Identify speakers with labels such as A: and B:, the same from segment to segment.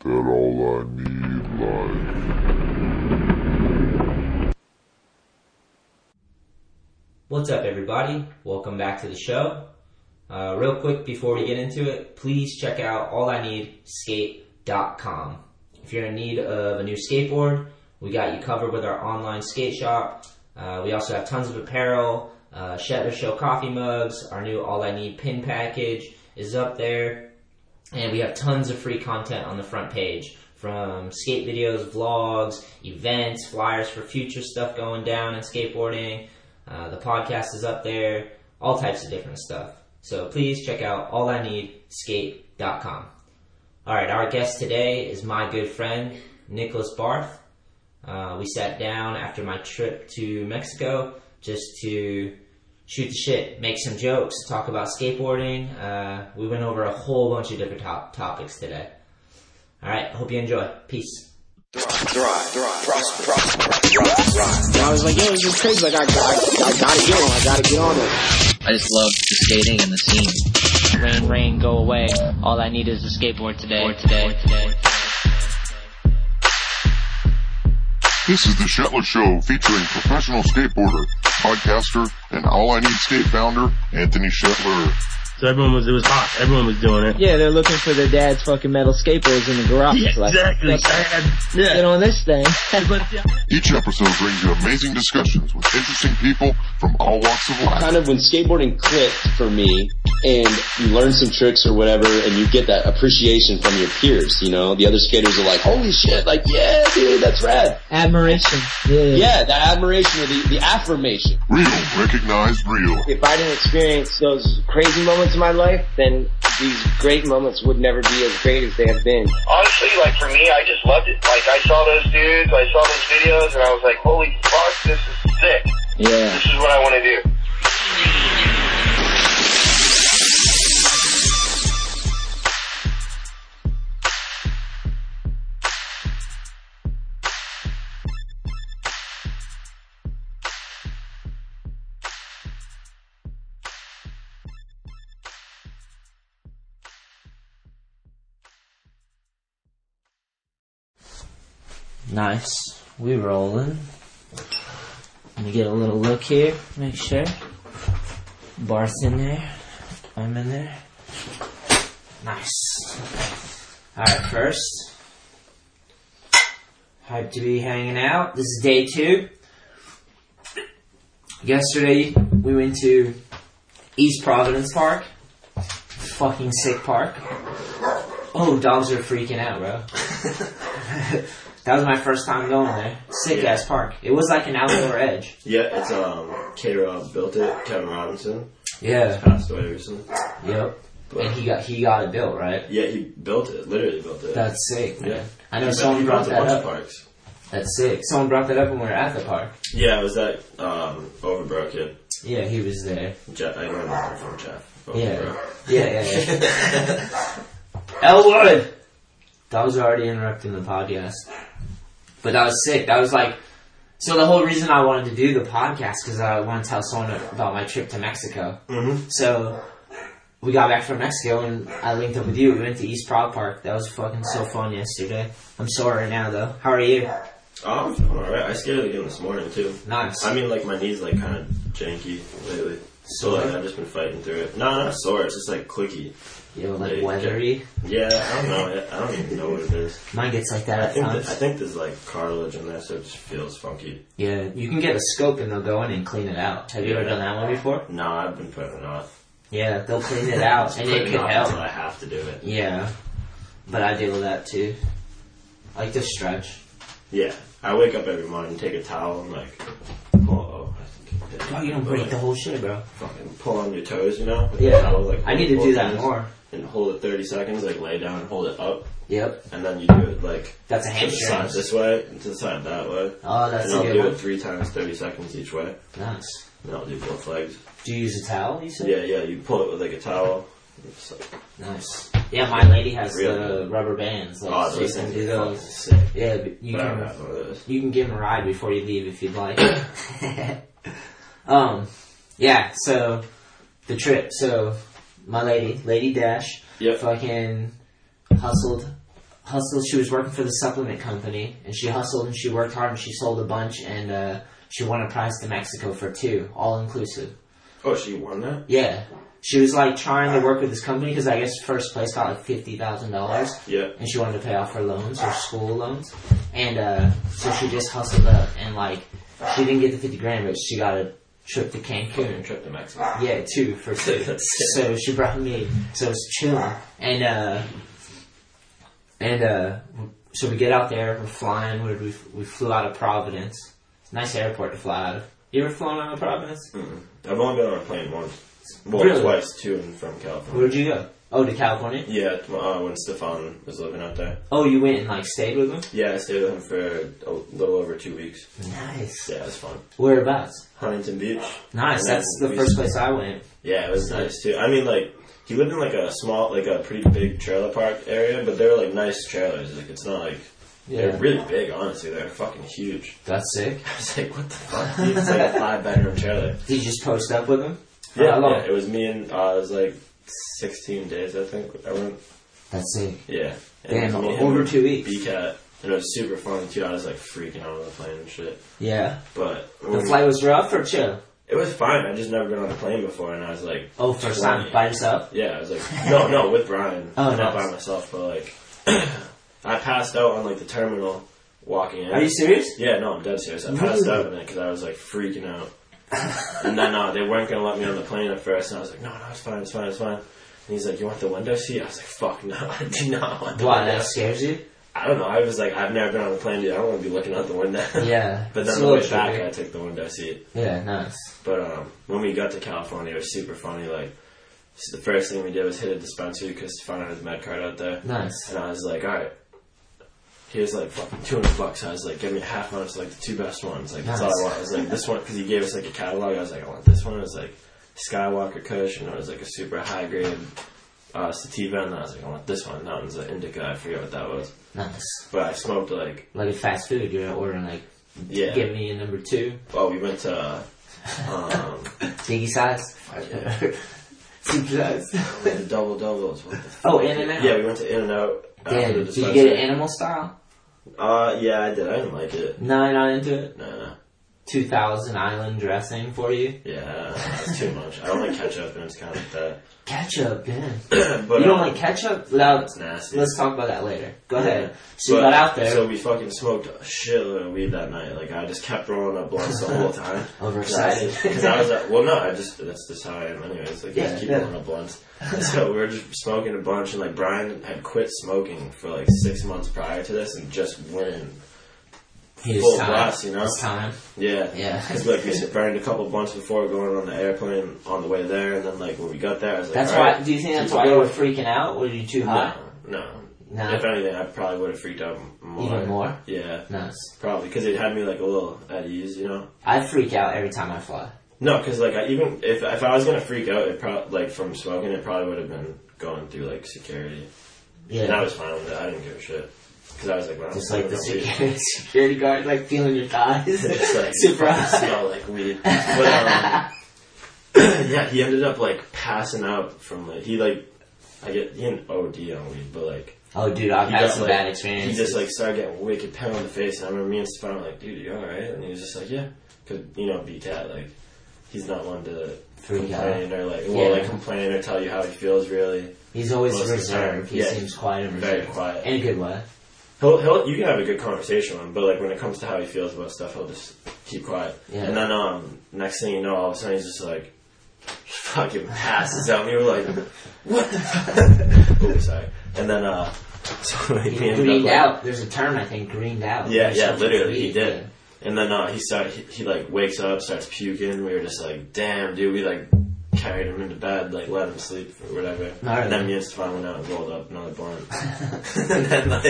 A: that all I need, like,
B: What's up, everybody? Welcome back to the show. Uh, real quick before we get into it, please check out allineedskate.com. If you're in need of a new skateboard, we got you covered with our online skate shop. Uh, we also have tons of apparel, uh, Shetler Show coffee mugs, our new All I Need pin package is up there, and we have tons of free content on the front page from skate videos, vlogs, events, flyers for future stuff going down in skateboarding. Uh, the podcast is up there, all types of different stuff. So please check out all I need skate.com. All right, our guest today is my good friend Nicholas Barth. Uh, we sat down after my trip to Mexico just to shoot the shit, make some jokes, talk about skateboarding. Uh, we went over a whole bunch of different top- topics today. All right, hope you enjoy. Peace.
C: And I was like, yeah, this is crazy. Like, I, I, I gotta get on. I gotta get on it.
D: I just love the skating and the scene.
E: Rain, rain, go away. All I need is a skateboard today. today.
A: this is the Shetler Show featuring professional skateboarder, podcaster, and all I need skate founder, Anthony Shetler.
F: So everyone was, it was hot. Everyone was doing it.
C: Yeah, they're looking for their dad's fucking metal skateboards in the garage. like,
F: exactly.
C: let's
F: Sad. Yeah.
C: Get on this thing.
F: But yeah.
A: Each episode brings you amazing discussions with interesting people from all walks of life.
G: kind of when skateboarding clicked for me and you learn some tricks or whatever and you get that appreciation from your peers, you know, the other skaters are like, holy shit, like, yeah, dude, that's rad.
C: Admiration. Yeah.
G: Yeah, the admiration or the, the affirmation.
A: Real, recognized real.
C: If I didn't experience those crazy moments in my life, then these great moments would never be as great as they have been.
H: honestly, like for me, I just loved it. Like I saw those dudes, I saw those videos, and I was like, holy fuck, this is sick.
C: Yeah.
H: This is what I want to do.
B: Nice. We rolling. Let me get a little look here. Make sure. Bar's in there. I'm in there. Nice. Alright, first. Hype to be hanging out. This is day two. Yesterday we went to East Providence Park. Fucking sick park. Oh, dogs are freaking out, bro. That was my first time going there. Sick ass park. It was like an outdoor edge.
I: Yeah, it's um K Rob built it, Kevin Robinson.
B: Yeah.
I: Passed away recently.
B: Yep. And he got he got it built, right?
I: Yeah, he built it, literally built it.
B: That's sick, man.
I: Yeah.
B: I
I: He
B: know
I: built-
B: someone
I: he
B: brought
I: built a
B: that
I: bunch of
B: up.
I: parks.
B: That's sick. Someone brought that up when we were at the park.
I: Yeah, it was that um Overbrook kid.
B: Yeah, he was there.
I: Jeff I remember him from Jeff.
B: Yeah.
I: Overbrook.
B: Yeah, yeah, yeah. Elwood! That was already interrupting the podcast. But that was sick. That was like, so the whole reason I wanted to do the podcast because I want to tell someone about my trip to Mexico.
I: Mhm.
B: So we got back from Mexico and I linked up with you. We went to East Prague Park. That was fucking so fun yesterday. I'm sore right now though. How are you?
I: Oh, I'm feeling alright. I skated again this morning too.
B: Nice.
I: I mean like my knee's like kinda janky lately. So like I've just been fighting through it. No, not sore, it's just like clicky.
B: You know, like
I: Yeah,
B: weathery.
I: Yeah, I don't know. I don't even know what it is.
B: Mine gets like that
I: I
B: at
I: think that, I
B: times.
I: think there's like cartilage in there, so it just feels funky.
B: Yeah, you can get a scope and they'll go in and clean it out. Have you ever done that one before?
I: No, I've been putting it off.
B: Yeah, they'll clean it out and it
I: Putting
B: can
I: off
B: help.
I: until I have to do it.
B: Yeah, but I deal with that too. I like to stretch.
I: Yeah, I wake up every morning, take a towel, and like, pull. Oh, I think I did.
B: Oh, you don't
I: But,
B: break
I: like,
B: the whole shit, bro.
I: Fucking pull on your toes, you know? With the
B: Yeah,
I: towel, like,
B: I need to
I: hold
B: do
I: both
B: that
I: hands
B: more.
I: And hold it 30 seconds, like lay down and hold it up,
B: Yep,
I: and then you do it like
B: that's a
I: to the side
B: hamstring.
I: this way and to the side that way.
B: Oh, that's
I: and
B: a
I: I'll do
B: good
I: it three times, 30 seconds each way,
B: one. Nice.
I: and I'll do both legs.
B: Do you use a towel? You said.
I: Yeah, yeah, you pull it with like a towel. It's like,
B: Nice. Yeah, my lady has
I: Really
B: the
I: good.
B: rubber bands. Like,
I: oh,
B: so you
I: those
B: can
I: things
B: do
I: are fucking
B: those.
I: sick.
B: Yeah, but you
I: But I don't have
B: can.
I: one of those.
B: You can give him a ride before you leave if you'd like. um, yeah. So the trip. So my lady, Lady Dash,
I: Yep.
B: fucking hustled hustled. She was working for the supplement company, and she hustled and she worked hard and she sold a bunch, and uh, she won a prize to Mexico for two, all inclusive.
I: Oh, she won that?
B: Yeah, she was like trying to work with this company because I guess first place got like fifty thousand dollars,
I: Yeah.
B: and she wanted to pay off her loans, her school loans, and uh, so she just hustled up and like she didn't get the fifty grand, but she got a trip to Cancun.
I: Fucking trip to Mexico.
B: Yeah, two for two. so she brought me. So it's chilling, and uh, and uh, so we get out there. We're flying. We we, we flew out of Providence. Nice airport to fly out of. You ever flown out of Providence?
I: I've only been on a plane once. Well,
B: Really?
I: twice, to and from California.
B: Where'd you go? Oh, to California.
I: Yeah, t- uh, when Stefan was living out there.
B: Oh, you went and like stayed with them.
I: Yeah, I stayed with him for a little over two weeks.
B: Nice.
I: Yeah, it was fun.
B: Whereabouts?
I: Huntington Beach.
B: Nice.
I: Yeah,
B: That's the
I: we-
B: first place I went.
I: Yeah, it was nice too. I mean, like he lived in like a small, like a pretty big trailer park area, but they were like nice trailers. Like it's not like
B: Yeah.
I: they're really big. Honestly, they're fucking huge.
B: That's sick.
I: I was like, what the fuck? dude? It's like a five bedroom trailer.
B: Did you just post up with them?
I: Yeah,
B: I love
I: Uh, yeah, it was me and uh, it was like sixteen days, I think. I went.
B: That's sick.
I: Yeah,
B: Damn,
I: it was me
B: over
I: and
B: two weeks.
I: BCAT, and it was super fun too. I was like freaking out on the plane and shit.
B: Yeah.
I: But
B: The flight was rough or chill?
I: it was fine. I just never been on a plane before, and I was like,
B: Oh, first time
I: 20.
B: by yourself.
I: Yeah, I was like, no, no, with Brian.
B: Oh,
I: not
B: nice.
I: by myself, but like, I passed out on like the terminal walking in.
B: Are you serious?
I: Yeah, no, I'm dead serious. I passed
B: Really?
I: out in it because I was like freaking out. and then uh, they weren't gonna let me on the plane at first, and I was like, no, no, it's fine, it's fine, it's fine. And he's like, you want the window seat? I was like, fuck, no, I do not want the
B: Why
I: window.
B: that scares you?
I: I don't know. I was like, I've never been on a plane, dude. I don't want to be looking out the window.
B: Yeah.
I: but
B: It's
I: then
B: a
I: on
B: little
I: the way back,
B: tricky.
I: I took the window seat.
B: Yeah, nice.
I: But um, when we got to California, it was super funny. Like, s- the first thing we did was hit a dispensary because Stefan had his med card out there.
B: Nice.
I: And I was like, all right. He was like, fucking 200 bucks. I was like, give me a half one. It's like the two best ones. Like, that's all I want. I was like, this one, because he gave us like a catalog. I was like, I want this one. It was like Skywalker Kush, and it was like a super high grade uh, sativa. And I was like, I want this one. That one's an indica. I forget what that was.
B: Nice.
I: But I smoked like,
B: Like a fast food, you're ordering like,
I: yeah.
B: give me a number two,
I: Oh, we went to, uh, um,
B: diggy size, soup size.
I: the double doubles. What the
B: oh, in and out.
I: Yeah, we went to In and Out.
B: Damn, did you get it animal style?
I: Uh, yeah, I did. I didn't like it.
B: No, you're not into it.
I: No, no.
B: Two thousand island dressing for you.
I: Yeah, it's too much. I don't like ketchup, and it's kind of like
B: Ketchup, yeah.
I: that. but
B: you don't
I: uh,
B: like ketchup? Now,
I: It's nasty.
B: let's talk about that later. Go
I: Yeah.
B: ahead. So you
I: But-
B: got out there.
I: So we fucking smoked a shitload of weed that night. Like I just kept rolling up blunts the whole time.
B: Overexcited.
I: Because I was like, well, no, I just that's just how I am, anyways. Like I
B: Yeah,
I: just keep
B: yeah.
I: rolling up blunts. So we were just smoking a bunch, and like Brian had quit smoking for like six months prior to this, and just went in
B: He was
I: full
B: time.
I: blast, you know?
B: It's time.
I: Yeah.
B: Yeah.
I: Because like we burned a couple months before going on the airplane on the way there, and then like when we got there, I was like,
B: That's
I: all
B: why.
I: right,
B: Do you think that's
I: keep
B: why you were
I: going.
B: freaking out? Were you too hot?
I: No, no.
B: No.
I: If anything, I probably would have freaked out m- more.
B: Even more?
I: Yeah.
B: Nice.
I: Probably because it had me like a little at ease, you know.
B: I freak out every time I fly.
I: No, because like I even if if I was gonna freak out, it probably like from smoking, it probably would have been going through like security,
B: Yeah.
I: and I was fine with it. I didn't give a shit because I was like, well, I'm
B: Just like the
I: smoking weed.
B: security, security guard, like feeling your thighs.
I: It's like
B: Super
I: fucking
B: hot.
I: smell like weed. But, um, yeah, he ended up like passing out from like he like I get he didn't OD on weed, but like
B: Oh, dude, I've
I: he
B: had
I: got,
B: some
I: like-
B: bad experiences.
I: He just like started getting wicked pound in the face, and I remember me and Stefan were like, "Dude, you all right?" And he was just like, "Yeah," because you know, B Cat like he's not one to
B: Freak out.
I: complain or like well
B: Yeah.
I: like complain or tell you how he feels really.
B: He's always
I: Most of the
B: reserved.
I: time,
B: He
I: yeah.
B: seems quiet and
I: Very
B: reserved.
I: quiet.
B: In a good way.
I: He'll, he'll, you can have a good conversation with him, but like when it comes to how he feels about stuff, he'll just keep quiet.
B: Yeah.
I: And then um, next thing you know, all of a sudden he's just like, fucking passes out. And we were like, what the fuck? Oops, sorry. And then uh, so like, we
B: He
I: ended
B: greened
I: up, like-
B: out. There's a term, I think, greened out.
I: Yeah,
B: There's
I: yeah,
B: something
I: literally
B: green,
I: he did.
B: yeah.
I: And then uh, he start he, he like wakes up, starts puking. We were just like, damn, dude. We like carried him into bed, like let him sleep or whatever.
B: Alright.
I: And then me and Stefan went out and rolled up another blunt. and then like,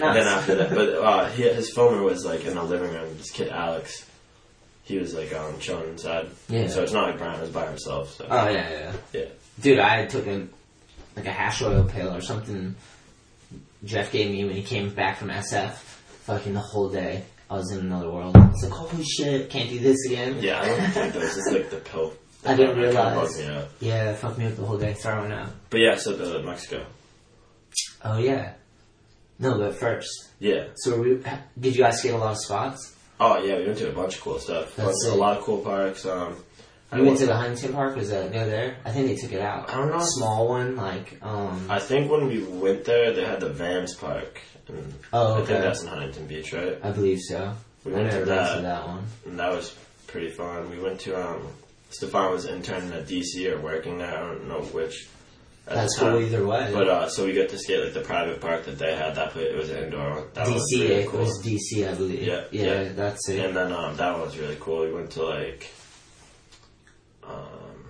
I: and then after that, but uh, he, his filmer was like in the living room. This kid Alex, he was like um chilling inside.
B: Yeah.
I: So it's not like Brian was by himself. So
B: Oh, yeah, yeah.
I: yeah.
B: Dude, I took a like a hash oil pill or something Jeff gave me when he came back from SF. Fucking the whole day. I was in another world. I was like, holy shit, can't do this again.
I: Yeah, I don't think those is like the pill.
B: I didn't
I: That kinda bugged
B: realize.
I: me out.
B: Yeah, fuck me up the whole day. Throwing up.
I: But yeah, so the Mexico.
B: Oh yeah. No, but first.
I: Yeah.
B: So were we, did you guys skate a lot of spots?
I: Oh yeah, we went to a bunch of cool stuff.
B: That's
I: Bunch- a
B: sick.
I: lot of cool parks. Um, I
B: You went
I: went-
B: to the Huntington Park? Was that near there? I think they took it out.
I: I don't know.
B: Small one, like um.
I: I think when we went there, they had the Vans Park. And
B: Oh,
I: I think
B: okay.
I: that's in Huntington Beach, right?
B: I believe so.
I: We
B: I
I: went
B: never
I: to
B: been
I: that.
B: to that one.
I: And that was pretty fun. We went to um, Stefan was interning at DC or working there. I don't know which. at the
B: That's cool
I: time.
B: either way.
I: But uh, so we got to skate like the private park that they had. That place, it was an indoor. one. That was
B: DC,
I: really
B: it
I: cool.
B: was DC, I believe.
I: Yeah,
B: yeah,
I: yeah.
B: that's it.
I: And then um, that one was really cool. We went to like, um,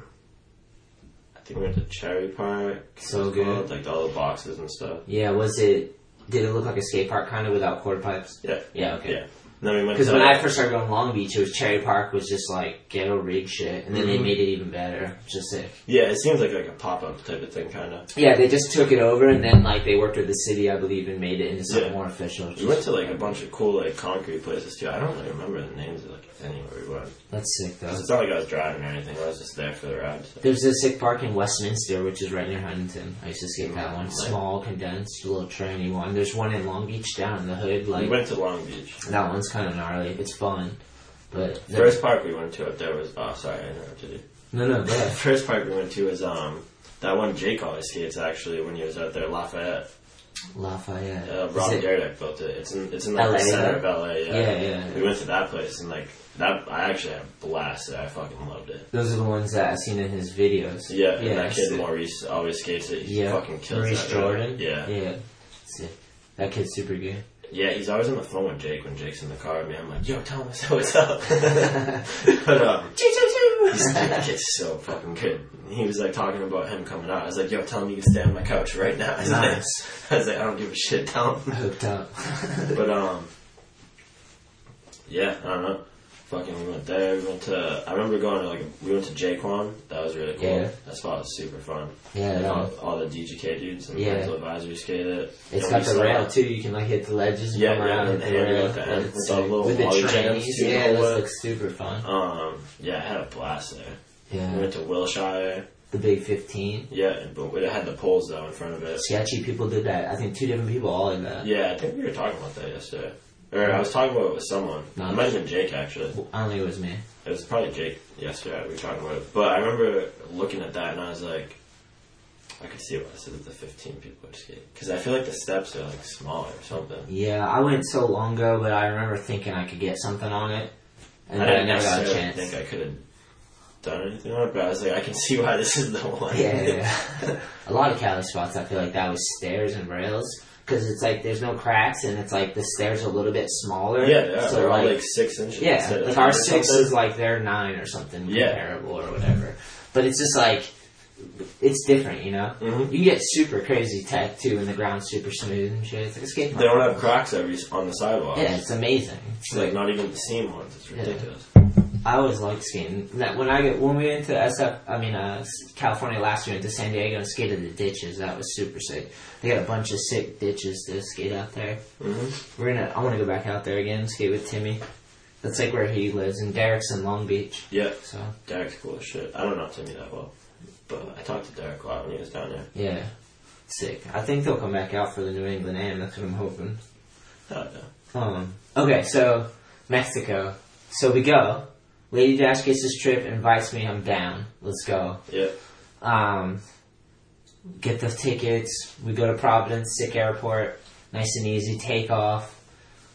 I: I think we went to Cherry Park.
B: So
I: it was
B: good.
I: called, like all the boxes and stuff.
B: Yeah, was it? Did it look like a skate park kind of without quarter pipes?
I: Yeah,
B: Yeah, okay.
I: yeah. And then we went
B: Because
I: to
B: when I first started going to Long Beach, it was Cherry Park was just like ghetto rig shit, and then
I: Mm-hmm.
B: they made it even better. Just sick.
I: yeah, it seems like like a pop up type of thing, kind of.
B: Yeah, they just took it over, and then like they worked with the city, I believe, and made it into something
I: Yeah.
B: more official.
I: We went to like a bunch of cool like concrete places too. I don't really remember the names of like anywhere we went.
B: That's sick though.
I: It's not like I was driving or anything. I was just there for the ride. So.
B: There's a sick park in Westminster, which is right near Huntington. I used to skate that one. Small, condensed, little tranny one. There's one in Long Beach down in the hood.
I: We
B: Like
I: went to Long Beach.
B: that one's kind of gnarly. It's fun, but
I: First park we went to up there was oh sorry I interrupted you.
B: no, no,
I: The
B: yeah.
I: first park we went to was um that one Jake always skates actually when he was out there Lafayette.
B: Lafayette.
I: Uh,
B: Is
I: Rob
B: it-
I: Dyrdek built it. It's in it's in like,
B: LA,
I: the center
B: yeah?
I: of LA. Yeah.
B: Yeah, yeah.
I: We went to that place and like that. I actually had a blast. There. I fucking loved it.
B: Those are the ones that I've seen in his videos.
I: Yeah, and that
B: sick.
I: kid Maurice always skates it. He
B: yeah.
I: fucking kills
B: Maurice
I: that guy.
B: Jordan.
I: Yeah. yeah,
B: yeah. Sick. That kid's super good.
I: He's always on the phone with Jake when Jake's in the car with me. I'm like, yo, Thomas, what's up? but um, He's that kid's so fucking good. He was like talking about him coming out. I was like, yo, tell him you can stay on my couch right now. I was,
B: Nice.
I: like, I was like, I don't give a shit, tell him.
B: Hooked up.
I: But um, yeah, I don't know. Fucking, we went there. We went to. I remember going to like we went to Jaquan. That was really cool.
B: Yeah.
I: That spot was super fun.
B: Yeah,
I: Like,
B: that
I: all,
B: one.
I: all the DGK dudes and
B: Yeah.
I: mental advisory skated it.
B: It's
I: And
B: got
I: we
B: the
I: saw-
B: rail too. You can like hit the ledges and
I: Yeah,
B: come
I: yeah,
B: around
I: and
B: hit
I: then
B: the
I: hit it
B: rail.
I: at the end
B: It's
I: with the
B: sick.
I: little
B: with the
I: volley jams
B: trannies,
I: too,
B: Yeah,
I: all
B: those
I: that.
B: look super fun.
I: Um, yeah, I had a blast there. We
B: Yeah,
I: went to Wilshire.
B: the Big Fifteen.
I: Yeah, but it had the poles though in front of it.
B: Sketchy people did that. I think two different people all in that.
I: Yeah, I think we were talking about that yesterday. Or I was talking about it with someone.
B: No.
I: it might have been Jake actually.
B: I don't think it was me.
I: It was probably Jake yesterday. We were talking about it, but I remember looking at that and I was like, I could see why I said that the 15 people would skate because I feel like the steps are like smaller or something.
B: Yeah, I went so long ago, but I remember thinking I could get something on it, and
I: I
B: then I
I: didn't
B: never got a
I: necessarily
B: chance.
I: think I could have done anything on it, but I was like, I can see why this is the one.
B: Yeah, yeah, yeah. a lot of Cali spots, I feel like that was stairs and rails because it's like there's no cracks and it's like the stairs are a little bit smaller.
I: yeah, they are.
B: so
I: they're
B: like,
I: all like six inches.
B: yeah,
I: instead of
B: like
I: ten
B: our
I: or
B: six
I: something.
B: is like their nine or something
I: Yeah.
B: comparable or whatever. But it's just like it's different, you know.
I: Mhm.
B: You get super crazy tech too, and the ground's super smooth and shit. It's like a skate
I: They don't
B: park.
I: have cracks every on the sidewalk.
B: Yeah, it's amazing. It's
I: It's like not even the seam ones. It's
B: Yeah.
I: ridiculous.
B: I always liked skating. That when I get when we went to SF, I mean uh, California last year, went to San Diego and skated the ditches. That was super sick. They got a bunch of sick ditches to skate out there. Mm-hmm. We're gonna. I want to go back out there again. Skate with Timmy. That's like where he lives, and Derek's in Long Beach.
I: Yeah.
B: So
I: Derek's cool as shit. I don't know Timmy that well, but I talked to Derek a lot when he was down there.
B: yeah, sick. I think they'll come back out for the New England Am. That's what I'm hoping.
I: Hell yeah.
B: Um, okay, so Mexico. So we go. Lady Dash gets this trip, invites me. I'm down. Let's go.
I: Yeah.
B: um, get the tickets. We go to Providence, sick airport, nice and easy, take off.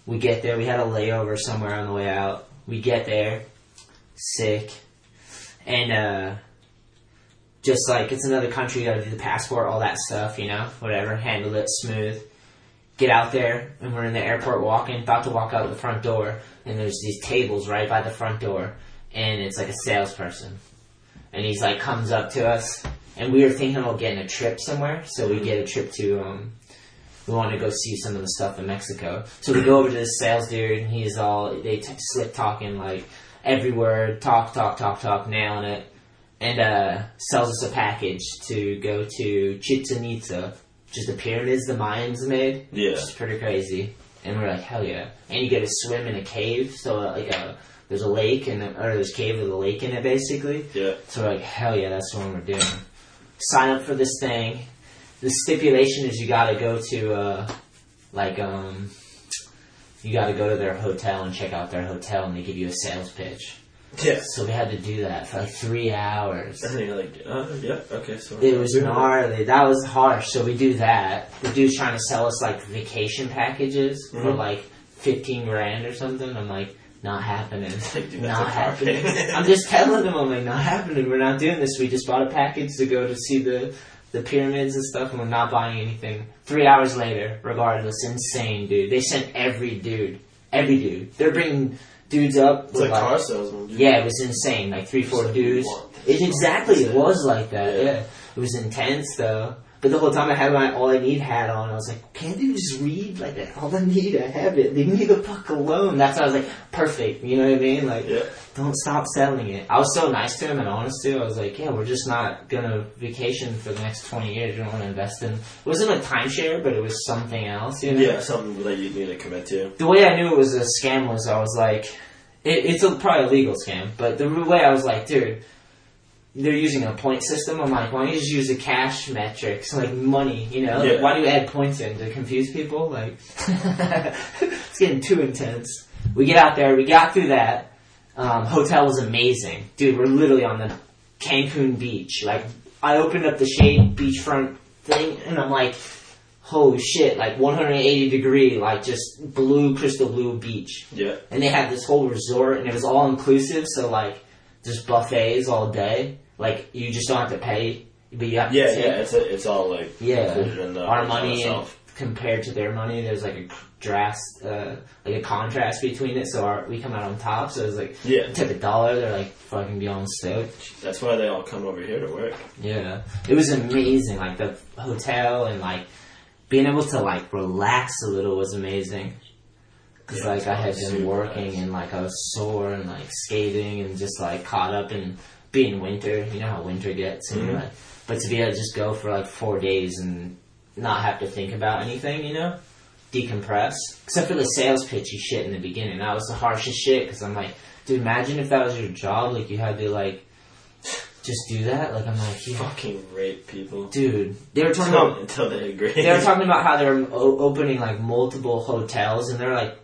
B: We get there. We had a layover somewhere on the way out. We get there, sick, and uh, just like it's another country, you gotta do the passport, all that stuff, you know, whatever. Handle it smooth. Get out there, and we're in the airport walking, about to walk out the front door, and there's these tables right by the front door, and it's like a salesperson and he's like comes up to us and we were thinking about getting a trip somewhere so we get a trip to um we want to go see some of the stuff in Mexico. So we go over to this sales dude, and he's all they t- slick talking like every word, talk, talk, talk, talk, nailing it, and uh, sells us a package to go to Chichen Itza, which is the pyramids the Mayans made.
I: Yeah.
B: which is pretty crazy. And we're like, hell yeah! And you get to swim in a cave, so uh, like a there's a lake and or there's a cave with a lake in it basically.
I: Yeah.
B: So we're like, hell yeah, that's the one we're doing. Sign up for this thing. The stipulation is you gotta go to uh, Like, um, you got to go to their hotel and check out their hotel, and they give you a sales pitch.
I: Yes.
B: So we had to do that for like three hours.
I: And then you're like, uh, yeah, okay, so
B: It was gnarly. That was harsh. So we do that. The dude's trying to sell us like vacation packages for
I: Mhm.
B: like fifteen grand or something. I'm like, not happening.
I: Like, dude, that's
B: not
I: a car
B: happening.
I: payment.
B: I'm just telling them I'm like, not happening. We're not doing this. We just bought a package to go to see the the pyramids and stuff, and we're not buying anything. Three hours later, regardless, insane dude. They sent every dude, every dude. They're bringing dudes up.
I: It's
B: with,
I: like car salesman. dude.
B: yeah, it was insane. Like three, four
I: Just like,
B: dudes.
I: what?
B: It exactly it was like that.
I: Yeah.
B: Yeah. it was intense though. But the whole time I had my all I need hat on, I was like, "Can't you just read like that? All I need, I have it. Leave me the fuck alone." That's why I was like, "Perfect." You know what I mean? Like,
I: Yeah.
B: don't stop selling it. I was so nice to him and honest too. I was like, "Yeah, we're just not gonna vacation for the next twenty years. We don't want to invest in." It wasn't a timeshare, but it was something else. You know?
I: Yeah, something that you need to commit to.
B: the way I knew it was a scam was I was like, it, it's a, probably a legal scam, but the way I was like, dude, they're using a point system. I'm like, why don't you just use the cash metrics, like money, you know? Like,
I: Yeah.
B: why do you add points in to confuse people? Like, it's getting too intense. We get out there, we got through that. Um, hotel was amazing. Dude, we're literally on the Cancun beach. Like, I opened up the shade beachfront thing, and I'm like, holy shit, like 180 degree, like just blue, crystal blue beach.
I: Yeah.
B: And they had this whole resort and it was all inclusive, so like just buffets all day. Like you just don't have to pay, but you have to
I: Yeah,
B: take
I: yeah, it's a, it's all like
B: Yeah.
I: included in the
B: our
I: hotel
B: money and
I: itself.
B: compared to their money. There's like a contrast, uh, like a contrast between it, so our, we come out on top. So it's like,
I: Yeah.
B: took a dollar, they're like fucking beyond stoked.
I: That's why they all come over here to work.
B: Yeah, it was amazing. Like the hotel and like being able to like relax a little was amazing. Cause
I: Yeah,
B: like
I: it's
B: I had
I: super
B: been working
I: nice.
B: and like I was sore and like skating and just like caught up in being winter. You know how winter gets, and
I: Mhm.
B: like, but to be able to just go for like four days and not have to think about anything, you know, decompress. Except for the sales pitchy shit in the beginning, that was the harshest shit. Cause I'm like, dude, imagine if that was your job. Like you had to like just do that. Like I'm like, yeah
I: Fucking rape people.
B: dude. They were talking
I: Until,
B: about
I: until they agree.
B: they were talking about how they're o- opening like multiple hotels and they're like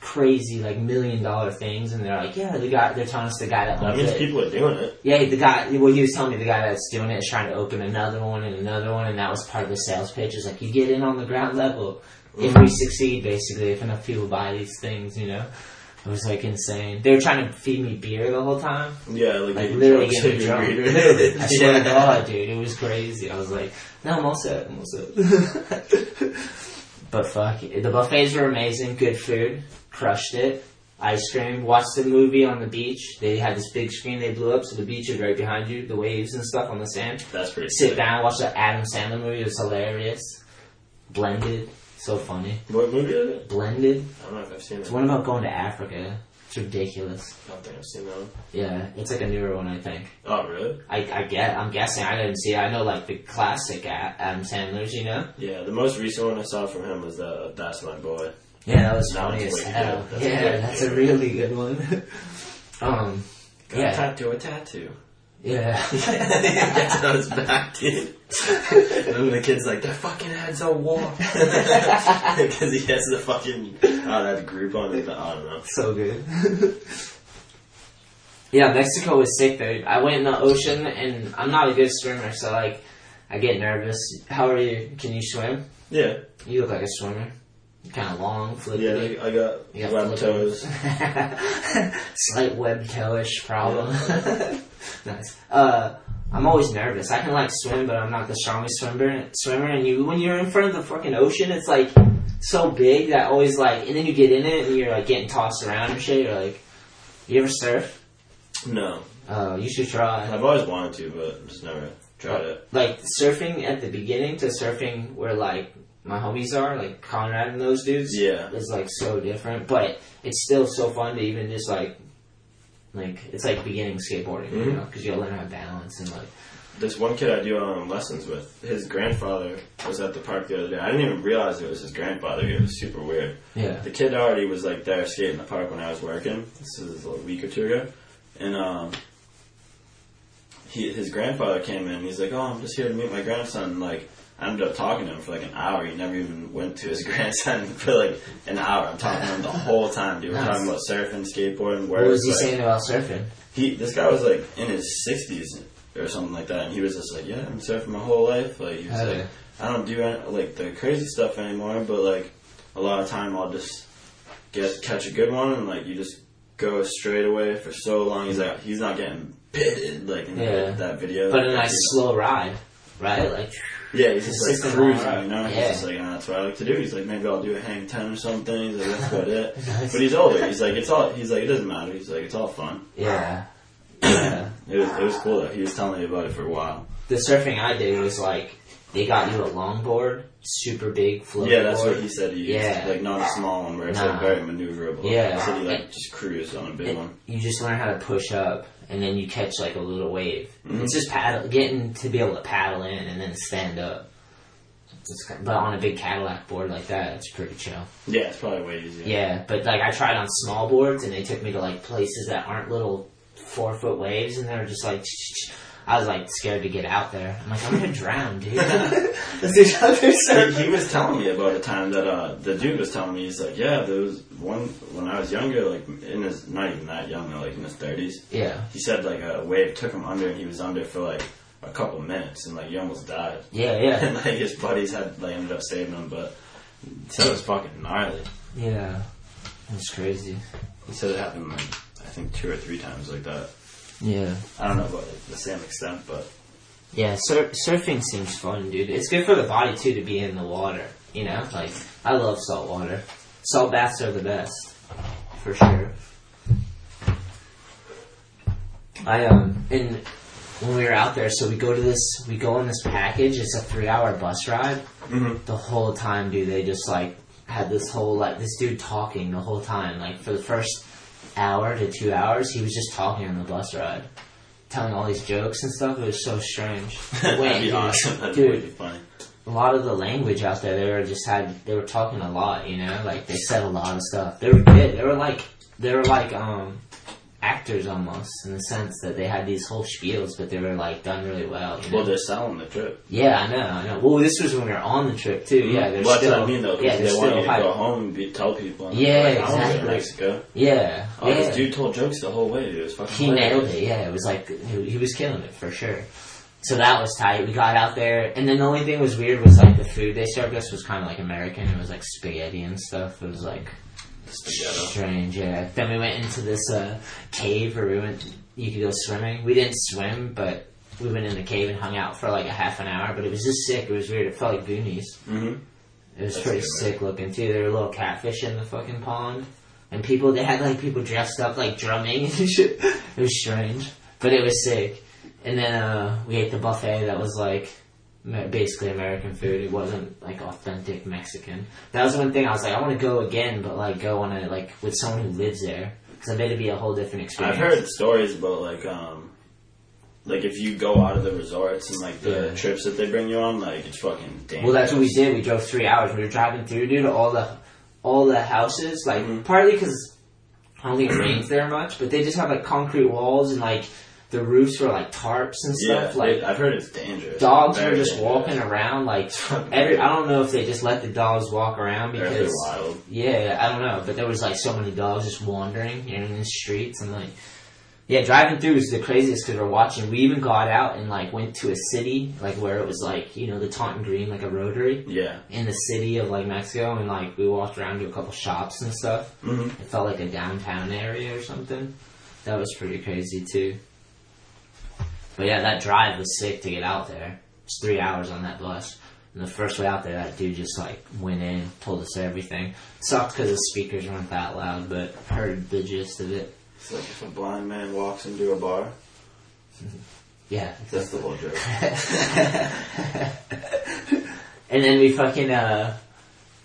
B: crazy like million dollar things and they're like yeah the guy they're telling us the guy that
I: that
B: owns
I: means
B: it
I: people are doing it.
B: yeah the guy well he was telling me the guy that's doing it is trying to open another one and another one and that was part of the sales pitch is like you get in on the ground level if we succeed basically if enough people buy these things you know it was like insane they were trying to feed me beer the whole time
I: Yeah, like,
B: like
I: you
B: literally
I: drugs
B: getting
I: to
B: drunk.
I: agree.
B: Literally. I swear
I: Yeah.
B: to God, dude, it was crazy. I was like, no, I'm all set, I'm all set. but fuck, it. the buffets were amazing. Good food, crushed it. Ice cream. Watched the movie on the beach. They had this big screen they blew up, so the beach is right behind you. The waves and stuff on the sand.
I: That's pretty
B: Sit
I: sick.
B: down, watch the Adam Sandler movie. It was hilarious. Blended, so funny.
I: What movie is it?
B: Blended.
I: I don't know if I've seen it.
B: It's one about going to Africa. It's ridiculous.
I: I don't think I've seen that one.
B: Yeah, it's like a newer one, I think.
I: Oh, really?
B: I, I get. I'm guessing. I didn't see. it. I know like the classic A- Adam Sandler's. You know.
I: Yeah, the most recent one I saw from him was the That's My Boy.
B: Yeah, that was
I: That
B: funny
I: one's
B: as
I: really
B: hell.
I: good. That's
B: yeah,
I: really
B: that's
I: good.
B: a really good one. um.
I: Got a
B: Yeah.
I: tattoo, a tattoo.
B: Yeah.
I: That's how it's back, dude. and then the kid's like, their fucking heads are warm. Because he has the fucking, oh, that group on it, I don't know.
B: so good. yeah, Mexico was sick though. I went in the ocean, and I'm not a good swimmer, so like, I get nervous. How are you? Can you swim?
I: Yeah,
B: You look like a swimmer. Kind of long,
I: yeah,
B: flippy.
I: I got
B: Yeah.
I: web toes.
B: Slight web toeish problem. nice. Uh, I'm always nervous. I can like swim, but I'm not the strongest swimmer. Swimmer, and you when you're in front of the fucking ocean, it's like so big that always like, and then you get in it and you're like getting tossed around and shit. You're like, you ever surf?
I: No,
B: Uh, you should try.
I: I've always wanted to, but just never tried it.
B: Like surfing at the beginning to surfing where like my homies are, like Conrad and those dudes.
I: Yeah.
B: is like so different, but it's still so fun to even just like, like it's like beginning skateboarding, you
I: Mhm.
B: know, because you'll learn how to balance and like,
I: This one kid I do um, lessons with, his grandfather was at the park the other day. I didn't even realize it was his grandfather. It was super weird.
B: yeah,
I: The kid already was like there skating in the park when I was working. This was a week or two ago, and um, he his grandfather came in. He's like, "Oh, I'm just here to meet my grandson." Like, I ended up talking to him for like an hour. He never even went to his grandson for like an hour. I'm talking to him the whole time, dude. We're
B: Nice.
I: talking about surfing, skateboarding, where
B: What was
I: it's
B: he
I: like-
B: saying about surfing?
I: he this guy was like in his sixties or something like that, and he was just like, "Yeah, I'm surfing my whole life." Like he was
B: Hell
I: like,
B: yeah.
I: "I don't do any, like the crazy stuff anymore, but like a lot of time I'll just get catch a good one, and like you just go straight away for so long." He's like, he's not getting pitted like in
B: Yeah.
I: that, that video,
B: But a
I: Like,
B: nice
I: he's-
B: slow ride, right? Like,
I: yeah, he's just like
B: Consistent
I: cruising,
B: ride.
I: you know. He's
B: Yeah.
I: just like, "Ah, that's what I like to do. He's like, maybe I'll do a hang ten or something. He's like, that's about it. But he's older. He's like, it's all. He's like, it doesn't matter. He's like, it's all fun.
B: yeah. yeah.
I: It was, it was cool though. He was telling me about it for a while.
B: The surfing I did was like, they got you a longboard, super big floating
I: yeah, that's
B: board.
I: what he said. He used,
B: Yeah.
I: like not a small one where it's
B: Nah.
I: like very maneuverable.
B: Yeah.
I: he said he like just cruised on a big
B: it-
I: one.
B: you just learn how to push up and then you catch like a little wave. It's just paddle, getting to be able to paddle in and then stand up. It's, ki- but on a big Cadillac board like that, it's pretty chill.
I: Yeah, it's probably way easier.
B: Yeah, but like I tried on small boards and they took me to like places that aren't little four foot waves and they were just like, I was like scared to get out there. I'm like, I'm gonna drown, dude. That's each other
I: He-
B: surfing.
I: He was telling me about a time that uh, the dude was telling me he's like, yeah, there was one when I was younger, like in his not even that young, though, like in his thirties.
B: Yeah,
I: He said like a wave took him under and he was under for like a couple minutes and like he almost died.
B: yeah, yeah,
I: And like his buddies had like ended up saving him, but he said it was fucking gnarly.
B: yeah. That's crazy.
I: He said it happened like I think two or three times like that.
B: Yeah.
I: I don't know about the same extent, but
B: Yeah, sur- surfing seems fun, dude. It's good for the body too to be in the water. You know, like I love salt water. Salt baths are the best, for sure. I um in when we were out there, so we go to this, we go on this package. It's a three-hour bus ride.
I: Mhm.
B: The whole time, dude, they just like had this whole like this dude talking the whole time. Like for the first hour to two hours, he was just talking on the bus ride telling all these jokes and stuff. It was so strange.
I: that'd be
B: dude,
I: awesome. That'd be really
B: dude,
I: funny.
B: a lot of the language out there, they were just had they were talking a lot. You know, like they said a lot of stuff. They were good. They were like they were like um actors almost in the sense that they had these whole spiels, but they were like done really well. you know?
I: Well, they're selling the trip.
B: yeah, I know, I know. Well, this was when we were on the trip too. Yeah, they're
I: Mm-hmm. well, that's
B: still.
I: what I mean though. 'cause
B: yeah,
I: they
B: they're
I: want
B: still
I: you to
B: hype.
I: go home and be, tell people. And
B: Yeah,
I: like, I was in
B: exactly.
I: Mexico.
B: Yeah,
I: Oh,
B: yeah.
I: this dude told jokes the whole way. It was fucking.
B: He
I: hilarious.
B: nailed it. Yeah, it was like he he was killing it for sure. So that was tight. We got out there, and then the only thing was weird was like the food they served us was kind of like American. It was like spaghetti and stuff. It was like
I: Spaghetti.
B: strange. Yeah. Then we went into this uh, cave where we went. You could go swimming. We didn't swim, but we went in the cave and hung out for like a half an hour. But it was just sick. It was weird. It felt like Goonies.
I: Mhm.
B: It was
I: That's
B: pretty
I: good,
B: sick looking too. There were little catfish in the fucking pond, and people they had like people dressed up like drumming and shit. It was strange, but it was sick. And then uh, we ate the buffet that was like Amer- basically American food. It wasn't like authentic Mexican. That was one thing I was like, I want to go again, but like go on a like with someone who lives there because I bet it'd be a whole different experience.
I: I've heard stories about like um, like if you go out of the resorts and like the
B: Yeah.
I: trips that they bring you on, like it's fucking dangerous.
B: Well, that's what we did. We drove three hours. We were driving through, dude. All the all the houses, like
I: Mm-hmm.
B: partly because I don't think it rains there much, but they just have like concrete walls and like the roofs were like tarps and
I: yeah,
B: stuff. like
I: it- I've heard it's dangerous.
B: dogs were
I: Very
B: just
I: dangerous.
B: walking around. Like every, I don't know if they just let the dogs walk around
I: They're really
B: because
I: wild.
B: yeah, I don't know, but there was like so many dogs just wandering you know, in the streets and like, yeah, driving through was the craziest because we're watching. We even got out and like went to a city like where it was like you know the Taunton Green like a rotary
I: Yeah.
B: in the city of like Mexico and like we walked around to a couple shops and stuff.
I: hmm
B: It felt like a downtown area or something. That was pretty crazy too. But yeah, that drive was sick to get out there. It's three hours on that bus. And the first way out there, that dude just like went in, told us everything. Sucked because the speakers weren't that loud, but heard the gist of it.
I: It's like if a blind man walks into a bar.
B: Yeah.
I: That's the whole joke.
B: And then we fucking uh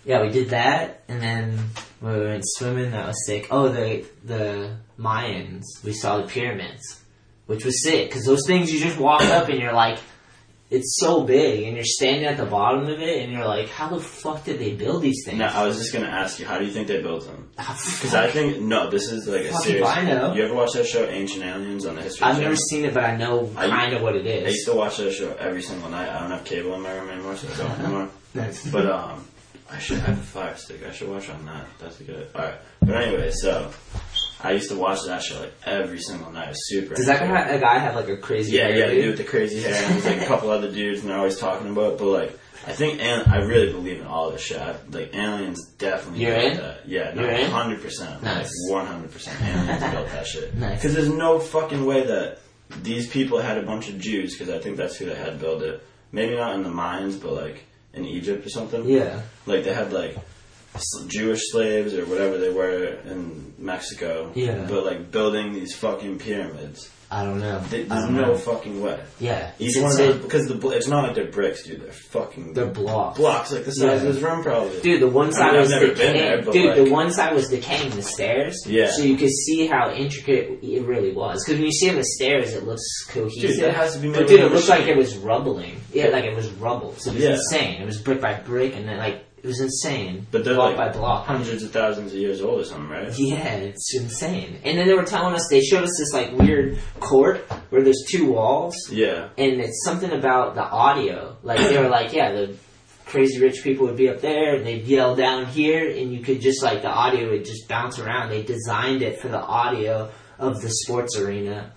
B: yeah, we did that and then we went swimming, that was sick. Oh, the the Mayans. We saw the pyramids, which was sick cuz those things you just walk up and you're like it's so big, and you're standing at the bottom of it, and you're like, how the fuck did they build these things?
I: No, I was just gonna ask you, how do you think they built them?
B: Ah,
I: Because
B: fuck.
I: I think no, this is like a
B: Fuck if
I: serious.
B: I know.
I: You ever watch that show Ancient Aliens on the History
B: I've
I: Channel?
B: never seen it, but I know
I: I-
B: kind of what it
I: I used
B: is.
I: to watch that show every single night. I don't have cable in my room anymore, so I don't anymore. But um, I should have a Fire Stick. I should watch on that. That's good. All right. But anyway, so I used to watch that show like every single night. It was super.
B: Does that guy have, a guy have like a crazy
I: Yeah,
B: hair,
I: yeah, the
B: dude?
I: dude with the crazy hair and there's like a couple other dudes and they're always talking about it, but like I think and I really believe in all this shit. I, like aliens definitely
B: You're
I: built
B: in?
I: that. Yeah,
B: You're in?
I: no, hundred percent. Like
B: Nice.
I: one hundred percent aliens built that shit.
B: Nice.
I: Because there's no fucking way that these people had a bunch of Jews, because I think that's who they had build it. Maybe not in the mines, but like in Egypt or something.
B: Yeah.
I: Like they had like s- Jewish slaves or whatever they were in Mexico.
B: Yeah.
I: But like building these fucking pyramids.
B: I don't know.
I: Th-
B: I
I: There's
B: don't
I: no
B: know.
I: fucking way.
B: Yeah.
I: Each
B: Since
I: one of
B: they-
I: those, because the bl- it's not like they're bricks, dude. They're fucking
B: They're blocks.
I: blocks like the size
B: Yeah.
I: of this room, probably.
B: Dude, the one side
I: I mean, I've
B: was
I: never
B: decaying.
I: been there, but,
B: dude, the
I: like-
B: one side was decaying the stairs.
I: Yeah.
B: So you could see how intricate it really was. Because when you see the stairs, it looks cohesive.
I: Dude, that has to be made
B: But dude,
I: of
B: it looked
I: machine.
B: like it was rubbling. Yeah, like it was rubble. So it was
I: Yeah.
B: insane. It was brick by brick, and then like it was insane.
I: but they're
B: block by
I: like
B: block.
I: hundreds of thousands of years old or something, right?
B: Yeah, it's insane. And then they were telling us they showed us this like weird court where there's two walls,
I: Yeah,
B: and it's something about the audio. Like they were like, yeah, the crazy rich people would be up there and they'd yell down here, and you could just like the audio would just bounce around. They designed it for the audio of the sports arena.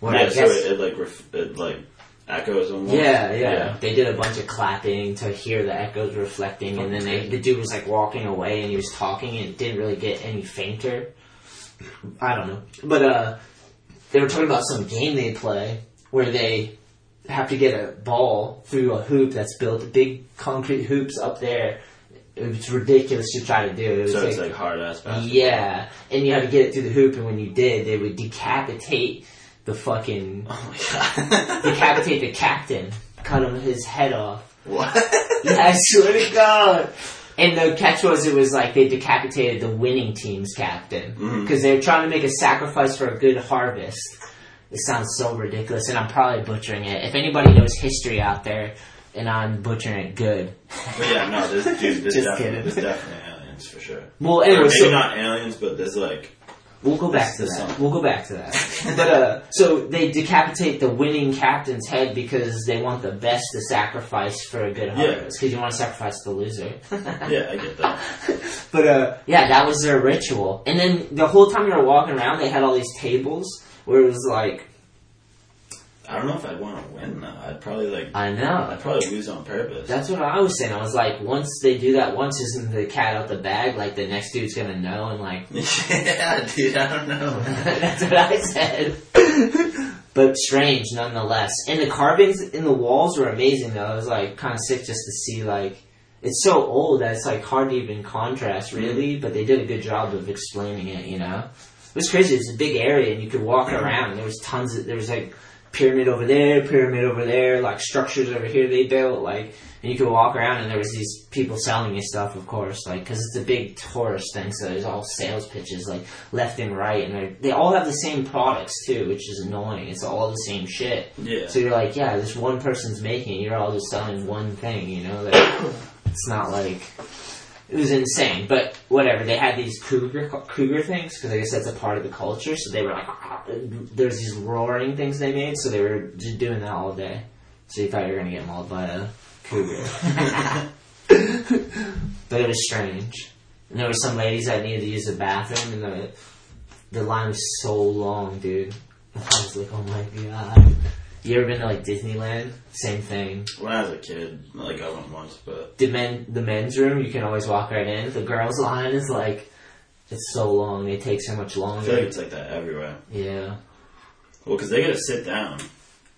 B: Where
I: yeah.
B: I
I: so
B: guess,
I: it, it like ref- it like echoes on. one-
B: yeah, yeah, They did a bunch of clapping to hear the echoes reflecting, and then they, the dude was like walking away and he was talking, and it didn't really get any fainter. I don't know, but uh, they were talking about some game they play where they have to get a ball through a hoop that's built big concrete hoops up there. It's ridiculous to try to do. It was
I: So it's
B: like-
I: like hard ass basketball.
B: yeah, and you had to get it through the hoop, and when you did, they would decapitate the fucking
I: Oh my god.
B: decapitate the captain, cut him his head off.
I: what?
B: I swear to God. And the catch was, it was like they decapitated the winning team's captain because they were trying to make a sacrifice for a good harvest. It sounds so ridiculous, and I'm probably butchering it. If anybody knows history out there, and I'm butchering it good.
I: But yeah, no, this dude, this
B: Just
I: definitely,
B: kidding.
I: this definitely aliens for sure.
B: Well,
I: Or
B: anyway,
I: maybe
B: so
I: not aliens, but there's like
B: We'll go back to
I: This is
B: that.
I: something.
B: We'll go back to that. but uh, so they decapitate the winning captain's head because they want the best to sacrifice for a good harvest. Because you want to sacrifice the loser.
I: yeah, I get that.
B: but uh, yeah, that was their ritual. And then the whole time they were walking around, they had all these tables where it was like,
I: I don't know if I'd want to win though. I'd probably like
B: I know.
I: I'd probably lose on purpose.
B: That's what I was saying. I was like, once they do that once, isn't the cat out the bag? Like the next dude's gonna know and like
I: yeah, dude, I don't know.
B: That's what I said. but strange nonetheless. And the carvings in the walls were amazing though. It was like kind of sick just to see like it's so old that it's like hard to even contrast really, but they did a good job of explaining it, you know. It was crazy. It was a big area and you could walk around. There was tons of there was like pyramid over there, pyramid over there, like structures over here they built like and you could walk around and there was these people selling you stuff, of course, like because it's a big tourist thing, so there's all sales pitches like left and right, and they're- they all have the same products too, which is annoying. It's all the same shit.
I: Yeah.
B: So you're like, yeah, this one person's making it. You're all just selling one thing, you know? Like, it's not like. It was insane, but whatever. They had these cougar cougar things because I guess that's a part of the culture. So they were like, there's these roaring things they made. So they were just doing that all day. So you thought you were gonna get mauled by a cougar, but it was strange. And there were some ladies that needed to use the bathroom, and the the line was so long, dude. I was like, oh my god. You ever been to like Disneyland? Same thing.
I: When I was a kid, like I went once, but
B: The men, the men's room, you can always walk right in. The girls' line is like, it's so long. They take so much
I: I feel like
B: longer.
I: it's like that everywhere.
B: Yeah,
I: Well, because they gotta sit down,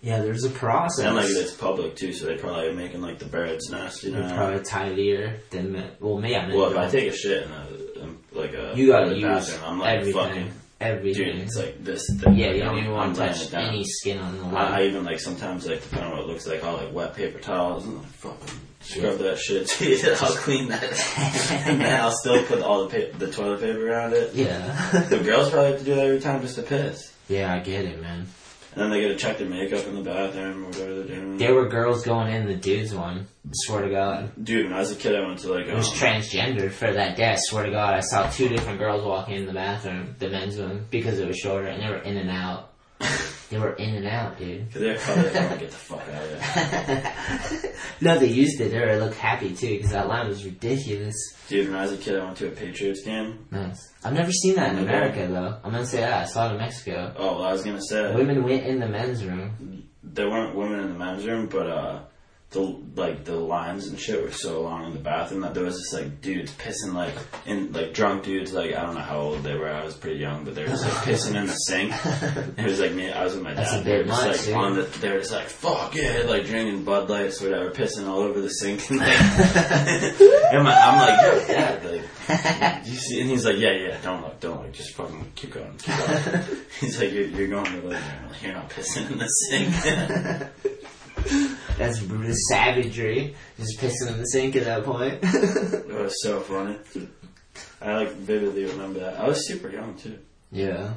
B: yeah. There's a process.
I: and like it's public too, so they probably are making like the bird's nest, you
B: You're
I: know.
B: probably tidier than men. Well, me, I'm in
I: uh, Well, if I
B: the-
I: take a shit in a, in, like a
B: You gotta
I: public
B: use
I: bathroom, I'm like
B: everything.
I: fucking dude.
B: everything.
I: It's like this. Thing.
B: yeah,
I: like,
B: you
I: I'm-
B: don't even
I: I'm
B: want to
I: laying
B: touch
I: it down.
B: any skin on the line.
I: I, I even like sometimes like depending on what it looks like, I'll like wet paper towels and like, fucking scrub that shit. Dude, I'll clean that, and then I'll still put all the pa- the toilet paper around it.
B: yeah,
I: The girls probably have to do that every time just to piss.
B: yeah. I get it, man.
I: And then they gotta check their makeup in the bathroom or whatever they're doing.
B: There were girls going in the dudes one. Swear to God,
I: Dude, when I was a kid, I went to like
B: it
I: um,
B: was transgendered for that day. I swear to God, I saw two different girls walking in the bathroom, the men's one, because it was shorter, and they were in and out. They were in and out, dude.
I: cause they're probably like, "Oh, get the fuck out of there,
B: no, they used it. They looked happy too because that line was ridiculous.
I: dude. When I was a kid, I went to a Patriots game.
B: Nice. I've never seen that in America though. I'm gonna say that. I saw it in Mexico.
I: Oh, well, I was gonna say
B: Women went in the men's room.
I: there weren't women in the men's room, but uh, the like the lines and shit were so long in the bathroom that there was just like dudes pissing like in like drunk dudes like I don't know how old they were. I was pretty young, but they were just like pissing in the sink. It was like me. I was with my dad.
B: That's a
I: and they were
B: bit
I: just
B: much,
I: like
B: dude.
I: on the. They were just like fuck yeah, like drinking Bud Lights, whatever, pissing all over the sink. And, like, and my, I'm like, yo, dad, like, you see? And he's like, yeah, yeah, don't look, don't look, just fucking keep going, keep going. He's like, you're, you're going to the living room, like, you're not pissing in the sink.
B: That's brutal savagery. Just pissing in the sink at that point.
I: It was so funny. uh, I like vividly remember that. I was super young too.
B: yeah.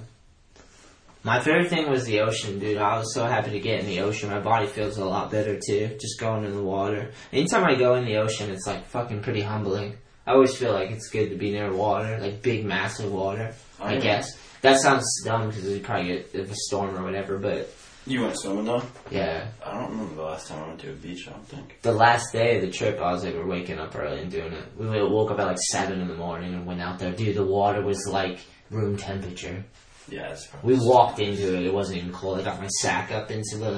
B: My favorite thing was the ocean, dude. I was so happy to get in the ocean. My body feels a lot better too, just going in the water. Anytime I go in the ocean, it's like fucking pretty humbling. I always feel like it's good to be near water, like big, massive water.
I: Oh,
B: I
I: yeah.
B: guess that sounds dumb because we probably get if a storm or whatever. But
I: You went swimming though?
B: yeah,
I: I don't remember the last time I went to a beach. I don't think.
B: the last day of the trip, I was like, we're waking up early and doing it. We wa- woke up at like seven in the morning and went out there. Dude, the water was like room temperature.
I: Yeah, it's probably.
B: We walked into it; it wasn't even cold. I got my sack up into the.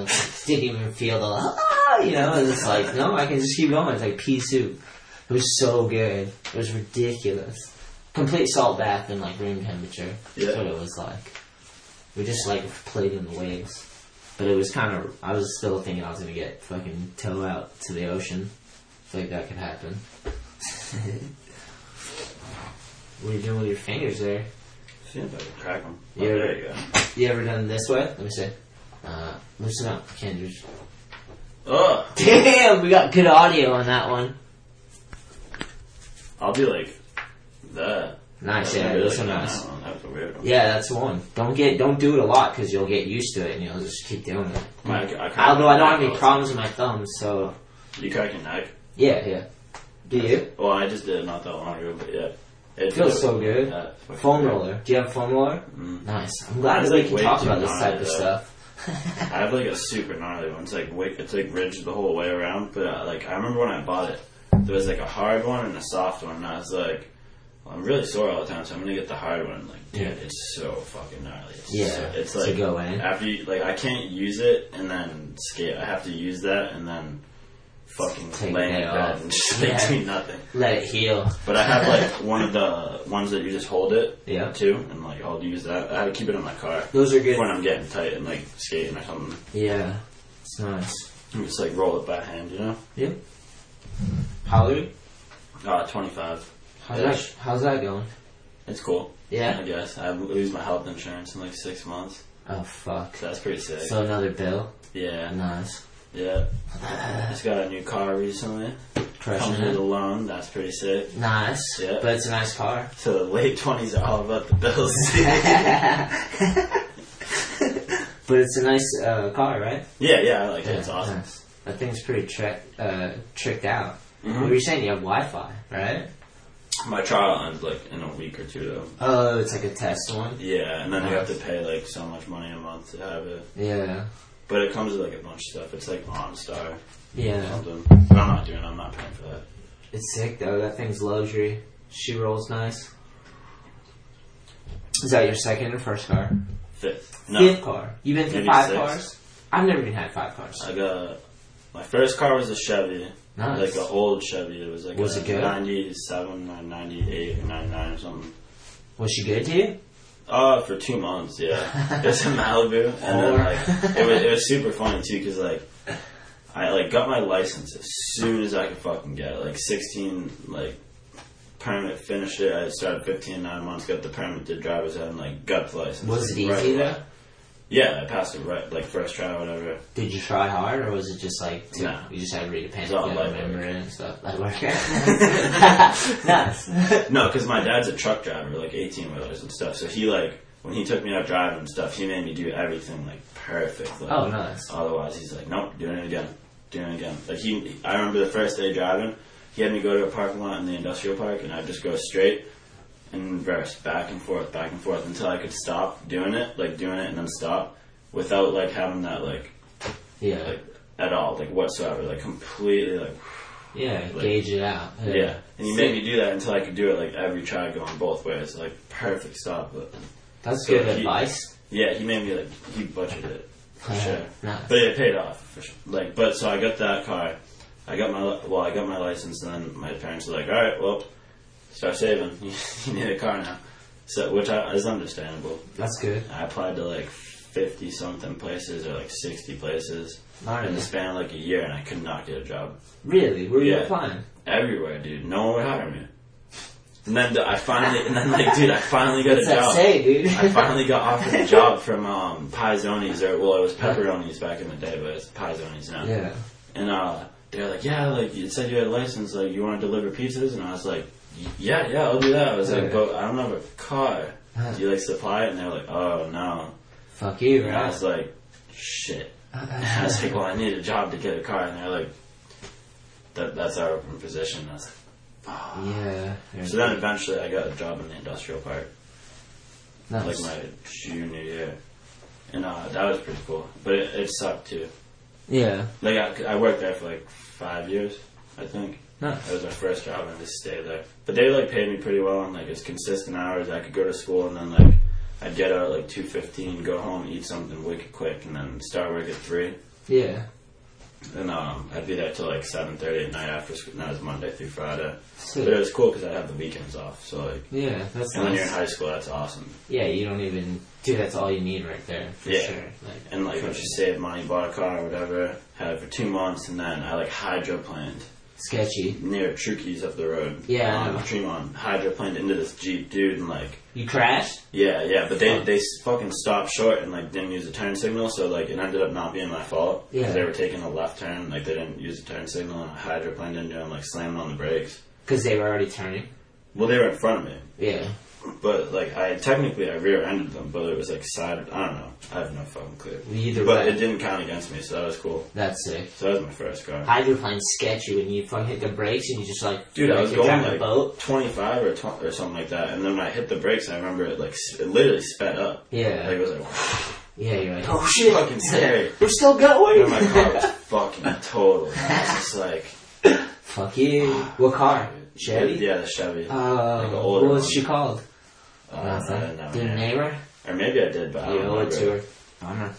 B: Didn't even feel the. Ah, you know, it was like, no, I can just keep going. It's like pea soup. It was so good. It was ridiculous. Complete salt bath in like room temperature. That's
I: Yeah.
B: what it was like. We just like played in the waves. But it was kind of. I was still thinking I was gonna get fucking tow out to the ocean. I feel like that could happen. what are you doing with your fingers there?
I: See if I can crack them.
B: Yeah.
I: there you go.
B: You ever done this way? Let me see. Uh, loosen up, Kendrick.
I: Ugh.
B: Damn, we got good audio on that one.
I: I'll be like that.
B: Nice,
I: I'll
B: yeah,
I: be like,
B: those are
I: "Nah,
B: nice.
I: That was a weird one.
B: Yeah, that's one. Don't get, don't do it a lot because you'll get used to it and you'll just keep doing it.
I: My- I cracked
B: Although I
I: my
B: don't have any
I: neck.
B: problems with my thumbs, so
I: You crack your neck?
B: yeah, yeah. Do you?
I: Well, I just did it not that long ago, but yeah. It
B: Feels so good.
I: Yeah, it's fucking
B: Foam
I: good.
B: roller. Do you have a foam roller?
I: Mm.
B: Nice. I'm glad
I: Mine's
B: that we
I: like
B: can
I: way
B: talk
I: too
B: about this type of
I: gnarly,
B: stuff.
I: I have like a super gnarly one. It's like wick, it's like ridged the whole way around. But uh, like I remember when I bought it, there was like a hard one and a soft one, and I was like, well, I'm really sore all the time, so I'm gonna get the hard one. Like, dude,
B: Yeah.
I: it's so fucking gnarly. It's
B: Yeah,
I: so- it's
B: to
I: like
B: go in.
I: after you, like I can't use it and then skate. I have to use that and then fucking
B: Take
I: lay in
B: it
I: bed
B: off.
I: and just like
B: Yeah.
I: do nothing.
B: Let it heal.
I: But I have like one of the ones that you just hold it
B: Yeah.
I: too, and like I'll use that. I had to keep it in my car
B: Those are good.
I: when I'm getting tight and like skating or something.
B: Yeah, it's nice.
I: You just like roll it by hand, you know?
B: Yeah. How are you?
I: Uh, 25.
B: How's that, how's that going?
I: It's cool. I
B: Yeah.
I: guess. I lose my health insurance in like six months.
B: Oh fuck.
I: So that's pretty sick.
B: So another bill.
I: yeah.
B: Nice.
I: Yeah. Just got a new car recently. Comes
B: Crushing
I: with a
B: it.
I: loan. That's pretty sick.
B: Nice.
I: Yeah.
B: But it's a nice car.
I: So the late 20s are all about the bills.
B: But it's a nice uh, car, right?
I: yeah, yeah, I like it. It's awesome.
B: Nice. That thing's pretty tri- uh, tricked out.
I: Mhm.
B: What were you saying? You have Wi-Fi, right?
I: My trial ends like in a week or two though.
B: Oh, it's like a test one.
I: Uh, Yeah, and then you have to pay like so much money a month to have it.
B: Yeah.
I: But it comes with like a bunch of stuff. It's like OnStar or
B: Yeah.
I: something. But I'm not doing it. I'm not paying for that.
B: It's sick though. That thing's luxury. She rolls nice. Is that your second or first car?
I: Fifth. No.
B: Fifth car. You've been through
I: Maybe
B: five
I: six.
B: cars. I've never even had five cars.
I: I got uh, my first car was a Chevy,
B: Nice.
I: like an old Chevy. It was like
B: Was
I: a
B: it good?
I: '97 or '98 or '99 or something.
B: Was she good to you?
I: Uh, for two months, yeah. It was in Malibu, and then like it was it was super funny too, cause like I like got my license as soon as I could fucking get it. Like 16, like permit, finished it. I started 15, nine months, got the permit, did driver's ed, and like got the license.
B: Was it
I: Right
B: easy
I: away.
B: though?
I: Yeah, I passed it right, like first try, or whatever.
B: Did you try hard, or was it just like to,
I: No.
B: you just had to read a
I: It's
B: pamphlet
I: all
B: and
I: light
B: remember
I: work.
B: it and stuff? Light work. nice.
I: No, because my dad's a truck driver, like eighteen wheelers and stuff. So he like when he took me out driving and stuff, he made me do everything like perfect. Like,
B: Oh, nice.
I: Otherwise, he's like, nope, doing it again, doing it again. Like he, I remember the first day driving, he had me go to a parking lot in the industrial park, and I'd just go straight and reverse, back and forth, back and forth, until I could stop doing it, like doing it and then stop, without like having that like
B: Yeah.
I: like at all, like whatsoever, like completely like
B: Yeah.
I: Like-
B: Gauge it out.
I: yeah. And he made me do that until I could do it like every try going both ways, like perfect stop. But
B: That's
I: So
B: good
I: he-
B: advice.
I: yeah, he made me like he butchered it for sure.
B: Nice.
I: But it paid off for sure. Like, but so I got that car. I got my li- well, I got my license, and then my parents were like, "All right, well, start saving. you need a car now." So, which I, is understandable.
B: That's good.
I: I applied to like fifty something places or like sixty places in the
B: Nice.
I: span of like a year, and I could not get a job
B: Really? Where are you
I: Yeah.
B: applying?
I: everywhere, dude. No one would hire me. And then I finally, and then like, dude, I finally got
B: What's
I: a
B: that
I: job.
B: say, dude?
I: I finally got offered a job from um, Pizzoni's, or well, it was Pepperoni's back in the day, but it's Pizzoni's now.
B: yeah.
I: And uh, they were like, yeah, like you said you had a license, like you want to deliver pizzas, and I was like, yeah, yeah, I'll do that. I was
B: Yeah.
I: like, but I don't have a car. Do you like supply it? And they were like, oh no.
B: Fuck you,
I: And I
B: right?
I: was like, shit.
B: Uh,
I: And I was like, well, I need a job to get a car, and they're like, that that's our open position. And I was like, "Ah."
B: yeah.
I: So then eventually I got a job in the industrial park,
B: nice.
I: like my junior year. And uh, that was pretty cool. But it, it sucked too.
B: yeah.
I: Like I, I worked there for like five years, I think.
B: Nice.
I: That was my first job and I just stayed there. But they like paid me pretty well and like it's consistent hours. I could go to school and then like I'd get out at like two fifteen, go home, eat something wicked quick and then start work at three.
B: Yeah.
I: And um, I'd be there till like seven thirty at night after school. And that was Monday through Friday. But it
B: Sick.
I: was cool because I'd have the weekends off. So like,
B: Yeah, that's
I: and when you're in
B: nice.
I: high school, that's awesome.
B: Yeah, you don't even, dude. That's all you need right there, for
I: Yeah.
B: sure. Like,
I: And like, I just saved money, bought a car or whatever, had it for two months, and then I like hydroplaned.
B: sketchy.
I: near Trukey's up the road.
B: Yeah, I
I: um,
B: know.
I: Tremont hydroplaned into this Jeep dude and like
B: You crashed?
I: yeah, yeah, but they they s- fucking stopped short and like didn't use a turn signal, so like it ended up not being my fault
B: Yeah.
I: they were taking a left turn, like they didn't use a turn signal, and I hydroplaned into him, like slamming on the brakes.
B: Because they were already turning.
I: Well, they were in front of me,
B: Yeah.
I: but like I technically I rear-ended them, but it was like side. I don't know. I have no fucking clue.
B: Either
I: but
B: way.
I: it didn't count against me, so that was cool.
B: That's sick.
I: So that was my first car.
B: Hydroplane sketchy when you fucking hit the brakes and you just like,
I: Dude, I was
B: you're
I: going
B: driving
I: like
B: a boat.
I: 25 or 20 or something like that, and then when I hit the brakes, I remember it like s- it literally sped up.
B: Yeah.
I: like, it was like
B: Yeah, you're like, oh shit,
I: Fucking scary.
B: we're still going.
I: and my car was fucking total. And I was just like
B: Fuck you. What car? Chevy.
I: Yeah, the Chevy.
B: Uh,
I: Like an older
B: what was
I: one.
B: she called?
I: Uh, I don't know,
B: Did
I: man.
B: neighbor?
I: Or maybe I did, but I
B: You
I: don't
B: owe it to
I: remember.
B: her. Bummer.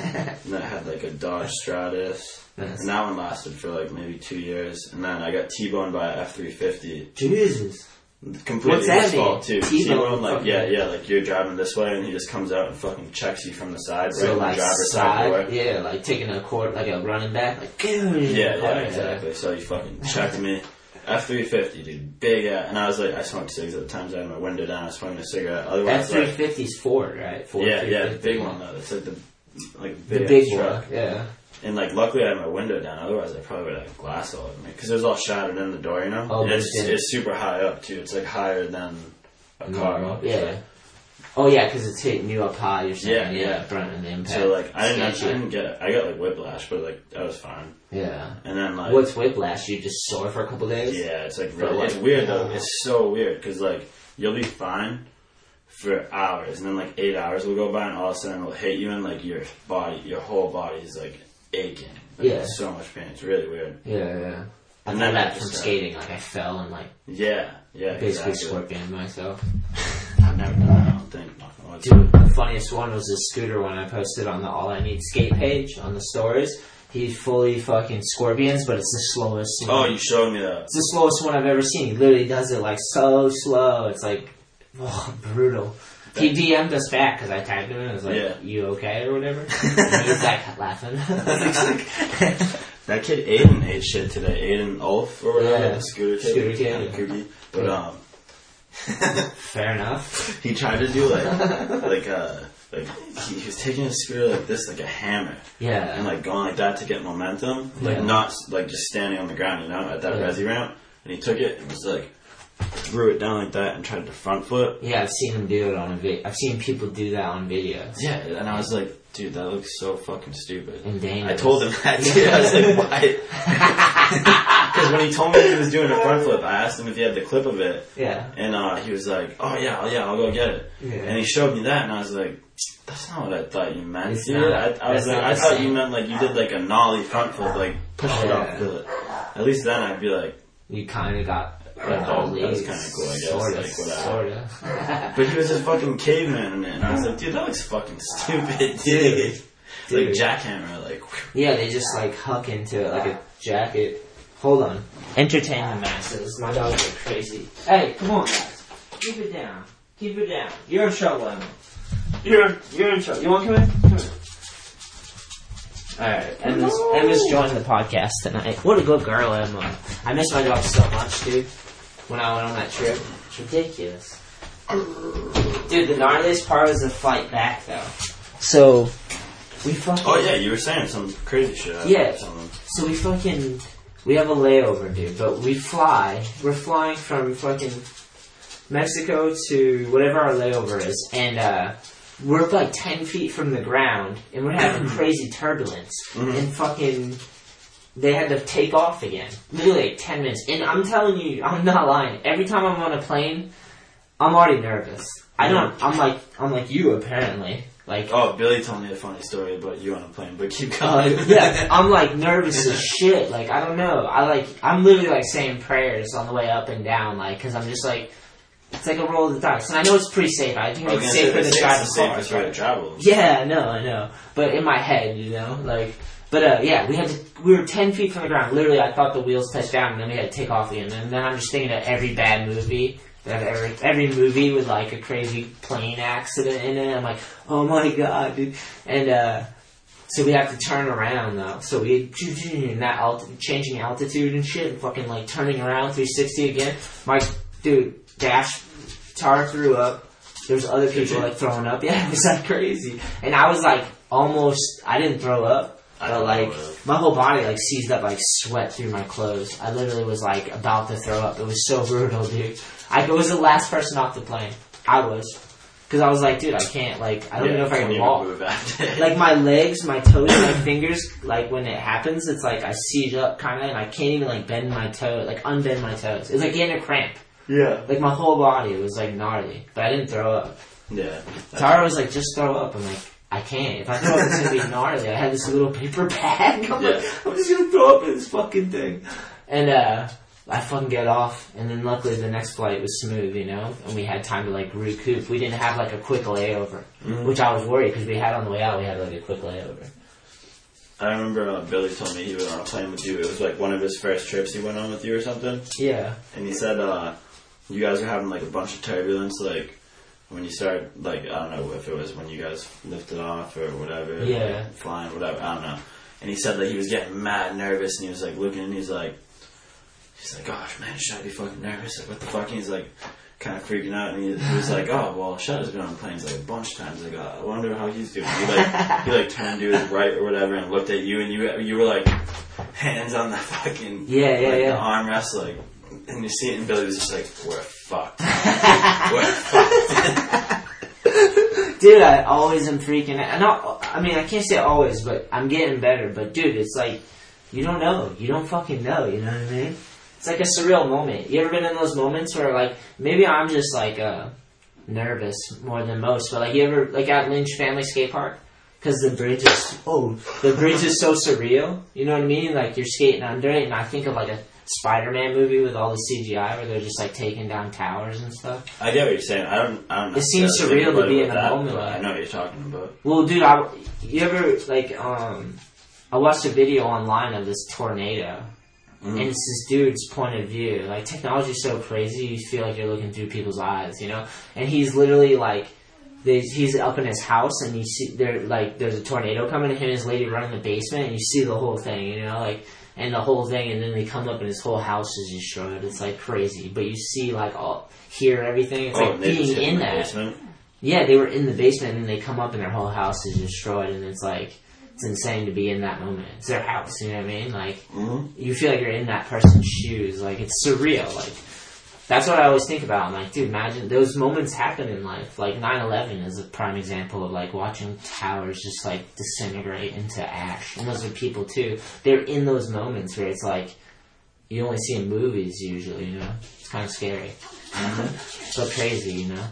I: And then I had like a Dodge Stratus,
B: Nice.
I: and that one lasted for like maybe two years, and then I got T-boned by a F350.
B: Jesus. What's
I: Completely
B: that
I: his fault
B: mean?
I: too.
B: T-bone?
I: T-bone, like
B: Fucking-
I: yeah, yeah, like you're driving this way, and he just comes out and fucking checks you from the side, right
B: So
I: on
B: like
I: the driver's
B: side,
I: side door.
B: yeah, like taking a court, like a running back, like dude.
I: Yeah, yeah, exactly. So he fucking checked me. F three fifty, dude, big ass. And I was like, I smoked cigs at the time. so I had my window down. I was smoking a cigarette.
B: F
I: Otherwise,
B: three
I: like,
B: fifties Ford, right? Ford
I: yeah, yeah, the
B: 350.
I: big one though. It's like the like
B: The
I: big,
B: big
I: ass truck.
B: one. Yeah.
I: And like, luckily, I had my window down. Otherwise, I probably would have had glass all over me because it was all shattered in the door. You know,
B: Oh,
I: And it's
B: shit.
I: it's super high up too. It's like higher than a car.
B: Mm-hmm. Yeah. Oh yeah, because it's hitting you up high or something.
I: Yeah, yeah.
B: Front of the impact.
I: So like, I didn't, I
B: Sketchy.
I: didn't get, I got like whiplash, but like, I was fine.
B: Yeah.
I: And then like,
B: What's whiplash? You just sore for a couple days.
I: Yeah, it's like
B: For
I: really,
B: like-
I: it's weird though. It's so weird because like you'll be fine for hours, and then like eight hours will go by, and all of a sudden it'll hit you, and like your body, your whole body is like aching. Like,
B: Yeah.
I: so much pain. It's really weird.
B: Yeah, yeah. I
I: And
B: know
I: then
B: that
I: I
B: from
I: just, uh,
B: skating. Like I fell and like
I: Yeah, yeah.
B: basically
I: exactly.
B: scorpioned myself.
I: I've never done that. I don't think. Knock on wood.
B: Dude, the funniest one was the scooter one I posted on the All I Need skate page on the stories. He fully fucking scorpions, but it's the slowest.
I: Oh,
B: one.
I: you showed me that.
B: It's the slowest one I've ever seen. He literally does it like so slow. It's like, oh, brutal. He DM'd us back because I tagged him and I was like,
I: Yeah.
B: "You okay or whatever?" and he's like laughing.
I: That kid Aiden ate shit today. Aiden Ulf or whatever,
B: Yeah.
I: the scooter kid.
B: Scooter kid,
I: Kinda
B: yeah.
I: kooky. But
B: Yeah.
I: um,
B: Fair enough.
I: he tried to do like, like uh, like he, he was taking his scooter like this, like a hammer.
B: Yeah.
I: and like going like that to get momentum, like
B: Yeah.
I: not like just standing on the ground, you know, at that
B: Yeah.
I: resi ramp. And he took it and was like, threw it down like that and tried to front flip.
B: Yeah, I've seen him do it on a video. I've seen people do that on videos.
I: Yeah, and I was like, dude, that looks so fucking stupid.
B: And Dane,
I: I told him that too. I was like, why? Because when he told me he was doing a front flip, I asked him if he had the clip of it,
B: Yeah.
I: and uh, he was like, oh yeah, yeah, I'll go get it.
B: Yeah.
I: And he showed me that, and I was like, that's not what I thought you meant,
B: It's
I: dude.
B: not.
I: I, I
B: That's
I: was like,
B: not
I: I
B: the
I: thought
B: same.
I: you meant like you did like a nollie front flip, like push it
B: Oh,
I: up
B: yeah.
I: with it. At least then I'd be like,
B: You kind of got. uh,
I: That was- that was kinda cool, I guess,
B: Sorta,
I: like, what I-
B: sorta.
I: but he was just fucking caveman, and I was like, dude, that looks fucking stupid, dude.
B: Dude.
I: Like jackhammer, like.
B: yeah, they just like huck into it like a jacket. Hold on. Ah, Entertain the masses. My dogs are crazy. Hey, come on, guys. Keep it down. Keep it down. You're in trouble, Emma.
J: You're you're in trouble. You want to come in? Come in.
B: Alright, Emma's, Emma's joined the podcast tonight. What a good girl, Emma. I miss my dog so much, dude, when I went on that trip. It's ridiculous. Dude, the gnarliest part was the flight back, though. So, we fucking.
I: Oh yeah, you were saying some crazy shit. I
B: Yeah.
I: thought Someone.
B: So we fucking we have a layover, dude. But we fly. We're flying from fucking Mexico to whatever our layover is, and uh, we're like ten feet from the ground, and we're having crazy turbulence, and fucking. They had to take off again. Literally like ten minutes. And I'm telling you, I'm not lying. Every time I'm on a plane, I'm already nervous. I don't I'm like I'm like you apparently. Like
I: Oh, Billy told me a funny story about you on a plane, but keep
B: uh,
I: going.
B: yeah, I'm like nervous as shit. Like I don't know. I like I'm literally like saying prayers on the way up and down, like because I'm just like it's like a roll of the dice, and I know it's pretty safe. I think
I: I was
B: it's
I: gonna say
B: safer
I: that's
B: than
I: the
B: driving
I: safest
B: cars.
I: way to
B: right?
I: travel.
B: Yeah, I know, I know. But in my head, you know, like. But uh, yeah, we had to, we were ten feet from the ground. Literally, I thought the wheels touched down, and then we had to take off again. And then I'm just thinking of every bad movie that I've ever, every movie with like a crazy plane accident in it. I'm like, oh my god, dude. And uh, so we have to turn around though. So we and that alt- changing altitude and shit, and fucking like turning around 360 again. My dude, dash tar threw up. There's other people like throwing up. Yeah, it was like crazy. And I was like almost. I didn't throw up,
I: I
B: but
I: didn't
B: like
I: throw up.
B: my whole body like seized up, like sweat through my clothes. I literally was like about to throw up. It was so brutal, dude. I was the last person off the plane. I was. Because I was like, dude, I can't, like, I don't even know if I can
I: even
B: walk
I: move after.
B: like my legs, my toes, my fingers, like when it happens, it's like I seize up kind of, and I can't even like bend my toe, like unbend my toes. It's like getting a cramp.
I: yeah,
B: Like my whole body was like gnarly, but I didn't throw up.
I: yeah.
B: Tara was like, just throw up. I'm like, I can't. If I throw up, it's gonna be gnarly. I had this little paper bag. I'm
I: Yeah.
B: like, I'm just gonna throw up in this fucking thing. And uh, I fucking get off, and then luckily the next flight was smooth, you know, and we had time to like recoup. We didn't have like a quick layover, which I was worried because we had on the way out, we had like a quick layover.
I: I remember uh, Billy told me he was on a plane with you. It was like one of his first trips he went on with you or something,
B: Yeah.
I: and he said uh, you guys were having like a bunch of turbulence, like. When you started, like, I don't know if it was when you guys lifted off or whatever,
B: Yeah.
I: flying, whatever, I don't know. And he said that he was getting mad nervous and he was like looking and he's like, He's like, gosh, man, should I be fucking nervous? Like, what the fuck? And he's like, kind of freaking out. And he, he was like, oh, well, Shadow's been on planes like a bunch of times. Like, uh, I wonder how he's doing. He like, he like turned to his right or whatever and looked at you, and you you were like, hands on the fucking
B: Yeah, yeah,
I: like,
B: yeah.
I: the armrest, like, and you see it, and Billy was just like, we're fucked. we're fucked.
B: Dude, I always am freaking out. Not, I mean, I can't say always, but I'm getting better. But dude, it's like, you don't know. You don't fucking know, you know what I mean? It's like a surreal moment. You ever been in those moments where like, maybe I'm just like, uh, nervous more than most, but like you ever, like at Lynch Family Skate Park? Cause the bridge is, oh, the bridge is so surreal. You know what I mean? Like you're skating under it and I think of like a Spider-Man movie with all the CGI where they're just like taking down towers and stuff.
I: I get what you're saying. I don't. I don't
B: It seems
I: necessarily
B: surreal to
I: agree
B: be in
I: with
B: a
I: that,
B: moment
I: but
B: like
I: I know what you're talking about.
B: Well, dude, I you ever like um, I watched a video online of this tornado,
I: Mm-hmm.
B: and it's this dude's point of view. Like technology's so crazy, you feel like you're looking through people's eyes, you know. And he's literally like, they, he's up in his house, and you see there like there's a tornado coming, and him and his lady run in the basement, and you see the whole thing, you know, like. And the whole thing, and then they come up, and his whole house is destroyed. It's like crazy, but you see, like, all hear everything. It's
I: Oh,
B: like
I: and they
B: being
I: just hit
B: in
I: the
B: that.
I: basement.
B: Yeah, they were in the basement and they come up and their whole house is destroyed and it's like it's insane to be in that moment. It's their house, you know what I mean? Like
I: Mhm.
B: you feel like you're in that person's shoes. Like it's surreal. Like That's what I always think about. I'm like, dude, imagine those moments happen in life. Like 9/11 is a prime example of like watching towers just like disintegrate into ash. And those are people too. They're in those moments where it's like you only see in movies usually. You know, it's kind of scary. so crazy, you know.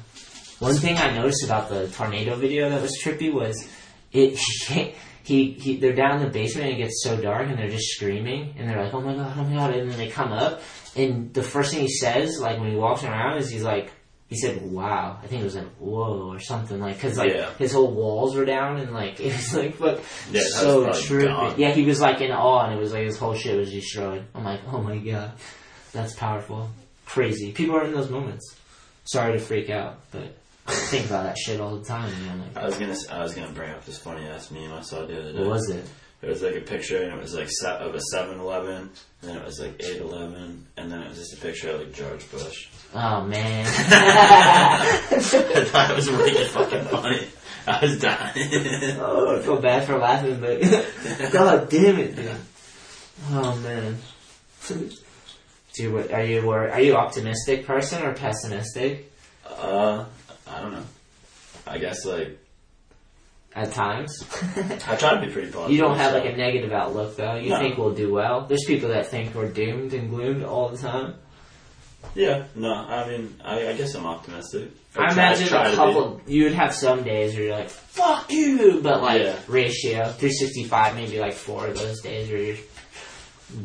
B: One thing I noticed about the tornado video that was trippy was it. He, he, they're down in the basement and it gets so dark and they're just screaming and they're like, oh my god, oh my god, and then they come up and the first thing he says, like when he walks around, is he's like, he said, "Wow," I think it was like "Whoa" or something like because like
I: Yeah.
B: his whole walls were down and like it was like but
I: Yeah, that
B: so
I: was
B: trippy.
I: probably gone.
B: Yeah, he was like in awe and it was like his whole shit was destroyed. I'm like, oh my god, that's powerful, crazy. People are in those moments. Sorry to freak out, but I think about that shit all the time. You know, like
I: I was gonna s- I was gonna bring up this funny ass meme I saw the other day.
B: what was it?
I: It was like a picture, and it was like se- of a 7-Eleven, and then it was like 8-Eleven, and then it was just a picture of like George Bush.
B: Oh man,
I: I thought it was really fucking funny. I was dying.
B: oh, I feel bad for laughing, but god damn it, dude. Oh man, dude, what, are you wor- are you optimistic person or pessimistic
I: Uh, I don't know. I guess like
B: at times?
I: I try to be pretty positive.
B: you don't have
I: so-
B: like a negative outlook though. You
I: No.
B: think we'll do well. There's people that think we're doomed and gloomed all the time.
I: Yeah, no. I mean, I, I guess I'm optimistic.
B: I, imagine
I: try
B: a
I: to
B: couple. You would have some days where you're like, "Fuck you," but like
I: Yeah.
B: ratio 365, maybe like four of those days where you're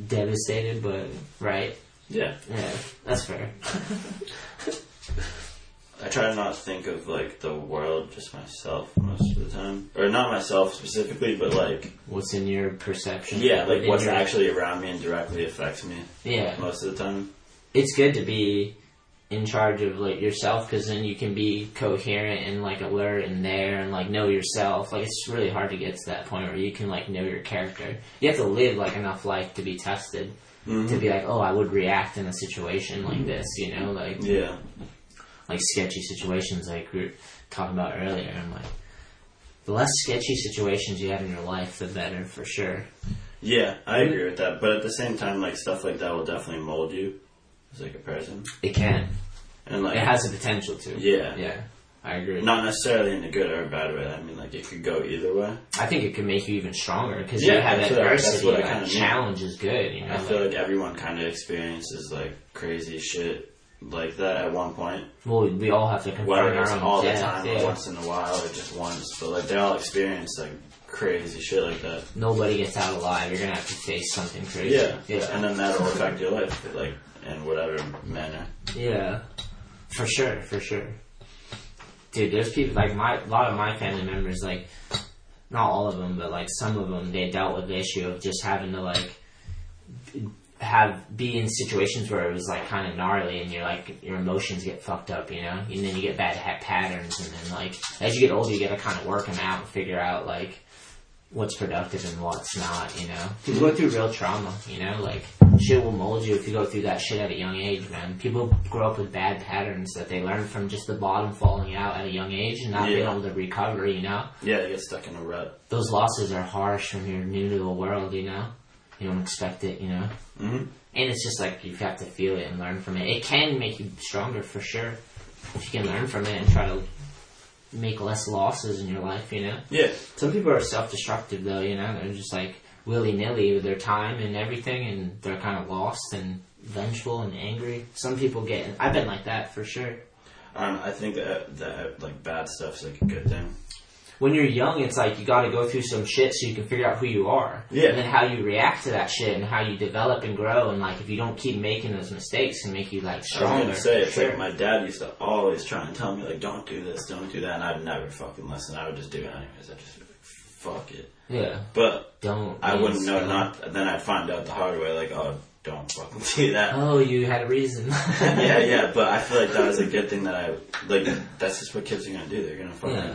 B: devastated. But right,
I: be. Yeah,
B: yeah, that's fair.
I: I try to not think of like the world, just myself most of the time, or not myself specifically, but like
B: What's in your perception?
I: yeah, like
B: Within
I: what's
B: your-
I: actually around me and directly affects me
B: yeah.
I: most of the time.
B: it's good to be in charge of like yourself because then you can be coherent and like alert and there and like know yourself like it's really hard to get to that point where you can like know your character you have to live like enough life to be tested
I: Mm-hmm.
B: to be like oh i would react in a situation like this you know like
I: Yeah,
B: like sketchy situations like we were talking about earlier i'm like the less sketchy situations you have in your life the better for sure
I: yeah, I agree with that. But at the same time, like stuff like that will definitely mold you as like a person,
B: it can
I: and like
B: it has the potential to
I: Yeah.
B: yeah i agree
I: not necessarily in a good or a bad way. I mean, like it could go either way.
B: I think it could make you even stronger because
I: Yeah,
B: you have
I: that's what I- that's
B: adversity.
I: what I
B: like,
I: kinda mean.
B: challenge is good. You know,
I: I feel
B: like-
I: like everyone kind of experiences like crazy shit like that at one point,
B: well, we all have to confront
I: whether
B: our
I: it's
B: own
I: all the
B: death,
I: time
B: yeah.
I: or once in a while or just once. But like they all experience like crazy shit like that.
B: Nobody gets out alive. You're gonna have to face something crazy.
I: Yeah,
B: yeah,
I: And then that'll affect your life, like in whatever manner.
B: yeah. For sure, for sure. Dude, there's people like my a lot of my family members like. Not all of them, but like some of them, they dealt with the issue of just having to like have be in situations where it was like kind of gnarly and you're like your emotions get fucked up you know and then you get bad ha- patterns and then like as you get older you gotta kind of work them out and figure out like what's productive and what's not you know you go through real trauma you know like shit will mold you if you go through that shit at a young age man people grow up with bad patterns that they learn from just the bottom falling out at a young age and not being
I: Yeah.
B: able to recover you know
I: Yeah, you get stuck in a rut.
B: those losses are harsh when you're new to the world, you know? You don't expect it, you know?
I: Mhm.
B: And it's just like you have to feel it and learn from it. It can make you stronger for sure. If you can learn from it and try to make less losses in your life, you know?
I: Yeah,
B: Some people are self destructive though, you know? They're just like willy nilly with their time and everything and they're kind of lost and vengeful and angry. Some people get. I've been like that for sure.
I: um, I think that that like bad stuff's like a good thing.
B: when you're young, it's like you got to go through some shit so you can figure out who you are.
I: Yeah.
B: And then how you react to that shit and how you develop and grow. And like if you don't keep making those mistakes and make you like
I: I was
B: stronger.
I: gonna say, it's
B: Sure.
I: like my dad used to always try and tell me, like, don't do this, don't do that, and I'd never fucking listen. I would just do it anyways. I just fuck it.
B: yeah.
I: But
B: Don't.
I: I
B: be
I: wouldn't know.
B: so-
I: Not then I'd find out the hard way, like, oh, don't fucking do that.
B: Oh, you had a reason.
I: yeah, yeah. But I feel like that was a good thing that I like. That's just what kids are gonna do. They're gonna fucking
B: Yeah.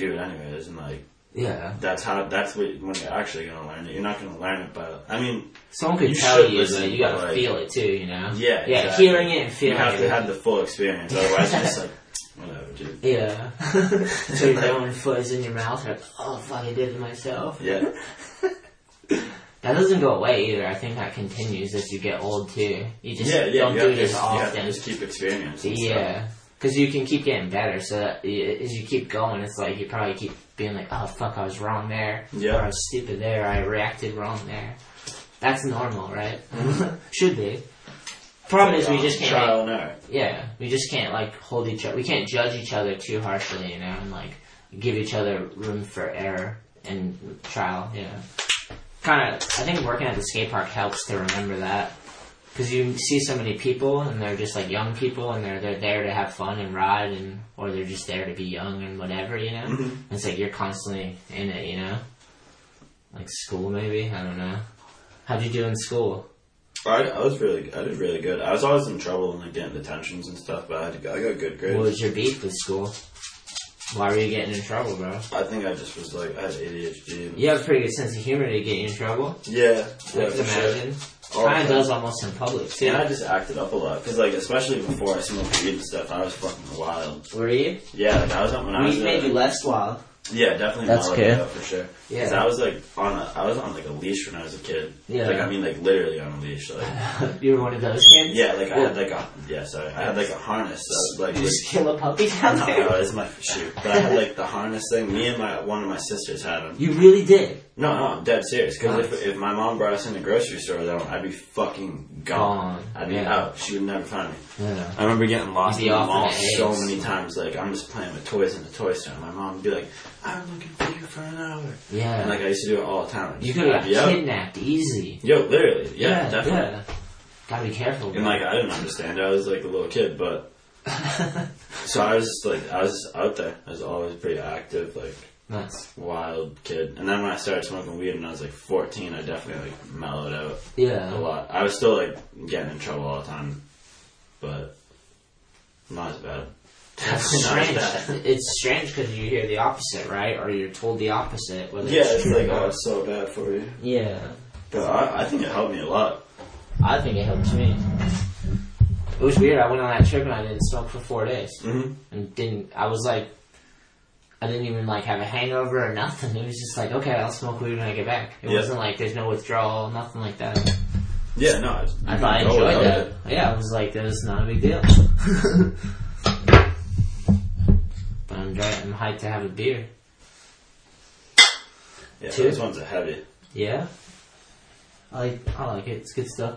I: do it anyways, and like
B: Yeah.
I: that's how that's what when you're actually gonna learn it. You're not gonna learn it by. I mean,
B: Someone could
I: You
B: tell
I: should
B: you,
I: listen,
B: but you got to
I: but, like-
B: feel it too. You know.
I: yeah,
B: Yeah.
I: exactly.
B: Hearing it and feeling
I: You have
B: it.
I: to have the full experience. Otherwise, it's just like whatever, dude.
B: yeah. so your own foot is in your mouth. Like, oh fuck, I did it myself.
I: Yeah.
B: That doesn't go away either. I think that continues as you get old too. You just
I: yeah, yeah,
B: don't
I: you
B: do it
I: have to-
B: as
I: You have
B: often.
I: to just keep experiencing. stuff.
B: Yeah, because you can keep getting better. So that, y- as you keep going, it's like you probably keep being like, "Oh fuck, I was wrong there.
I: Yeah.
B: or I was stupid there. I reacted wrong there." That's normal, right? Should be. Problem is, we
I: Yeah,
B: just can't.
I: Mm-hmm. trial
B: like-
I: and error.
B: Yeah, we just can't like hold each other. We can't judge each other too harshly, you know, and like give each other room for error and trial. You know, kind of. I think working at the skate park helps to remember that because you see so many people and they're just like young people and they're they're there to have fun and ride and or they're just there to be young and whatever you know.
I: Mhm.
B: It's like you're constantly in it, you know. Like school, maybe I don't know. How'd you do in school?
I: I, I was really, I did really good. I was always in trouble and like getting detentions and stuff, but I, had to go, I got good grades.
B: What was your beef with school? Why were you getting in trouble, bro?
I: I think I just was like, I had ADHD. And,
B: You have a pretty good sense of humor to get you in trouble.
I: Yeah.
B: I
I: yeah,
B: could
I: for sure. Oh,
B: imagine.
I: All
B: Mine
I: the
B: does
I: time.
B: almost in public too.
I: And I just acted up a lot because, like, especially before I smoked weed and stuff, I was fucking wild.
B: Were you?
I: Yeah, like I was when I was.
B: Weed made
I: uh,
B: you less wild.
I: Yeah, definitely.
B: That's
I: not
B: good.
I: Like that, for sure.
B: Yeah.
I: Because I was like on a, I was on like a leash when I was a kid.
B: Yeah.
I: Like I mean, like literally on a leash. Like
B: you were one of those kids.
I: yeah, like I
B: Well,
I: had like a yeah, sorry, I had like a harness. That was, like
B: you
I: was-
B: just kill a puppy down
I: no,
B: there.
I: no, it's my shoot. But I had like the harness thing. Me and my one of my sisters had them.
B: You really did.
I: No, no, I'm dead serious. Because
B: Nice.
I: if, if my mom brought us in the grocery store with them, I'd be fucking gone.
B: Gone,
I: I'd be
B: yeah.
I: out. She would never find me.
B: Yeah.
I: I remember getting lost
B: You'd
I: in
B: be
I: the
B: off in
I: mall
B: the
I: so
B: eggs.
I: many times. Like I'm just playing with toys in the toy store. And my mom would be like, "I'm looking for you for an hour."
B: Yeah.
I: And, like I used to do it all the time.
B: you could have got
I: Yo.
B: kidnapped easy.
I: Yo, literally, yeah,
B: yeah
I: definitely.
B: yeah. Gotta be careful.
I: And like I didn't understand. I was like a little kid, but so I was just like I was out there. I was always pretty active, like
B: Nuts.
I: wild kid. And then when I started smoking weed, and I was like 14, I definitely like mellowed out
B: Yeah.
I: a lot. I was still like getting in trouble all the time, but not as bad.
B: That's
I: Not as
B: strange.
I: bad.
B: it's strange because you hear the opposite, right? Or you're told the opposite. Whether
I: Yeah, it's
B: true or
I: like oh,
B: not.
I: it's so bad for you.
B: yeah.
I: But I, I think it helped me a lot.
B: I think it helped me. It was weird. I went on that trip and I didn't smoke for four days.
I: Mm-hmm.
B: and didn't I was like I didn't even like have a hangover or nothing. It was just like, okay, I'll smoke weed when I get back. It
I: Yeah.
B: wasn't like there's no withdrawal, nothing like that.
I: Yeah, no, I,
B: I thought I
I: Oh,
B: enjoyed
I: yeah.
B: that. Yeah, I was like, that was not a big deal. but I'm dry, I'm hyped to have a beer.
I: Yeah,
B: Two?
I: those ones are heavy.
B: Yeah, I like I like it. It's good stuff.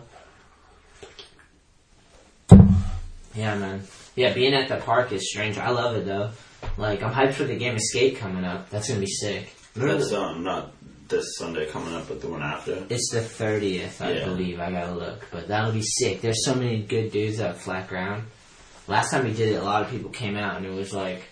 B: Yeah, man. Yeah, being at the park is strange. I love it though. Like I'm hyped for the game of skate coming up. That's gonna be sick. Remember
I: That's
B: the-
I: um, not this Sunday coming up, but the one after.
B: It's the thirtieth, I
I: Yeah.
B: believe. I gotta look, but that'll be sick. There's so many good dudes at Flat Ground. Last time we did it, a lot of people came out, and it was like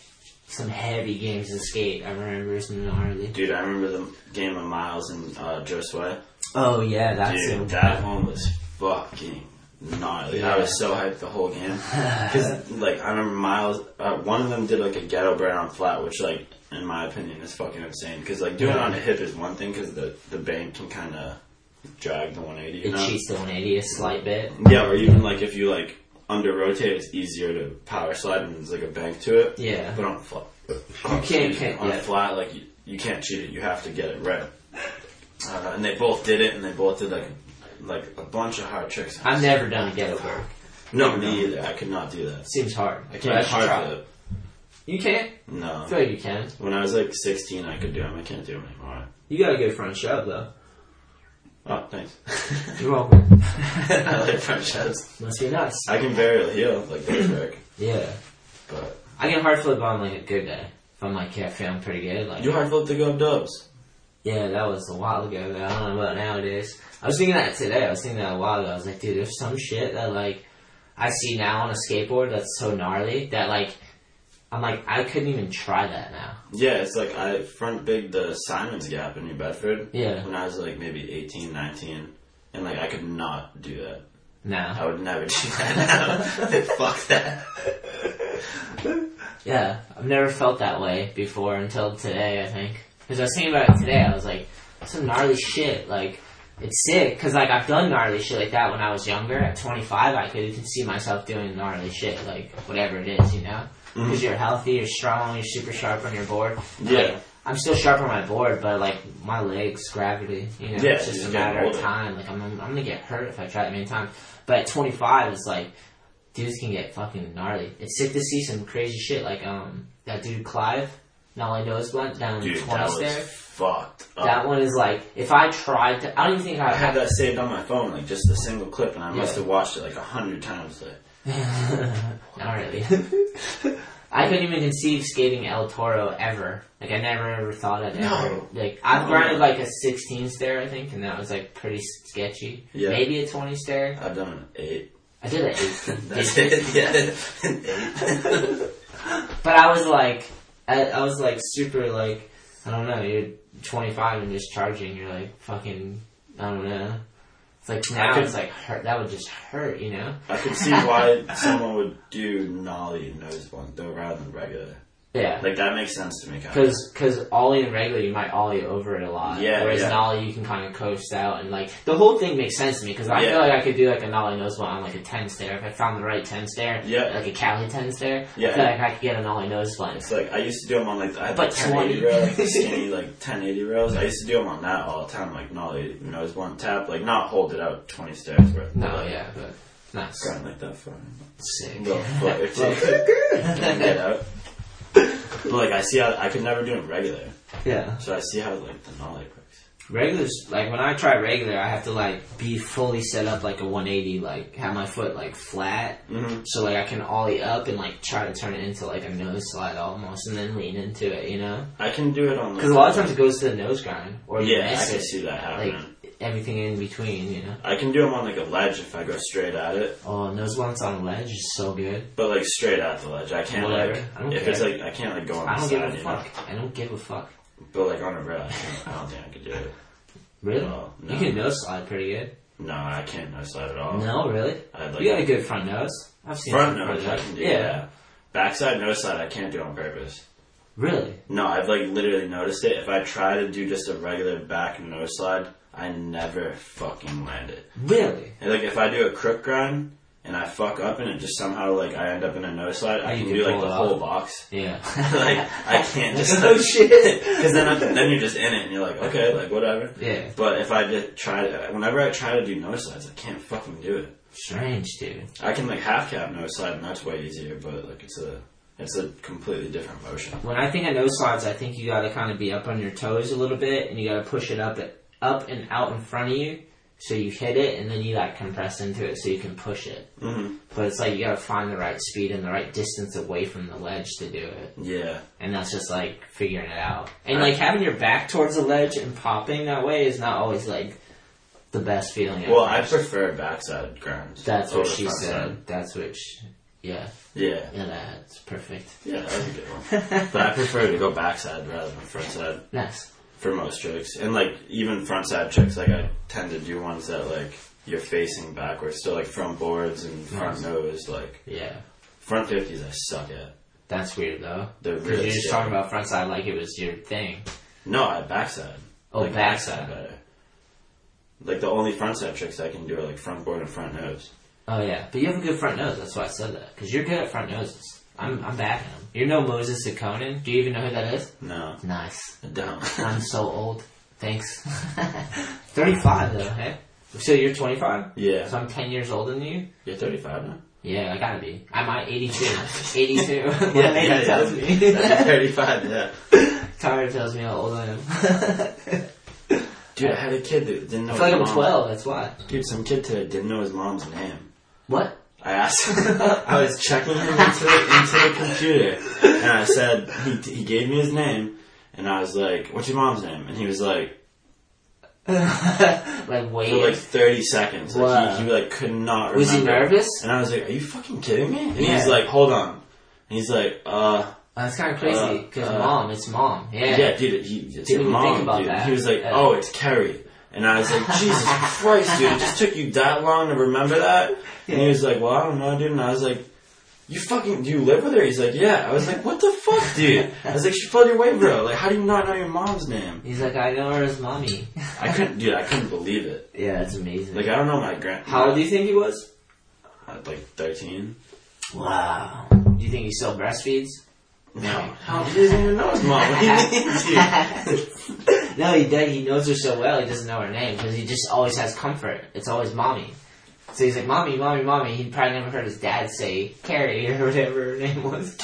B: some heavy games of skate. I remember some gnarly.
I: Dude, I remember the game of Miles and uh, Joe Sway.
B: Oh yeah, that's
I: Dude,
B: it.
I: that one was fucking gnarly. I was so hyped the whole game. Because, like, I remember Miles, uh, one of them did, like, a ghetto brown flat, which, like, in my opinion, is fucking insane. Because, like, doing it on a hip is one thing, because the, the bank can kind of drag the 180, you
B: It
I: know?
B: cheats the 180 a slight bit.
I: Yeah, or even, like, if you, like, under rotate, it's easier to power slide and there's, like, a bank to it.
B: Yeah.
I: But on flat,
B: You can't- can't-
I: on
B: yeah.
I: flat, like you, you can't cheat it. You have to get it right. Uh, and they both did it, and they both did like like a bunch of hard tricks.
B: I've never done a ghetto work.
I: no, me either. I could not do that.
B: Seems hard.
I: I
B: But
I: can't
B: should
I: hard
B: try.
I: flip.
B: You can't. I feel
I: No.
B: like you can.
I: When I was like 16, I could do them. I can't do them anymore.
B: You got a good front shove though.
I: Oh, thanks.
B: You're welcome.
I: I like front shoves.
B: Must be nuts.
I: I can barely heel like this trick,
B: Yeah.
I: but
B: I can hard flip on like a good day. If I'm like, yeah, feeling pretty good. Like,
I: you hard flip the go dubs.
B: Yeah, that was a while ago. But I don't know about nowadays. I was thinking that today. I was thinking that a while ago. I was like, dude, there's some shit that like I see now on a skateboard that's so gnarly that like I'm like I couldn't even try that now.
I: Yeah, it's like I front big the Simons Gap in New Bedford.
B: Yeah.
I: When I was like maybe 18, 19. And like I could not do that. I
B: Now,
I: would never do that now. Fuck that.
B: yeah, I've never felt that way before until today. I think because I was thinking about it today. I was like, some gnarly shit. Like it's sick because like I've done gnarly shit like that when I was younger. At 25, I could even see myself doing gnarly shit like whatever it is, you know. Because you're healthy, you're strong, you're super sharp on your board.
I: Yeah.
B: Like, I'm still sharp on my board, but like my legs, gravity, you know,
I: Yeah,
B: it's
I: you
B: just a
I: just get
B: matter of
I: older.
B: time. Like I'm, I'm gonna get hurt if I try it many times. But at 25, it's like dudes can get fucking gnarly. It's sick to see some crazy shit. Like um, that dude Clive, not only nose blunt down
I: Dude,
B: 20
I: that was
B: there.
I: fucked up.
B: That one is like, if I tried to, I don't even think I
I: I had that saved on my phone, like just a single clip, and I must
B: Yeah.
I: have watched it like a hundred times. Like,
B: Not really. I couldn't even conceive skating El Toro ever. Like I never ever thought I'd
I: No.
B: ever. Like I've
I: No.
B: grinded like a 16 stair, I think, and that was like pretty sketchy.
I: Yeah.
B: Maybe a 20 stair.
I: I've done an eight.
B: I did an eight.
I: That's it. Yeah, an eight.
B: But I was like, I, I was like super like, I don't know. You're 25 and just charging. You're like fucking, I don't know. It's like now
I: could-
B: it's like hurt. That would just hurt, you know.
I: I could see why someone would do gnarly nose blunt though, rather than regular.
B: Yeah.
I: Like that makes sense to me. Kind of.
B: Because because ollie and regular you might ollie over it a lot.
I: Yeah,
B: Whereas
I: yeah.
B: an ollie you can kind of coast out and like the whole thing makes sense to me because I
I: Yeah.
B: feel like I could do like an ollie nose blunt on like a ten stair if I found the right ten stair.
I: Yeah.
B: Like a Cali ten stair. I
I: Yeah.
B: feel like I could get an ollie nose blunt.
I: It's like I used to do them on like I had
B: But
I: like 1080
B: 20.
I: rails, like, skinny like 1080 rails. I used to do them on that all the time, like gnarly nose blunt tap, like not hold it out 20 stairs worth.
B: No,
I: but, like,
B: yeah, but nice,
I: Something like that for
B: sick.
I: little foot or two. and get out. But like I see how I could never do it regular,
B: yeah.
I: so I see how like the gnarly works.
B: Regulars like when I try regular, I have to like be fully set up like a 180, like have my foot like flat,
I: Mhm.
B: so like I can ollie up and like try to turn it into like a nose slide almost, and then lean into it, you know.
I: I can do it on
B: Because a lot of times it goes to the nose grind, or you
I: yeah, I
B: miss
I: can
B: it.
I: see that happening.
B: Like everything in between, you know.
I: I can do them on like a ledge if I go straight at it,
B: Oh, nose blunts on ledge is so good.
I: but like straight at the ledge, I can't
B: Whatever.
I: like
B: I don't
I: if
B: care.
I: it's like I can't like go on
B: I
I: the
B: don't give
I: side,
B: a
I: you
B: fuck. I don't give a fuck.
I: know. But like on a rail, I, can't- I don't think I could do it.
B: Really?
I: No, Oh, no.
B: You can nose slide pretty good.
I: No, I can't nose slide at all.
B: No, really?
I: I like
B: you got a good front nose. I've seen
I: front
B: some
I: nose, I can do.
B: Yeah.
I: Yeah. backside nose slide, I can't do on purpose.
B: Really?
I: No, I've like literally noticed it. If I try to do just a regular back nose slide, I never fucking land it.
B: Really?
I: And, like if I do a crook grind and I fuck up and it just somehow like I end up in a nose slide, I
B: You
I: can,
B: can
I: do like
B: pull
I: the
B: it
I: whole
B: off.
I: box.
B: Yeah.
I: like I can't just
B: oh
I: like,
B: shit.
I: Because then, I'm- then you're just in it, and you're like, okay, like whatever.
B: Yeah.
I: But if I did try to, whenever I try to do nose slides, I can't fucking do it.
B: Strange, dude.
I: I can like half cap nose slide, and that's way easier. But like it's a, it's a completely different motion.
B: When I think of nose slides, I think you got to kind of be up on your toes a little bit, and you got to push it up, up and out in front of you, so you hit it, and then you like compress into it, so you can push it.
I: Mm-hmm.
B: But it's like you got to find the right speed and the right distance away from the ledge to do it,
I: Yeah.
B: and that's just like figuring it out. And like having your back towards the ledge and popping that way is not always like the best feeling.
I: Well, I prefer backside grinds.
B: that's what
I: over
B: she
I: front
B: said.
I: side.
B: That's what. She, yeah,
I: Yeah.
B: yeah, that's perfect.
I: Yeah, that was a good one. but I prefer to go backside rather than front side
B: Nice.
I: for most tricks, and like even front side tricks. Like I tend to do ones that like you're facing backwards, so like front boards and front
B: Nice.
I: nose, like.
B: Yeah.
I: Front fifties, I suck at.
B: That's weird though.
I: They're
B: Because
I: really
B: you're just
I: scary.
B: talking about front side like it was your thing.
I: No, I backside.
B: Oh,
I: like,
B: backside.
I: better. Like the only front side tricks I can do are like front board and front nose.
B: Oh yeah, but you have a good front nose. That's why I said that. Because you're good at front noses. I'm I'm backing him. You're no Moses to Conan. Do you even know who that is?
I: No,
B: Nice.
I: I don't.
B: I'm so old. Thanks. Thirty five though, hey. So you're twenty five.
I: Yeah.
B: So I'm ten years older than you.
I: You're 35 now.
B: Yeah, I gotta be. I'm at 82. 82. yeah, tells me.
I: You're 35. Yeah.
B: Tyler tells me how old I am. I
I: Dude, I had a kid that didn't know.
B: feel like
I: his
B: I'm
I: mom-
B: 12. That's why.
I: Dude, some kid today didn't know his mom's name.
B: What?
I: I asked. I was checking him into the, into the computer, and I said he he gave me his name, and I was like, "What's your mom's name?" And he was like,
B: like wait.
I: for like 30 seconds. Like,
B: Wow.
I: he, he like could not remember.
B: Was he nervous?
I: And I was like, "Are you fucking kidding me?" And
B: Yeah.
I: he's like, "Hold on." And he's like, "Uh,
B: That's kind of crazy
I: Uh,
B: because
I: uh,
B: mom, it's mom. Yeah.
I: yeah, dude, he it's
B: Didn't
I: your
B: even
I: mom,
B: think about
I: dude."
B: that.
I: He was like,
B: Yeah.
I: "Oh, it's Kerry." And I was like, "Jesus Christ, dude! It just took you that long to remember that?" And he was like, "Well, I don't know, dude." And I was like. You fucking, do you live with her? He's like, yeah. I was like, what the fuck, dude? I was like, she flooded your way, bro. Like, how do you not know your mom's name?
B: He's like, I know her as mommy.
I: I couldn't, dude, I couldn't believe it.
B: yeah, that's amazing.
I: Like, I don't know my grand.
B: How old do you think he was?
I: Like, 13.
B: Wow. Do you think he still breastfeeds? No.
I: How, he doesn't even know his mom. What do you mean,
B: no, he does. He knows her so well. He doesn't know her name because he just always has comfort. It's always mommy. So he's like, mommy, mommy, mommy. He probably never heard his dad say Carrie or whatever her name was,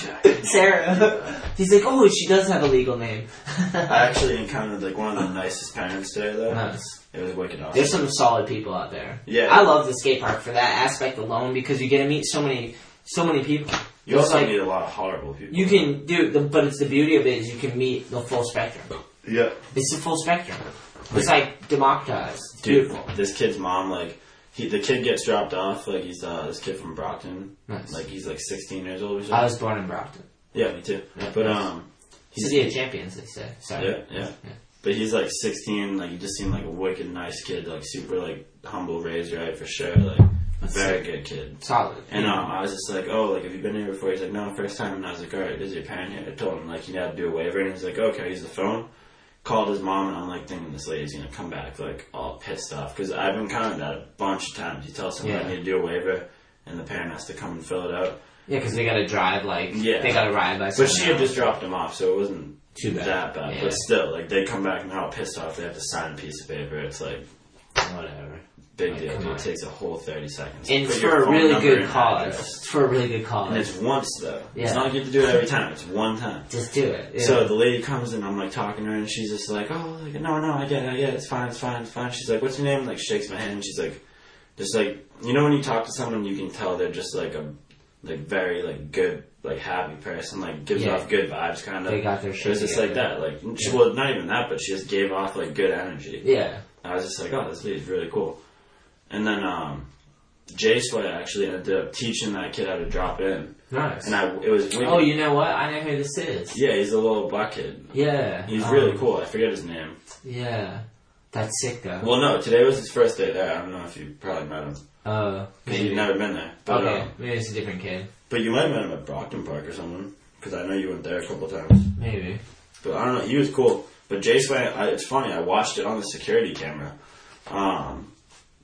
B: Sarah. He's like, oh, she does have a legal name.
I: I actually encountered like one of the nicest parents there though.
B: Nice.
I: It was wicked awesome.
B: There's some solid people out there.
I: Yeah.
B: I love the skate park for that aspect alone because you get to meet so many, so many people.
I: you
B: It's
I: also
B: like,
I: meet a lot of horrible people.
B: you can do, the, but it's the beauty of it is you can meet the full spectrum.
I: Yeah.
B: It's the full spectrum. It's like democratized. It's
I: Dude,
B: beautiful.
I: this kid's mom, like, he, the kid gets dropped off. Like, he's uh, this kid from Brockton.
B: Nice.
I: Like, he's like 16 years old or something.
B: I was born in Brockton.
I: yeah, me too. But, um, he's,
B: City of Champions, they say. Sorry.
I: yeah, yeah. But he's like 16. Like, he just seemed like a wicked nice kid. Like, super, like, humble raised right for sure. Like, very good kid.
B: Solid.
I: And um, I was just like, oh, like, have you been here before? He's like, no, first time. And I was like, all right, is your parent here? I told him, like, he had to do a waiver. And he's like, okay, use the phone. Called his mom, and I'm like, thinking this lady's going to come back, like, all pissed off. Because I've encountered that a bunch of times. You tell someone,
B: Yeah.
I: I need to do a waiver, and the parent has to come and fill it out.
B: Yeah, because they got to drive, like,
I: Yeah.
B: they got to ride by
I: But
B: someone
I: she had
B: else.
I: just dropped him off, so it wasn't
B: Too bad.
I: that bad.
B: Yeah.
I: But still, like, they come back and they're all pissed off. They have to sign a piece of paper. It's like,
B: Whatever.
I: big
B: Like,
I: deal.
B: come
I: dude.
B: on.
I: It takes a whole 30 seconds.
B: And
I: Put
B: for
I: your
B: a
I: phone
B: really
I: number
B: good
I: and
B: cause.
I: address.
B: For a really good
I: And it's
B: cause.
I: once, though.
B: Yeah.
I: It's not like you have to do it every time. It's one time.
B: Just do it. Yeah.
I: So the lady comes and I'm like talking to her and she's just like, oh, like, no, no, I get it, I get it, it's fine, it's fine, it's fine. She's like, what's your name? Like shakes my hand and she's like, just like, you know when you talk to someone you can tell they're just like a, like very like good, like happy person, like gives
B: Yeah.
I: off good vibes kind of.
B: They got their
I: She
B: shit
I: was just like
B: together.
I: that, like, she, well, not even that, but she just gave off like good energy.
B: Yeah.
I: I was just like, oh, this lady's really cool. And then, um, Jay Sweat actually ended up teaching that kid how to drop in.
B: Nice.
I: And I, it was wicked.
B: oh, you know what? I know who this is.
I: Yeah, he's a little black kid.
B: Yeah.
I: He's
B: Um,
I: really cool. I forget his name.
B: Yeah. That's sick, though.
I: Well, no, today was his first day there. I don't know if you probably met him.
B: Oh,
I: Because you've
B: maybe.
I: never been there. But,
B: Okay,
I: um,
B: maybe it's a different kid.
I: but you might have met him at Brockton Park or something. Because I know you went there a couple times.
B: Maybe.
I: But I don't know. He was cool. But Jay Sway, I, it's funny. I watched it on the security camera. Um,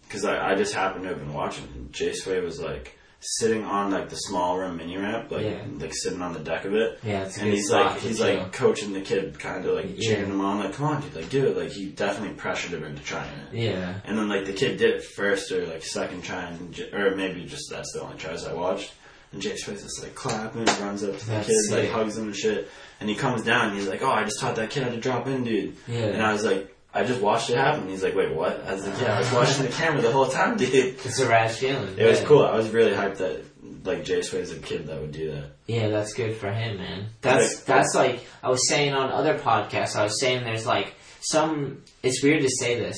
I: because I, I just happened to have been watching. And Jay Sway was like sitting on like the small room mini ramp, like
B: Yeah.
I: like sitting on the deck of it.
B: Yeah, it's a
I: and
B: good
I: he's
B: spot
I: like
B: to
I: he's
B: chill.
I: like coaching the kid, kind of like
B: Yeah.
I: cheering him on, like come on, dude, like do it. Like he definitely pressured him into trying it.
B: Yeah.
I: And then like the kid did it first or like second try, and j- or maybe just that's the only tries I watched. And Jay Space is like clapping, runs up to the
B: That's
I: kid, like
B: sick.
I: hugs him and shit. And he comes down, and he's like, "Oh, I just taught that kid how to drop in, dude."
B: Yeah.
I: And I was like, "I just watched it happen." He's like, "Wait, what?" I was like, "Yeah, I was watching the camera the whole time, dude."
B: It's a rad feeling.
I: It was
B: yeah.
I: cool. I was really hyped that like Jay Sway's a kid that would do that.
B: Yeah, that's good for him, man. That's
I: Like-
B: that's like I was saying on other podcasts. I was saying there's like some. It's weird to say this.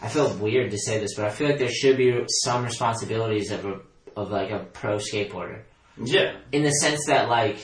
B: I feel weird to say this, but I feel like there should be some responsibilities of a of like a pro skateboarder
I: Yeah,
B: in the sense that like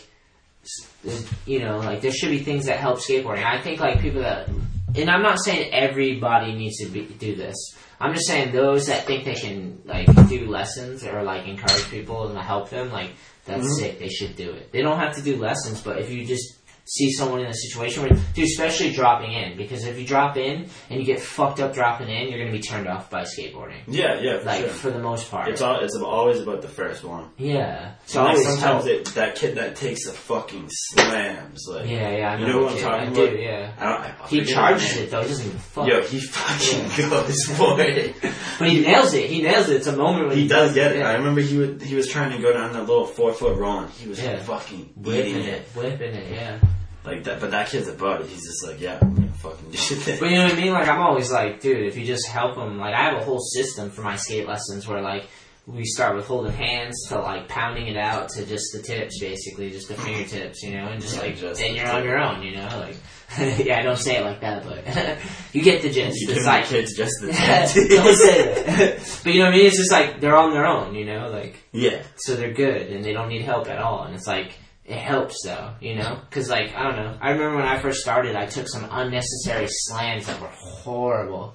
B: s- you know like there should be things that help skateboarding i think like people that and i'm not saying everybody needs to be, do this i'm just saying those that think they can like do lessons or like encourage people and help them like that's
I: Mm-hmm.
B: sick they should do it they don't have to do lessons but if you just see someone in a situation where dude especially dropping in because if you drop in and you get fucked up dropping in you're gonna be turned off by skateboarding
I: yeah, yeah. For
B: like
I: sure.
B: for the most part
I: It's all. It's always about the first one.
B: yeah so
I: So like,
B: always
I: sometimes
B: help.
I: it, that kid that takes the fucking slams, like
B: yeah yeah I
I: you
B: know,
I: know
B: the
I: what I'm
B: kid. I
I: talking about.
B: do, yeah
I: I don't, I
B: He
I: forget
B: charges
I: his name.
B: it though. He doesn't give a fuck.
I: Yo, he fucking goes for it.
B: but he nails it. He nails it. It's a moment. When
I: He does get it.
B: Yeah.
I: I remember he was he was trying to go down that little four foot roll, and he was
B: Yeah.
I: fucking
B: Whipping
I: eating
B: it,
I: it
B: whipping it, yeah.
I: like that. But that kid's a buddy. He's just like, yeah, I'm gonna fucking do this.
B: But you know what I mean? Like I'm always like, dude, if you just help him, like I have a whole system for my skate lessons where like we start with holding hands to like pounding it out to just the tips, basically, just the fingertips, you know, and just
I: Yeah,
B: like
I: just
B: then
I: the
B: you're on
I: tip.
B: your own, you know, like yeah, I don't say it like that, but you get the gist.
I: You
B: It's
I: give the
B: like-
I: kids just the
B: don't say that. but you know what I mean? It's just like they're on their own, you know, like
I: yeah,
B: so they're good and they don't need help at all. And it's like it helps though, you know, because like I don't know. I remember when I first started, I took some unnecessary slams that were horrible,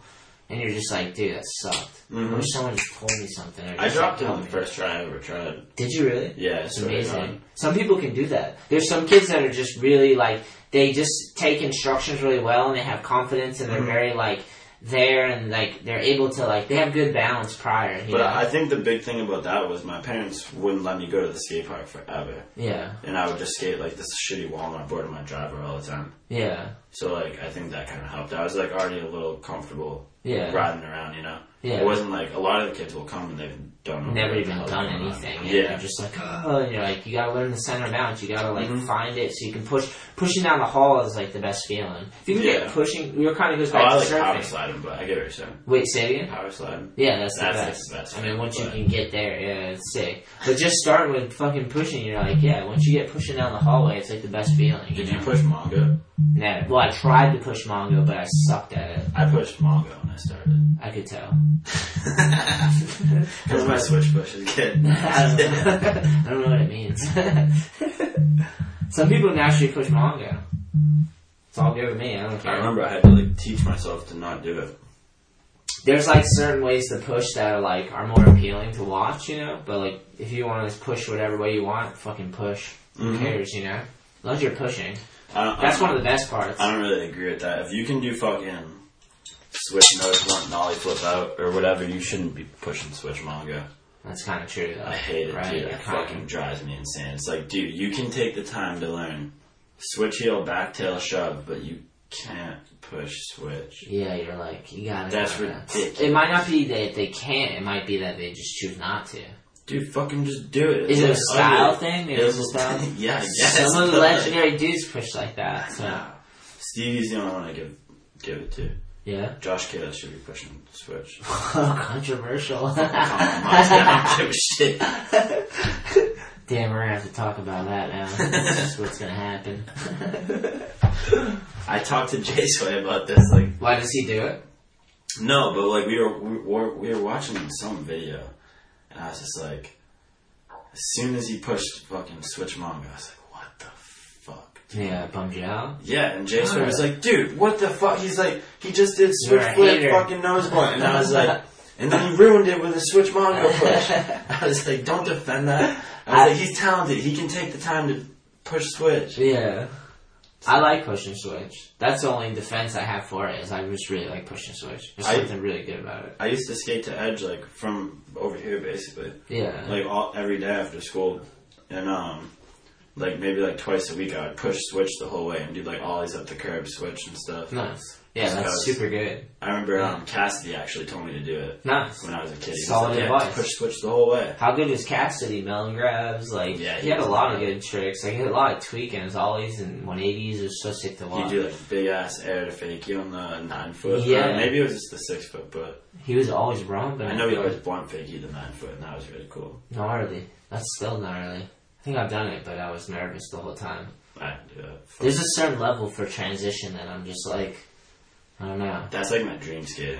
B: and you're just like, dude, that sucked. I wish someone just told me something. Or
I: Mm-hmm. I
B: just,
I: dropped
B: like,
I: him on
B: helped
I: the
B: me.
I: first try I ever tried.
B: Did you really?
I: Yeah,
B: It's
I: so
B: amazing. Some people can do that. There's some kids that are
I: Mm-hmm.
B: just really like they just take instructions really well and they have confidence and they're very like there and like they're able to like they have good balance prior. You
I: But
B: know?
I: I think the big thing about that was my parents wouldn't let me go to the skate park forever.
B: Yeah.
I: And I would just skate like this shitty wall on my board in my driveway all the time.
B: Yeah.
I: So like I think that kind of helped. I was like already a little comfortable.
B: Yeah.
I: Riding around, you know.
B: Yeah.
I: It wasn't like a lot of the kids will come and they don't know.
B: never
I: what the
B: even
I: hell
B: done
I: going on.
B: anything.
I: Yeah.
B: Yeah, just like oh, and you're like you gotta learn the center bounce. You gotta like
I: Mm-hmm.
B: find it so you can push. Pushing down the hall is like the best feeling. If you can
I: Yeah.
B: get pushing, your kind of goes
I: Oh,
B: back
I: I
B: to
I: like power
B: surfing.
I: sliding, but I get what you're saying.
B: Wait, say it again.
I: Power sliding.
B: Yeah, that's,
I: That's
B: the
I: the
B: best.
I: best
B: I mean, once you
I: but-
B: can get there, yeah, it's sick. But just start with fucking pushing. You're like, yeah. Once you get pushing down the hallway, it's like the best feeling.
I: Did
B: know?
I: you push Mongo?
B: No. Well, I tried to push Mongo, but I sucked at it.
I: I pushed Mongo when I started.
B: I could tell.
I: Because my switch push is good.
B: I don't know. I don't know what it means. Some people naturally push manga. It's all good with me. I don't
I: I
B: care.
I: remember I had to like teach myself to not do it.
B: There's like certain ways to push that are like are more appealing to watch, you know. But like if you want to push whatever way you want, fucking push. Who
I: Mhm.
B: cares, you know? As long as you're pushing,
I: I don't,
B: that's
I: I
B: one
I: don't-
B: of the best parts.
I: Um, I don't really agree with that. If you can do fucking switch node blunt nollie flip out or whatever, you shouldn't be pushing switch Mongo.
B: That's kind of true, though.
I: I hate it,
B: right?
I: dude.
B: I
I: It
B: kinda-
I: fucking drives me insane. It's like, dude, you can take the time to learn switch heel, back tail, shove, but you can't push switch.
B: Yeah, you're like you gotta.
I: That's
B: go with
I: ridiculous.
B: That. It might not be that they can't. It might be that they just choose not to.
I: Dude, fucking just do it.
B: Is it a
I: It's like
B: style
I: ugly.
B: thing? Maybe
I: It
B: it's
I: was-
B: a style.
I: yeah, I guess.
B: Some of the
I: but, like,
B: legendary dudes push like that. So
I: nah. Stevie's the only one I give give it to.
B: yeah,
I: Josh Kato should be pushing switch.
B: controversial.
I: I don't give a shit.
B: Damn, we're gonna have to talk about that now. That's what's gonna happen.
I: I talked to Jay Sway about this. Like,
B: Why does he do it?
I: no, but like we were we were, we were watching some video, and I was just like, as soon as he pushed fucking switch manga, I was like, what the fuck?
B: Yeah, it bummed you out.
I: Yeah, and Jay Sway was like, dude, what the fuck? He's like, he just did switch
B: You're a
I: flip
B: hater.
I: fucking nose point, and I was like. And then he ruined it with a switch manga push. I was like, don't defend that. I was like, he's talented. He can take the time to push switch.
B: Yeah. I like push and switch. That's the only defense I have for it is I just really like push and switch. There's
I: I-
B: something really good about it.
I: I used to skate to Edge like from over here basically,
B: Yeah.
I: like all every day after school, and um, like maybe like twice a week I would push switch the whole way and do like ollies up the curb switch and stuff.
B: nice. Yeah,
I: Just
B: that's
I: 'cause
B: super good.
I: I remember um, Cassidy actually told me to do it
B: Nice.
I: when I was a kid. He was
B: Solid
I: like, yeah,
B: advice.
I: push switch the whole way.
B: How good was Cassidy? Melon grabs, like
I: Yeah,
B: he,
I: he
B: had a
I: was-
B: lot of good tricks. Like he had a lot of tweakings, ollies and one eighties. It was so sick to
I: You
B: watch.
I: do like big ass air to fake you on the nine foot.
B: Yeah.
I: Yeah, maybe it was just the six foot, but
B: He was always wrong, but
I: I know he always blunt fake you the nine foot, and that was really cool.
B: gnarly. That's still gnarly. I think I've done it, but I was nervous the whole time.
I: I can do that. Fuck.
B: There's a certain level for transition that I'm just like, I don't know
I: That's like my dream skating.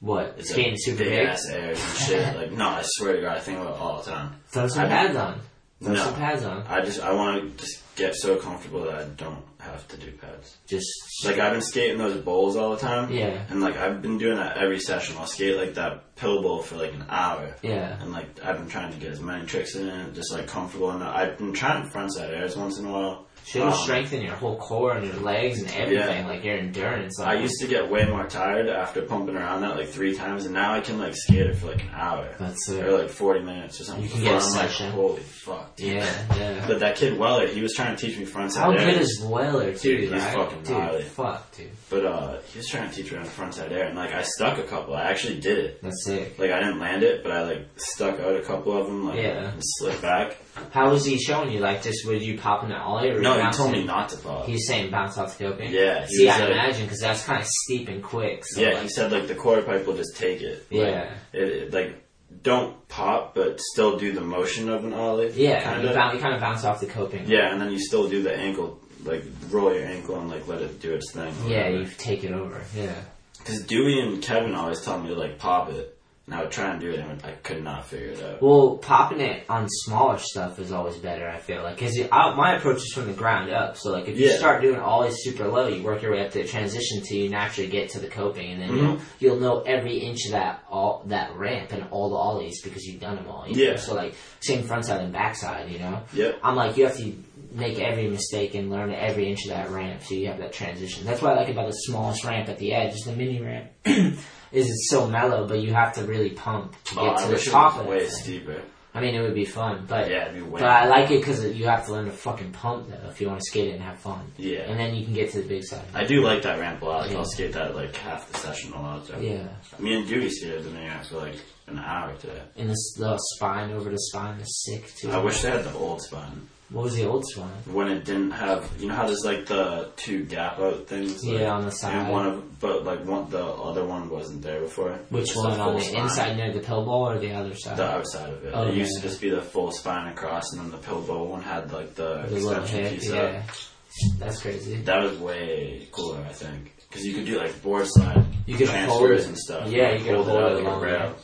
B: what. It's
I: It's
B: getting
I: like
B: super
I: big
B: big.
I: ass airs and shit. Like, no, I swear to God, I think about it all the time.
B: Throw some
I: I-
B: pads on. Throw
I: No.
B: some pads on.
I: I just, I want to just get so comfortable that I don't have to do pads.
B: Just
I: Like, I've been skating those bowls all the time.
B: Yeah.
I: And, like, I've been doing that every session. I'll skate, like, that pill bowl for, like, an hour.
B: yeah,
I: And, like, I've been trying to get as many tricks in it, just, like, comfortable. And I've been trying frontside airs once in a while.
B: should
I: Um,
B: strengthen your whole core and your legs and everything, like your endurance.
I: I
B: Like,
I: used to get way more tired after pumping around that, like, three times. And now I can, like, skate it for, like, an hour.
B: that's
I: or,
B: it.
I: like, 40 minutes or something.
B: You can
I: Before
B: get a
I: I'm like,
B: session.
I: holy fuck, dude.
B: Yeah, yeah.
I: But that kid Weller, he was trying to teach me frontside
B: How
I: air.
B: good is Weller too?
I: Dude, he's
B: right?
I: fucking
B: dude,
I: gnarly.
B: fuck, dude.
I: but uh, he was trying to teach me on frontside air, and like I stuck a couple. I actually did it.
B: That's sick.
I: Like I didn't land it, but I like stuck out a couple of them, like
B: Yeah.
I: and slipped back.
B: How was he showing you? Like, just would you pop in the alley or
I: No,
B: you
I: he told me
B: bouncing?
I: not to fall.
B: He's saying bounce off the coping.
I: Yeah, he
B: See,
I: was
B: I
I: like-
B: imagine because that's kind of steep and quick. So
I: yeah,
B: like-
I: he said like the quarter pipe will just take it. Like,
B: Yeah.
I: it, it- like don't pop, but still do the motion of an olive.
B: yeah,
I: kind
B: you,
I: of.
B: bounce, you kind of bounce off the coping.
I: Yeah, and then you still do the ankle, like roll your ankle and like let it do its thing.
B: yeah, you take it over. Yeah,
I: Because Dewey and Kevin always tell me to like pop it, and I would try and do it, and I could not figure it out.
B: well, popping it on smaller stuff is always better. I feel like because my approach is from the ground up. So like if you
I: Yeah.
B: start doing always super low, you work your way up to transition to you naturally get to the coping, and then you'll,
I: Mm-hmm.
B: you'll know every inch of that all that ramp and all the ollies because you've done them all. you know?
I: Yeah.
B: So like same front side and back side, you know.
I: Yep.
B: I'm like, you have to make every mistake and learn every inch of that ramp so you have that transition. That's what I like about the smallest ramp at the edge, is the mini ramp, is it's so mellow, but you have to really pump to get
I: Oh,
B: to
I: I
B: the
I: wish it
B: top
I: was
B: of
I: way
B: it.
I: steeper.
B: I mean, it would be fun, but
I: Yeah, it'd be way
B: but I like it because you have to learn to fucking pump though if you want to skate it and have fun.
I: Yeah.
B: and then you can get to the big side.
I: I do like that ramp a lot. Like,
B: Yeah.
I: I'll skate that like half the session a lot. So.
B: Yeah.
I: Me and Dewey skated the mini ramp for like an hour today.
B: And the, the spine over the spine is sick too.
I: I wish they had the old spine.
B: What was the old spine?
I: When it didn't have, you know how there's like the two gap out things. Like,
B: Yeah, on the side.
I: And one of, but like one, the other one wasn't there before.
B: Which
I: Just
B: one
I: the
B: on
I: full
B: the
I: spine.
B: inside near the pill ball or the other side?
I: The outside of it.
B: Oh,
I: it used to
B: yeah.
I: just be the full spine across, and then the pill bowl one had like the,
B: The little
I: extension
B: hip,
I: piece uh,
B: yeah.
I: up.
B: That's crazy.
I: That was way cooler, I think, because you could do like board slide
B: You could
I: transfers
B: hold it.
I: and stuff.
B: Yeah,
I: like,
B: you could hold it
I: like a
B: along
I: rail.
B: there.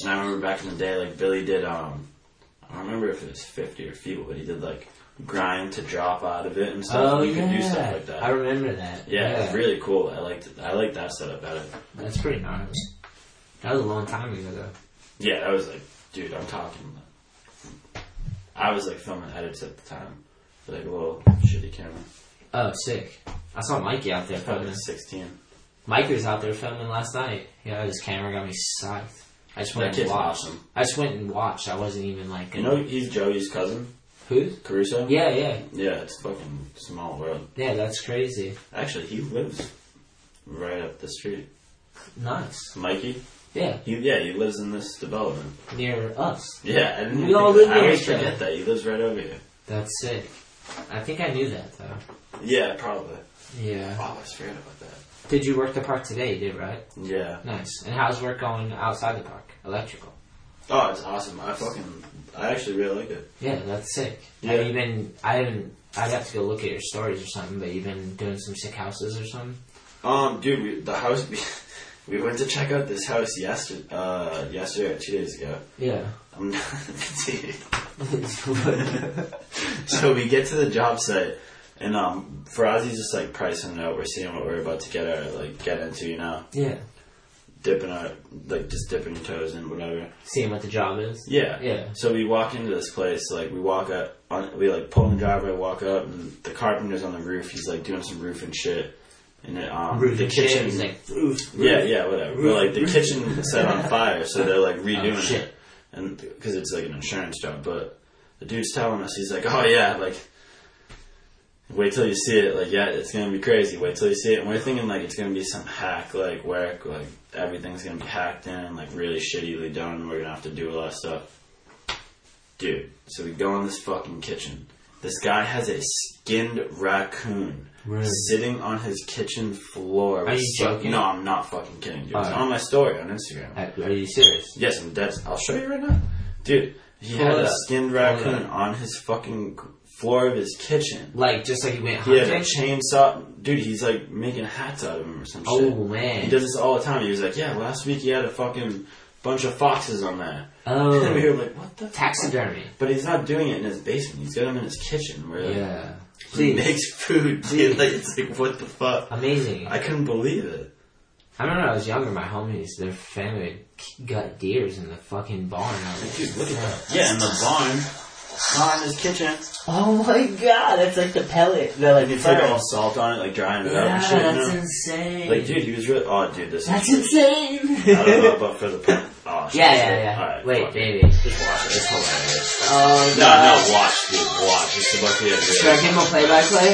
I: And I remember back in the day, like Billy did. um I don't remember if it was fifty or feet, but he did like grind to drop out of it and stuff.
B: Oh
I: you
B: yeah,
I: could do stuff like that.
B: I remember that.
I: yeah, it was really cool. I liked it. I liked that setup better.
B: that's pretty gnarly. That was a long time ago though.
I: Yeah, that was like, dude, I'm talking. I was like filming edits at the time with like a little shitty camera.
B: Oh, sick. I saw Mikey out there
I: Probably
B: filming.
I: 16.
B: Mike was out there filming last night. Yeah, his camera got me psyched. I just went
I: That
B: and
I: kid's
B: watched.
I: awesome.
B: I just went and watched. I wasn't even like
I: You know, he's Joey's cousin,
B: who?
I: Caruso.
B: Yeah, yeah,
I: Yeah, it's fucking small world.
B: yeah. That's crazy.
I: Actually, he lives right up the street.
B: Nice.
I: Mikey.
B: Yeah,
I: He, yeah, he lives in this development.
B: near us.
I: Yeah, I didn't
B: We
I: even
B: all
I: think-
B: live
I: I
B: near
I: always
B: each other.
I: forget that he lives right over here.
B: That's sick. I think I knew that though.
I: Yeah, probably.
B: Yeah.
I: Oh, I always forget about that.
B: Did you work the park today? You did right.
I: Yeah.
B: Nice. And how's work going outside the park? Electrical.
I: Oh, it's awesome. I fucking, I actually really like it.
B: Yeah, that's sick.
I: Yeah.
B: Have you been? I haven't. I'd have to go look at your stories or something. But you've been doing some sick houses or something.
I: Um, dude, we, the house we, we went to check out this house yesterday, uh, yesterday or two days ago.
B: Yeah.
I: I'm not, dude. so we get to the job site, and um, Farazi's just like pricing it out. We're seeing what we're about to get our like get into, you know,
B: yeah.
I: dipping our like just dipping your toes in whatever.
B: Seeing what the job is.
I: Yeah,
B: Yeah.
I: So we walk into this place, like we walk up, on, we like pull in the driveway, walk up, and the carpenter's on the roof. He's like doing some roof and shit, and then um,
B: Roof
I: the
B: and shit,
I: kitchen.
B: He's like, roof, roof.
I: Yeah, yeah, whatever.
B: Roof,
I: but like the
B: roof.
I: kitchen set on fire, so they're like redoing
B: Oh, shit.
I: it, and because it's like an insurance job. But the dude's telling us, he's like, "Oh yeah, like wait till you see it. Like yeah, it's gonna be crazy. Wait till you see it." And we're thinking like it's gonna be some hack like work, like everything's gonna be hacked in, and like really shittily done. and We're gonna have to do a lot of stuff, dude. So we go in this fucking kitchen. This guy has a skinned raccoon
B: Really?
I: sitting on his kitchen floor.
B: Are you
I: with fucking-
B: joking?
I: No, I'm not fucking kidding, dude. It's
B: Alright.
I: on my story on Instagram.
B: Are are you serious?
I: Yes, I'm dead. I'll show you right now. Dude, he
B: Hold
I: had
B: it
I: a
B: up.
I: skinned raccoon on his fucking floor of his kitchen.
B: Like just like you went
I: He had
B: hunting.
I: a chainsaw. Dude, he's like making hats out of him or some
B: Oh,
I: shit.
B: man.
I: He does this all the time. He was like, yeah, last week he had a fucking bunch of foxes on there. And we
B: oh,
I: were like, what the?
B: taxidermy.
I: But he's not doing it in his basement. He's got them in his kitchen where like,
B: Yeah.
I: he
B: Dude,
I: makes food. Dude, like, it's like, what the fuck?
B: amazing.
I: I couldn't believe it.
B: I remember when I was younger, my homies, their family got deers in the fucking barn. I was like,
I: Dude, look at that. Yeah, in the barn. Not in his kitchen.
B: oh my god, that's like the pellet. They're like,
I: It's like all salt on it, like drying it out and shit. you
B: that's
I: know?
B: insane.
I: Like, dude, he was really. Oh, dude, this
B: that's
I: is.
B: insane.
I: I don't know, but for the. Oh, shit,
B: yeah, yeah,
I: shit.
B: yeah.
I: Alright,
B: Wait,
I: fuck it.
B: baby.
I: Just watch it. It's hilarious.
B: Oh,
I: No, no, watch, dude. Watch. It's about to be a
B: Should I
I: video.
B: give him a play-by-play?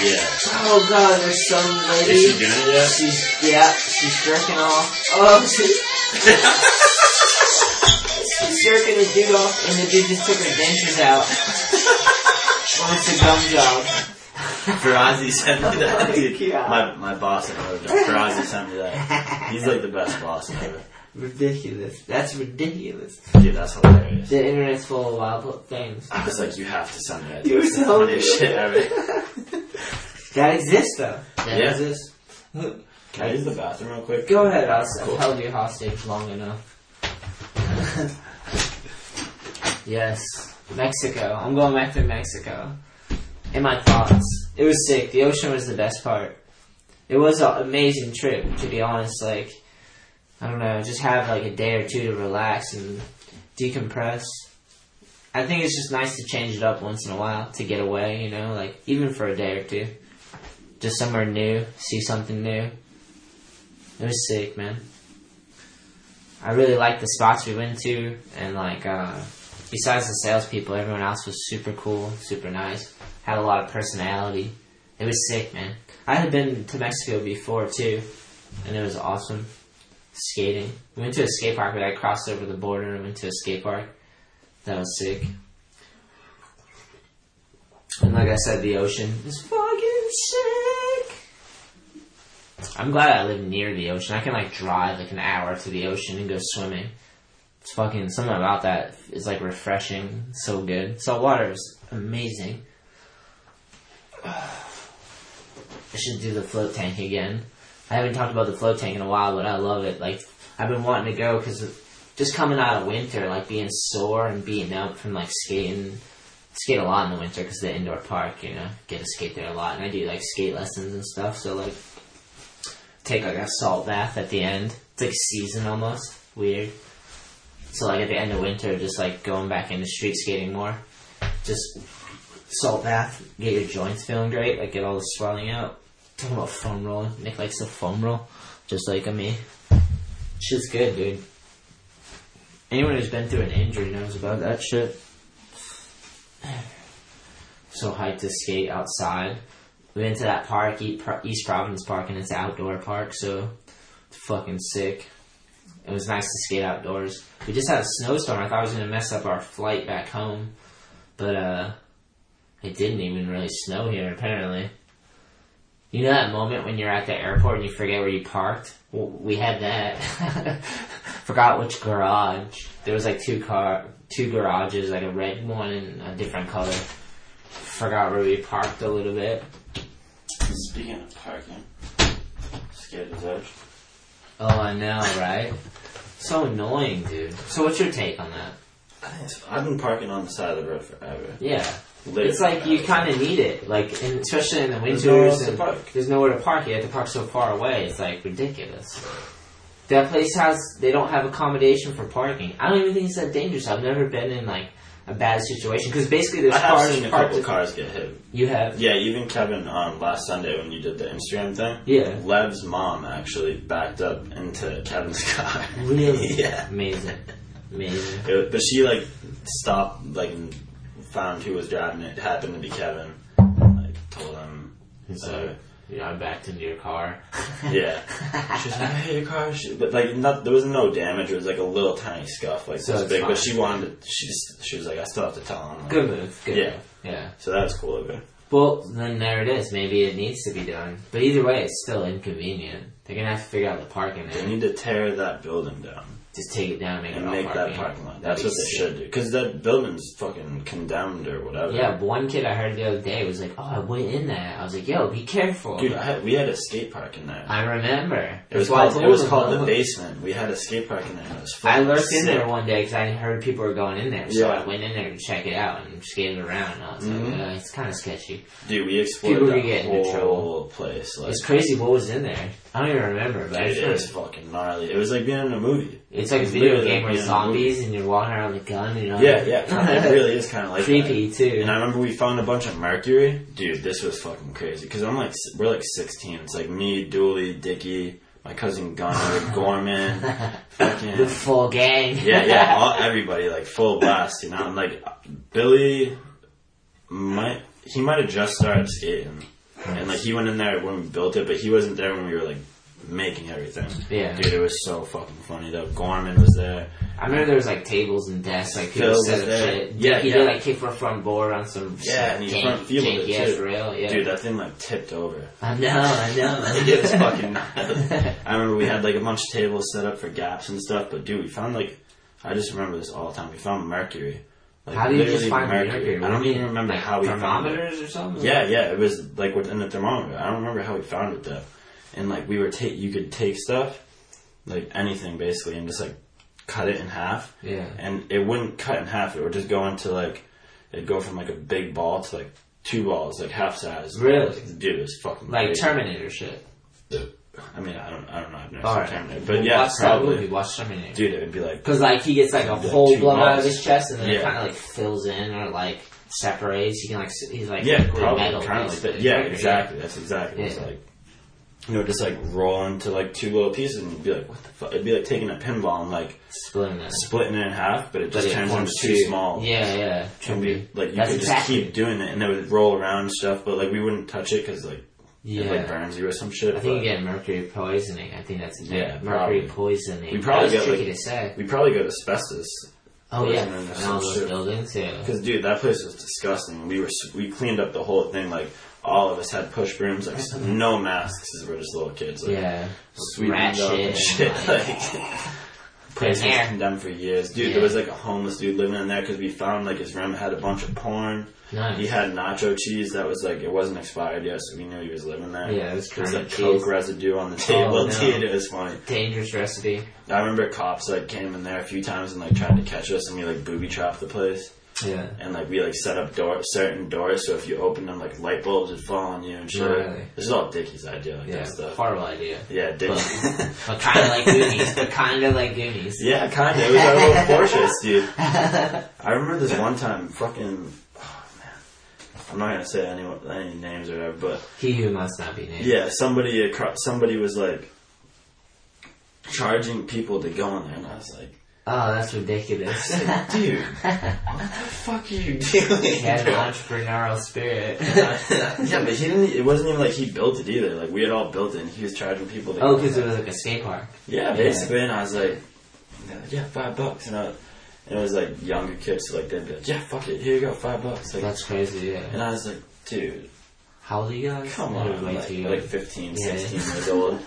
I: Yeah.
B: Oh god, there's some lady.
I: Is she doing it yet?
B: She's yeah, she's jerking off. Oh, she, she's jerking the dude off, and the dude just took her dentures out. well, it's a gum job.
I: Farazi sent me that, dude.
B: Yeah.
I: My, my boss at Mojo. Farazi sent me that. He's like the best boss ever.
B: Ridiculous. That's ridiculous.
I: Dude, that's hilarious.
B: The internet's full of wild things
I: I was like, you have to send me that.
B: You
I: dude. It's the
B: sound
I: funniest shit ever.
B: that exist though. That
I: Yeah.
B: exists.
I: Can I use the bathroom real quick?
B: Go ahead, I'll, I've held you hostage long enough. yes, Mexico. I'm going back to Mexico. In my thoughts, it was sick. The ocean was the best part. It was an amazing trip, to be honest. Like, I don't know, just have like a day or two to relax and decompress. I think it's just nice to change it up once in a while to get away, you know, like even for a day or two. Just somewhere new, see something new. It was sick, man. I really liked the spots we went to, and like, uh, besides the salespeople, everyone else was super cool, super nice, had a lot of personality. It was sick, man. I had been to Mexico before too, and it was awesome. Skating. We went to a skate park, but I crossed over the border and went to a skate park. That was sick. And like I said, the ocean is fucking sick. I'm glad I live near the ocean. I can like drive like an hour to the ocean and go swimming. It's fucking something about that is like refreshing. So good. Salt water is amazing. I should do the float tank again. I haven't talked about the float tank in a while, but I love it. Like I've been wanting to go because just coming out of winter, like being sore and beaten up from like skating, skate a lot in the winter because the indoor park, you know, get to skate there a lot. And I do like skate lessons and stuff. So like take like a salt bath at the end. It's like season almost. Weird. So like at the end of winter, just like going back into street skating more. Just salt bath, get your joints feeling great, like get all the swelling out. Talking about foam rolling, Nick likes the foam roll, just like me. Shit's good, dude. Anyone who's been through an injury knows about that shit. So hyped to skate outside. We went to that park, E- Pro- East Providence Park, and it's an outdoor park, so it's fucking sick. It was nice to skate outdoors. We just had a snowstorm. I thought I was gonna mess up our flight back home, but uh, it didn't even really snow here, apparently. You know that moment when you're at the airport and you forget where you parked? Well, we had that. Forgot which garage. There was like two car, two garages, like a red one and a different color. Forgot where we parked a little bit.
I: Speaking of parking, scared as edge.
B: Oh, I know, right? So annoying, dude. So what's your take on that?
I: I think it's- I've been parking on the side of the road forever.
B: Yeah.
I: Literally
B: it's like you
I: forever.
B: kind of need it, like, and especially in the
I: There's
B: winters.
I: nowhere else to
B: and
I: park.
B: There's nowhere to park. You have to park so far away. It's like ridiculous. That place has they don't have accommodation for parking. I don't even think it's that dangerous. I've never been in like a bad situation because basically there's
I: I have
B: cars
I: seen a
B: parked.
I: couple cars get hit.
B: You have
I: Yeah, even Kevin um, last Sunday when you did the Instagram thing.
B: Yeah.
I: Lev's mom actually backed up into Kevin's car.
B: really
I: yeah.
B: amazing, amazing.
I: It, was- but she like stopped, like and found who was driving it. Happened to be Kevin. And, like told him.
B: It's
I: uh,
B: like yeah, I backed into your car.
I: yeah. She's like, I hit your car. She, but like, not, there was no damage. It was like a little tiny scuff, like
B: So
I: this
B: it's
I: big. But
B: fine.
I: she wanted. To, she just. She was like, I still have to tell him. Like,
B: Good move. Good.
I: Yeah.
B: move. Yeah.
I: So that was cool of her.
B: Well, then there it is. Maybe it needs to be done. But either way, it's still inconvenient. They're gonna have to figure out the parking
I: They
B: and
I: need to tear that building down
B: just take it down, and make it
I: and
B: all
I: make
B: parking.
I: that parking lot. That's
B: That'd be
I: what they
B: sick.
I: should do. Because that building's fucking condemned or whatever.
B: Yeah, one kid I heard the other day was like, "Oh, I went in there." I was like, "Yo, be careful."
I: Dude, I had, we had a skate park in there.
B: I remember.
I: it was
B: That's why I
I: called,
B: told
I: it was
B: him,
I: called the
B: look.
I: basement. We had a skate park in there. and It was
B: I
I: fucking
B: lurked in
I: sick.
B: there one day because I heard people were going in there, so
I: Yeah.
B: I went in there to check it out and skated around. And I was like,
I: Mhm.
B: uh, "It's kind of sketchy."
I: Dude, we explored
B: People were
I: the
B: getting
I: whole
B: into trouble.
I: place. Like,
B: It's crazy what was in there. I don't even remember, but I
I: dude,
B: just
I: it
B: remember-
I: was fucking gnarly. It was like being in a movie.
B: It's like a
I: It's
B: video
I: literally
B: game
I: like
B: where
I: being in a movie.
B: zombies and you're walking around with a gun. You know?
I: Yeah, yeah. kinda. It really is kind of like that.
B: creepy too.
I: And I remember we found a bunch of mercury. Dude, this was fucking crazy. Because I'm like, s- we're like 16. It's like me, Dooley, Dicky, my cousin Gunnar, Gorman,
B: the
I: fucking.
B: full gang.
I: Yeah, yeah, all, everybody, like full blast, you know? And like, Billy might, he might have just started skating. And like, he went in there when we built it, but he wasn't there when we were like making everything.
B: Yeah.
I: Dude, it was so fucking funny though. Gorman was there.
B: I remember there was like tables and desks, like people
I: Phil was
B: set up
I: there.
B: shit.
I: Yeah,
B: he
I: yeah.
B: did like kick from a front board on some
I: Yeah, and he front
B: jank,
I: fielded it,
B: janky ass
I: too.
B: rail. Yeah,
I: Dude, that thing like tipped over.
B: I know, I know. I
I: it was fucking nuts. I remember we had like a bunch of tables set up for gaps and stuff, but dude, we found like I just remember this all the time. We found mercury. Like,
B: How do you just
I: literally
B: find mercury?
I: I don't even remember
B: Like,
I: how we found it.
B: thermometers or something.
I: Yeah, yeah, it was like within the thermometer. I don't remember how we found it though. And like we were take, you could take stuff, like anything basically, and just like cut it in half.
B: Yeah.
I: And it wouldn't cut in half. It would just go into like it'd go from like a big ball to like two balls, like half size.
B: Really?
I: Dude, it was fucking
B: like
I: crazy.
B: Terminator shit.
I: I mean, I don't, I don't know. I've never
B: All
I: seen
B: right.
I: Terminator,
B: Well,
I: but yeah,
B: watch that
I: probably.
B: movie, watch Terminator.
I: Dude, it would be like
B: Because like he gets like a
I: Like,
B: whole
I: two
B: blown out of
I: months.
B: his chest, and then it
I: Yeah.
B: kind of like fills in or like separates. He can like s- he's like
I: yeah,
B: liquid
I: probably
B: metal,
I: kind of like that.
B: basically.
I: Yeah, exactly. That's exactly. It's
B: Yeah.
I: like you know, just like roll into like two little pieces and you'd be like, what the fuck? It'd be like taking a pinball and like
B: splitting it,
I: splitting it in half, but it just
B: it
I: turns into
B: forms
I: two
B: two.
I: small.
B: Yeah, yeah.
I: Can be like you
B: That's
I: could
B: exactly-
I: just keep doing it and it would roll around and stuff, but like we wouldn't touch it because like it
B: Yeah.
I: like burns you or some shit.
B: I think you
I: but-
B: get mercury poisoning. I think that's a
I: Yeah,
B: mercury
I: probably.
B: poisoning.
I: We probably
B: That's
I: got
B: tricky
I: like
B: to say.
I: we probably got asbestos.
B: Oh yeah,
I: poisoning or
B: and
I: some
B: all those
I: shit.
B: buildings. Yeah.
I: Because dude, that place was disgusting. We were s- we cleaned up the whole thing. Like all of us had push brooms, like s- no masks. 'cause We're just little kids. Like,
B: Yeah.
I: sweeping
B: Rat
I: up and
B: shit.
I: shit. Like, place was
B: Yeah.
I: condemned for years, dude.
B: Yeah.
I: There was like a homeless dude living in there because we found like his room had a bunch of porn.
B: Nice.
I: He had nacho cheese that was like it wasn't expired yet, so we knew he was living there.
B: Yeah, it was
I: There was
B: current
I: like
B: cheese.
I: coke residue on the table,
B: Oh, no.
I: dude. It was funny.
B: Dangerous recipe.
I: I remember cops like came in there a few times and like tried to catch us, and we like booby trapped the place.
B: Yeah.
I: And like we like set up door certain doors, so if you open them, like light bulbs would fall on you and shit.
B: Really?
I: This is all Dickie's idea, like
B: Yeah.
I: that stuff.
B: Horrible idea.
I: yeah, Dickie.
B: But kind of like Goonies. But kind of like Goonies.
I: yeah, kind of. It was our little fortress, dude. I remember this one time, fucking. Oh man, I'm not gonna say any any names or whatever, but
B: He who must not be named.
I: Yeah, somebody acro- somebody was like charging people to go in there, and I was like,
B: Oh, that's ridiculous.
I: dude, what the fuck are you doing?
B: He had an
I: bro?
B: entrepreneurial spirit.
I: yeah, but he didn't. It wasn't even like he built it either. Like we had all built it, and he was charging people to.
B: oh,
I: go in
B: because it
I: there.
B: was like a skate park.
I: yeah, basically. And I was like, they're like, yeah, five bucks, and I. And it was like younger kids, so like they'd be like, yeah, fuck it, here you go, five bucks. Like,
B: That's crazy. Yeah.
I: and I was like, dude,
B: How old are you guys?
I: come
B: They're
I: on,
B: way
I: like,
B: too young.
I: like 15,
B: Yeah.
I: 16 years old.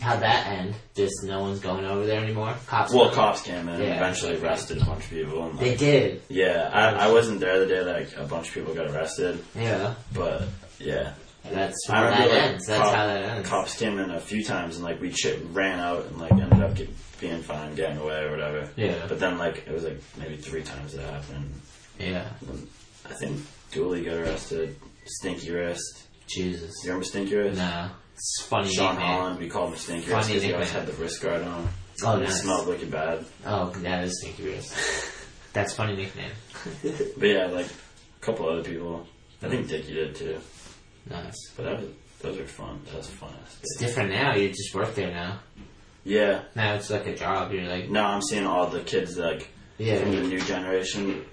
B: How'd that end? Just no one's going over there anymore. Cops.
I: Well,
B: don't-
I: cops came in and
B: Yeah.
I: eventually arrested a bunch of people. And, like,
B: They Oh. did.
I: Yeah, I, I wasn't there the day that like, a bunch of people got arrested,
B: Yeah.
I: but yeah,
B: That's
I: I
B: where that
I: remember, like,
B: ends. That's
I: cop-
B: how that ends.
I: cops came in a few times and like we ch- ran out and like ended up get, being fine, getting away or whatever.
B: Yeah.
I: But then like it was like maybe three times that happened.
B: Yeah.
I: I think Dooley got arrested, Stinky Wrist.
B: Jesus.
I: Do you remember Stinky Wrist?
B: Nah. It's funny.
I: Sean
B: nickname.
I: Holland, we called him Stinky Wrist
B: Funny
I: because he always
B: nickname.
I: had the wrist guard on.
B: Oh,
I: He
B: nice.
I: smelled wicked bad.
B: Oh, that is Stinky Wrist. That's funny nickname.
I: But yeah, like a couple other people. I think Dickie did too.
B: Nice.
I: But that was, those are fun. That's fun.
B: It's different now. You just work there now.
I: Yeah,
B: Now it's like a job. You're like,
I: No, I'm seeing all the kids like from the
B: yeah,
I: new generation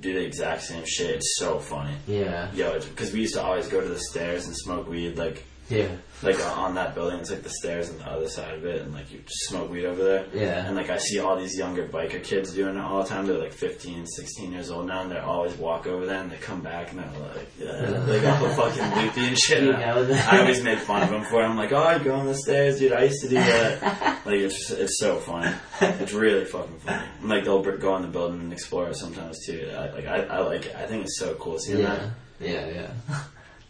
I: do the exact same shit. It's so funny.
B: yeah,
I: Yo, because we used to always go to the stairs and smoke weed, like
B: yeah.
I: like uh, on that building. It's like the stairs on the other side of it, and like you just smoke weed over there.
B: Yeah.
I: And like I see all these younger biker kids doing it all the time. They're like 15, 16 years old now, and they always walk over there and they come back and they're like, yeah, they got the fucking loopy and shit.
B: You
I: And I-
B: know that.
I: I always make fun of them for. it. I'm like, oh, I go on the stairs, dude. I used to do that. like it's just, it's so funny. It's really fucking funny. And, like they'll br- go in the building and explore it sometimes too. I, like I, I like it. I think it's so cool seeing that.
B: Yeah, yeah, yeah.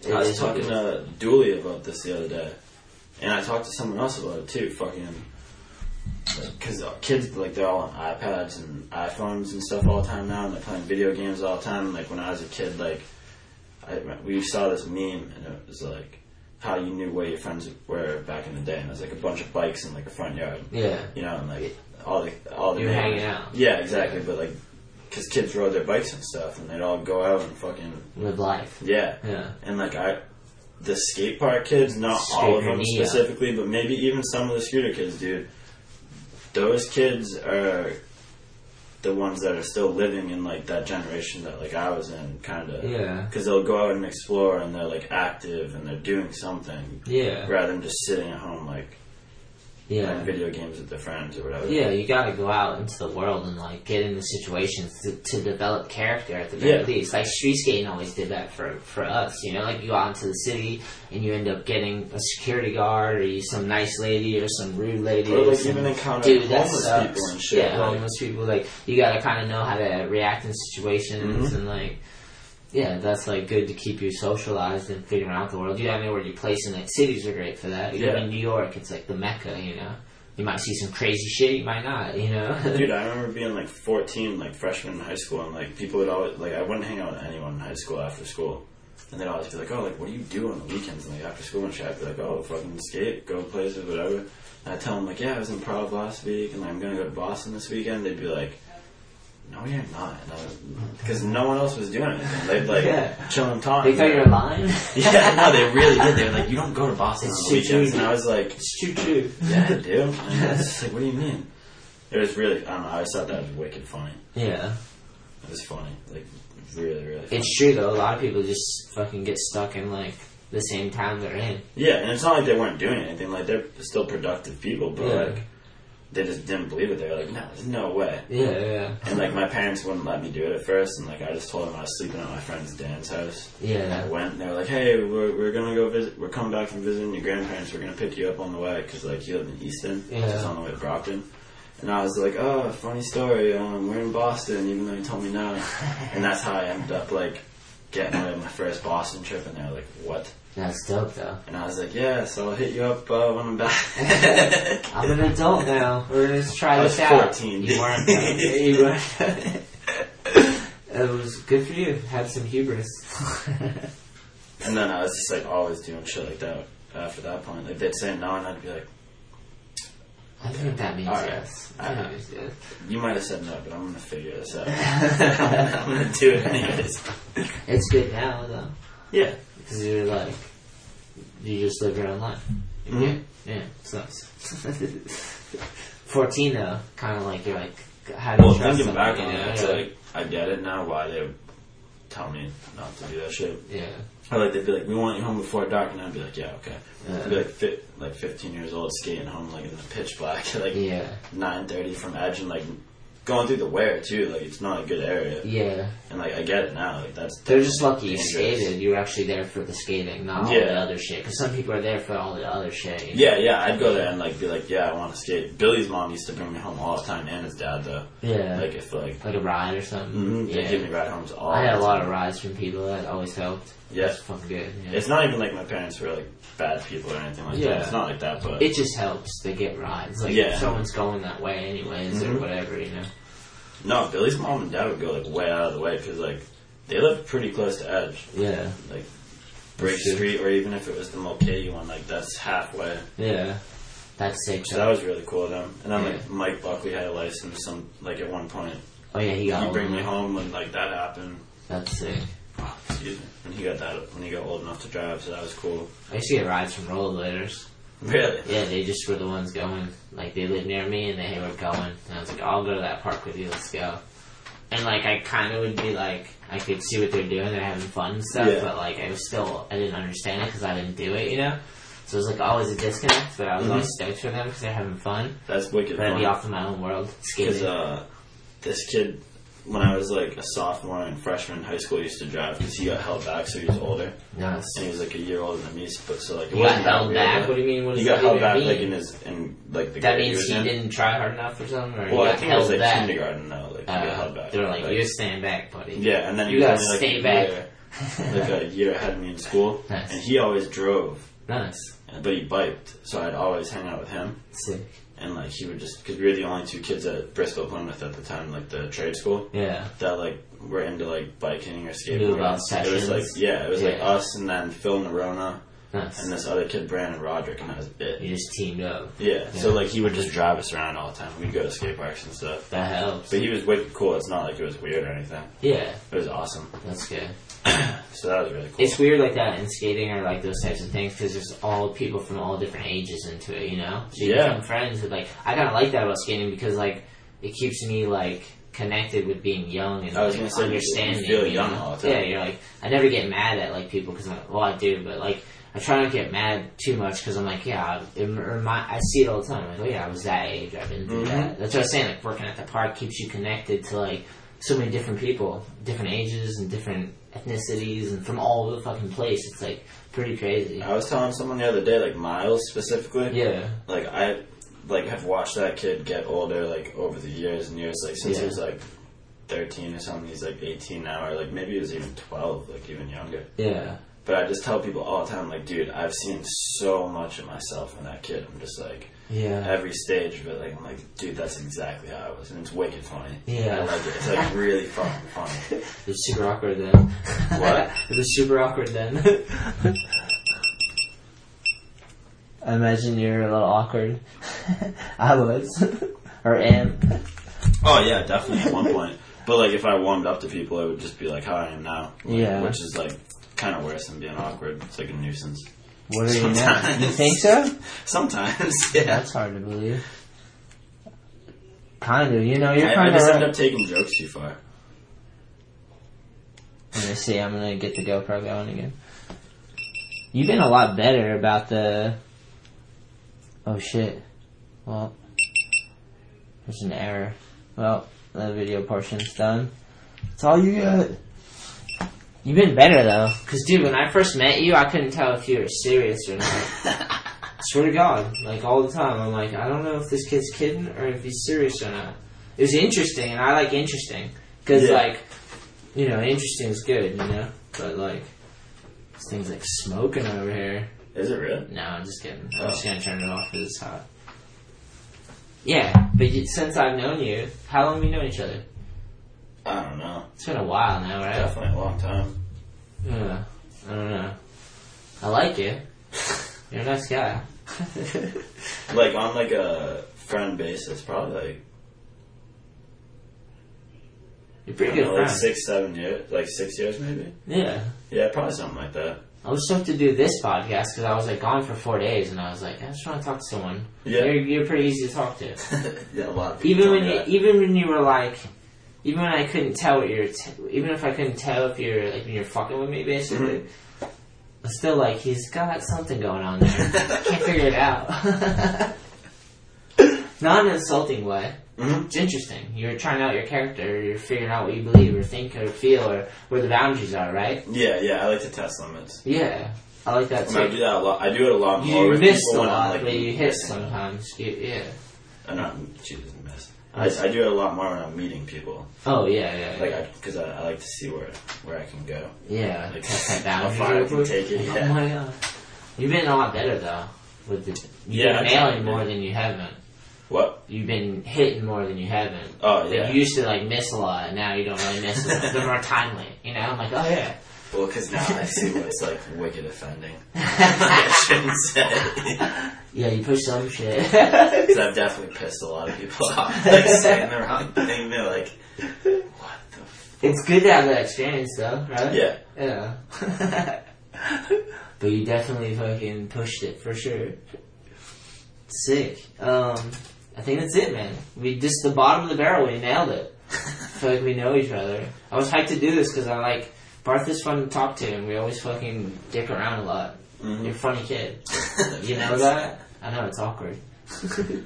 B: It
I: I was
B: is
I: talking
B: good.
I: to Dooley about this the other day, and I talked to someone else about it too. Fucking, because kids like they're all on iPads and iPhones and stuff all the time now, and they're playing video games all the time. And, like when I was a kid, like I, we saw this meme, and it was like how you knew where your friends were back in the day, and it was like a bunch of bikes in like a front yard,
B: Yeah,
I: you know, and like all the all the
B: You're
I: neighbors-
B: hanging out.
I: Yeah, exactly. But like, because kids rode their bikes and stuff, and they'd all go out and fucking
B: live life.
I: yeah.
B: Yeah.
I: And like I, the skate park kids, not all of them
B: Skater, yeah.
I: specifically, but maybe even some of the scooter kids, dude. Those kids are the ones that are still living in like that generation that like I was in, kind of.
B: Yeah.
I: Because they'll go out and explore, and they're like active, and they're doing something
B: Yeah,
I: rather than just sitting at home like playing
B: yeah.
I: video games with their friends or whatever.
B: Yeah, you gotta go out into the world and like get into situations to, to develop character at the very
I: Yeah.
B: least. Like street skating always did that for for us, you know. Like you go out into the city and you end up getting a security guard or you some nice lady or some rude lady
I: Or,
B: or
I: like,
B: some
I: even encounter
B: dude that
I: homeless
B: sucks.
I: people and shit,
B: Yeah,
I: like-
B: homeless people. Like you gotta kind of know how to react in
I: Mm-hmm.
B: situations and like. Yeah, that's like good to keep you socialized and figuring out the world. You gotta know where you're placing it. Cities are great for that. Even
I: Yeah.
B: in New York, it's like the mecca, you know. You might see some crazy shit, you might not, you know.
I: Dude, I remember being like 14, like freshman in high school, and like people would always like I wouldn't hang out with anyone in high school after school. And they'd always be like, oh, like, what do you do on the weekends? And like, after school and shit, I'd be like, oh, fucking skate, go places, whatever. And I'd tell them, like, yeah, I was in Prague last week, and like, I'm gonna go to Boston this weekend. They'd be like, no, you're not. Because no one else was doing it. And they'd like,
B: Yeah.
I: chill and talk.
B: They thought you were lying?
I: yeah, no, they really did. They were like, you don't go to Boston
B: It's
I: on the
B: too
I: weekends.
B: true.
I: And I was like,
B: It's too true.
I: yeah, I do. And it's just like, what do you mean? It was really, I don't know, I just thought that was wicked funny.
B: Yeah.
I: It was funny. Like, really, really funny.
B: It's true though. A lot of people just fucking get stuck in like the same town they're in.
I: Yeah, and it's not like they weren't doing anything. Like they're still productive people, but
B: Yeah.
I: like they just didn't believe it. They were like, "No, there's no way."
B: Yeah, yeah,
I: And like my parents wouldn't let me do it at first, and like I just told them I was sleeping at my friend's Dan's house.
B: Yeah.
I: And I went, and they were like, "Hey, we're, we're gonna go visit. We're coming back from visiting your grandparents. We're gonna pick you up on the way because like you live in Easton, which is
B: Yeah.
I: on the way to Brockton." And I was like, "Oh, funny story. Um, we're in Boston, even though you told me no." and that's how I ended up like getting away on my first Boston trip, and they were like, "What?"
B: That's dope though.
I: And I was like, yeah, so I'll hit you up uh, when I'm back.
B: I'm an adult now. We're gonna just try
I: I
B: this
I: was
B: out.
I: 14.
B: You weren't. though. you weren't. it was good for you. Had some hubris.
I: and then I was just like always doing shit like that after that point. Like they'd say no, and I'd be like,
B: I think that means
I: All right.
B: yes.
I: I
B: That
I: know.
B: means yes.
I: you might have said no, but I'm gonna figure this out. I'm gonna do it anyways.
B: It's good now though,
I: Yeah.
B: because you're like, you just live your own life. Yeah, yeah, it's nice. Fourteen though, kind of like you're like, how do you
I: Well,
B: trust
I: thinking
B: somebody,
I: back on
B: you know?
I: it, it's
B: You're
I: like I get it now. Why they would tell me not to do that shit?
B: yeah.
I: Or like they'd be like, we want you home before dark, and I'd be like, yeah, okay.
B: Yeah.
I: I'd be like, fit, like 15 years old, skating home like in the pitch black, like
B: Yeah,
I: nine thirty from Edge and like going through the wear too. Like it's not a good area,
B: yeah.
I: and like I get it now. Like that's
B: They're just lucky you
I: dangerous.
B: skated. You were actually there for the skating, not all the
I: Yeah.
B: other shit. Because some people are there for all the other shit. you know?
I: Yeah, yeah. I'd go there and like be like, yeah, I want to skate. Billy's mom used to bring me home all the time, and his dad though.
B: Yeah.
I: Like if like
B: Like a ride or something.
I: mm they give
B: Yeah.
I: me ride homes all.
B: Mm-hmm. I had a
I: the
B: lot
I: time.
B: of rides from people that always helped.
I: Yeah.
B: It's fucking good. yeah.
I: It's not even like my parents were like bad people or anything like
B: Yeah.
I: that. It's not like that, but
B: It just helps to get rides. Like,
I: Yeah. Mm-hmm.
B: someone's going that way anyways or whatever, you know.
I: no. Billy's mom and dad would go like way out of the way because like they lived pretty close to Edge,
B: Yeah.
I: like Break
B: Sure.
I: Street, or even if it was the Mulcahy one, like that's halfway.
B: Yeah. That's sick.
I: So that was really cool of them. And then
B: Yeah.
I: like Mike Buckley had a license. Some like at one point,
B: oh, yeah, he got
I: he
B: one.
I: bring me home when like that happened.
B: That's sick.
I: Excuse me. When he got that, when he got old enough to drive, so that was cool.
B: I used to get rides from rollerbladers.
I: Really?
B: Yeah, they just were the ones going. Like they lived near me and they were going. And I was like, I'll go to that park with you. Let's go. And like I kind of would be like, I could see what they're doing. They're having fun and stuff.
I: Yeah.
B: But like I was still, I didn't understand it because I didn't do it. You know. So it was like always a disconnect. But I was always stoked for them because they're having fun.
I: That's wicked.
B: But I'd be
I: Mm-hmm. fun.
B: off in my own world
I: Because
B: skating.
I: uh, this kid, when I was like a sophomore and freshman in high school, used to drive because he got held back, so he was older,
B: no,
I: and he was like a year older than me. But so like it
B: He got
I: wasn't that
B: held
I: weird,
B: back.
I: but
B: What do you mean? What
I: He
B: does
I: got
B: that
I: held
B: even
I: back
B: mean?
I: like in his in like the
B: that
I: grade
B: means
I: was
B: he
I: in.
B: didn't try hard enough or something. Or he
I: Well, I
B: got
I: think it was
B: held
I: like
B: back.
I: kindergarten though. Like he
B: Uh,
I: got held back.
B: They're like, you're staying back, buddy.
I: Yeah, and then he
B: You
I: was
B: gotta
I: only, like,
B: stay
I: a
B: back.
I: Year, like a year ahead of me in school,
B: Nice.
I: and he always drove,
B: Nice.
I: but he biked, so I'd always hang out with him.
B: Sick.
I: And like he would just because we were the only two kids at Bristol Plymouth at the time, like the trade school,
B: Yeah.
I: that like were into like biking
B: Knew
I: or skateboarding.
B: about
I: it was like
B: sessions.
I: yeah, it was like
B: Yeah.
I: us and then Phil Nerona
B: Nice.
I: and this other kid Brandon Roderick, and that was it.
B: You just teamed up.
I: Yeah, so like he would just drive us around all the time. We'd go to skate parks and stuff.
B: That helps.
I: But he was wicked cool. It's not like it was weird or anything.
B: Yeah,
I: It was awesome.
B: that's good.
I: So that was really cool.
B: It's weird like that in skating or like those types of things because there's all people from all different ages into it, you know? So you
I: Yeah.
B: become friends with like, I kind of like that about skating because like it keeps me like connected with being young and
I: I was
B: like,
I: gonna say, you- you
B: understanding.
I: feel
B: you
I: young
B: know?
I: all the time.
B: Yeah, you're like, I never get mad at like people because I'm well, I do, but like I try not to get mad too much because I'm like, yeah, I- it, remi- I see it all the time. Like, oh yeah, I was that age. I've been
I: Mm-hmm.
B: through that. That's what I was saying. Like working at the park keeps you connected to like so many different people, different ages and different ethnicities, and from all over the fucking place. It's like pretty crazy.
I: I was telling someone the other day, like Miles specifically.
B: Yeah,
I: Like I, like have watched that kid get older, like over the years and years. Like since he
B: Yeah.
I: was like thirteen or something, he's like eighteen now, or like maybe he was even twelve, like even younger.
B: yeah.
I: But I just tell people all the time, like, dude, I've seen so much of myself in that kid. I'm just like,
B: Yeah.
I: every stage of it, like, I'm like, dude, that's exactly how I was, and it's wicked funny.
B: Yeah.
I: I like it. It's like really fucking funny.
B: It's super awkward then.
I: What?
B: it was super awkward then. I imagine you're a little awkward. I was. or am.
I: Oh yeah, definitely at one point. But like, if I warmed up to people, it would just be like how I am now. Like,
B: Yeah.
I: Which is like kind of worse than being awkward. It's like a nuisance.
B: What are you now?
I: Sometimes.
B: You think so?
I: Sometimes, yeah.
B: That's hard to believe. Kind of, you know, you're
I: I, I
B: kind of.
I: just end
B: Right.
I: up taking jokes too far.
B: Let me see. I'm gonna get the GoPro going again. You've been a lot better about the. Oh shit. Well, there's an error. Well, the video portion's done. It's all you got. You've been better though, cause dude, when I first met you, I couldn't tell if you were serious or not. Swear to God, like all the time, I'm like, I don't know if this kid's kidding or if he's serious or not. It was interesting, and I like interesting, cause
I: Yeah.
B: like, you know, interesting is good, you know, but like, this thing's like smoking over here.
I: Is it real?
B: No, I'm just kidding.
I: Oh.
B: I'm just gonna turn it off because it's hot. Yeah, but you, since I've known you, how long have we known each other?
I: I don't know.
B: It's been a while now, right?
I: Definitely a long time.
B: Yeah. I don't know. I like you. You're a nice guy.
I: Like on like a friend basis, probably like
B: You're
I: I
B: pretty good
I: don't know,
B: friend.
I: like six, seven years, like six years maybe.
B: Yeah.
I: Yeah, probably something like that.
B: I was stoked to do this podcast because I was like gone for four days and I was like, I just want to talk to someone.
I: Yeah.
B: You're, you're pretty easy to talk to.
I: yeah, a lot of
B: even
I: people. tell
B: when
I: me
B: you,
I: that.
B: even when you were like, even when I couldn't tell what you're, t- even if I couldn't tell if you're like when you're fucking with me, basically,
I: Mm-hmm.
B: I'm still like he's got something going on there. Can't figure it out. Not in an insulting way.
I: Mhm.
B: It's interesting. You're trying out your character. You're figuring out what you believe or think or feel or where the boundaries are. Right?
I: Yeah, yeah, I like to test limits.
B: Yeah, I like that
I: I, mean, I
B: too.
I: do that a lot. I do it a lot more
B: You
I: with
B: miss a
I: people when
B: lot,
I: I'm like
B: but you hit
I: missing them.
B: sometimes. You, yeah.
I: I'm not. She doesn't miss. I, I do it a lot more when I'm meeting people,
B: Oh yeah, yeah, yeah.
I: like because I, I, like to see where where I can go.
B: Yeah,
I: Like,
B: test that
I: how
B: boundary.
I: far
B: real
I: I can
B: quick.
I: take it, yeah.
B: Oh my god. You've been a lot better though. With the, you've
I: Yeah,
B: been
I: I
B: nailing
I: tried,
B: more
I: dude.
B: than you haven't.
I: What?
B: You've been hitting more than you haven't.
I: Oh
B: Like
I: yeah.
B: you used to like miss a lot, and now you don't really miss. a lot. They're more timely, you know. I'm like, oh yeah.
I: Well, because now I see what's like wicked offending. I shouldn't say.
B: Yeah, you push some shit.
I: 'Cause I've definitely pissed a lot of people off. Like saying the wrong thing. They're like, what the? F-?
B: it's good to have that experience though, right?
I: Yeah.
B: Yeah. but you definitely fucking pushed it for sure. Sick. Um, I think that's it, man. We just the bottom of the barrel. We nailed it. feel like we know each other. I was hyped to do this because I like Barth is fun to talk to, and we always fucking dick around a lot.
I: Mm-hmm.
B: You're a funny kid. you know that? I know it's awkward.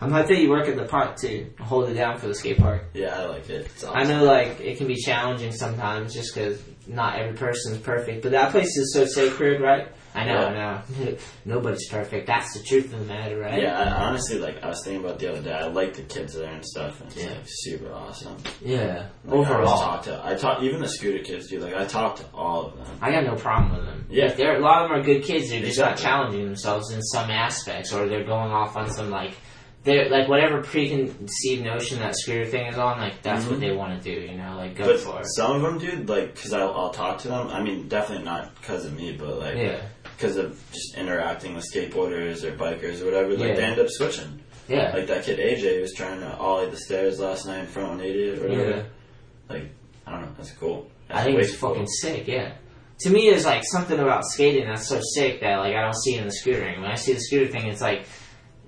B: I'm hyped that you work at the park too. Hold it down for the skate park.
I: Yeah, I like it. It's
B: I
I: awesome.
B: know, like, it can be challenging sometimes just because not every person's perfect, but that place is so sacred, right? I know, I know. Nobody's perfect. That's the truth of the matter, right?
I: Yeah, I, honestly, like I was thinking about the other day. I like the kids there and stuff. And it's
B: Yeah.
I: like super awesome.
B: Yeah.
I: Like, I always
B: Overall,
I: talk to. I talk even the scooter kids, dude. Like I talk to all of them.
B: I got no problem with them.
I: Yeah.
B: Like, they're, a lot of them are good kids. They're just
I: Exactly.
B: not challenging themselves in some aspects, or they're going off on some, like, they're, like, whatever preconceived notion that scooter thing is on, like, that's what they want to do, you know? Like, go
I: But
B: for it.
I: some of them, dude, like because I'll, I'll talk to them. I mean, definitely not because of me, but like
B: Yeah.
I: because of just interacting with skateboarders or bikers or whatever. Like
B: Yeah.
I: they end up switching.
B: Yeah.
I: Like that kid AJ was trying to ollie the stairs last night in front of an idiot or whatever.
B: yeah.
I: Like I don't know. That's cool. That's
B: I think it's
I: way cool.
B: fucking sick, yeah. To me, there's like something about skating that's so sick that like I don't see it in the scooter ring. When I see the scooter thing, it's like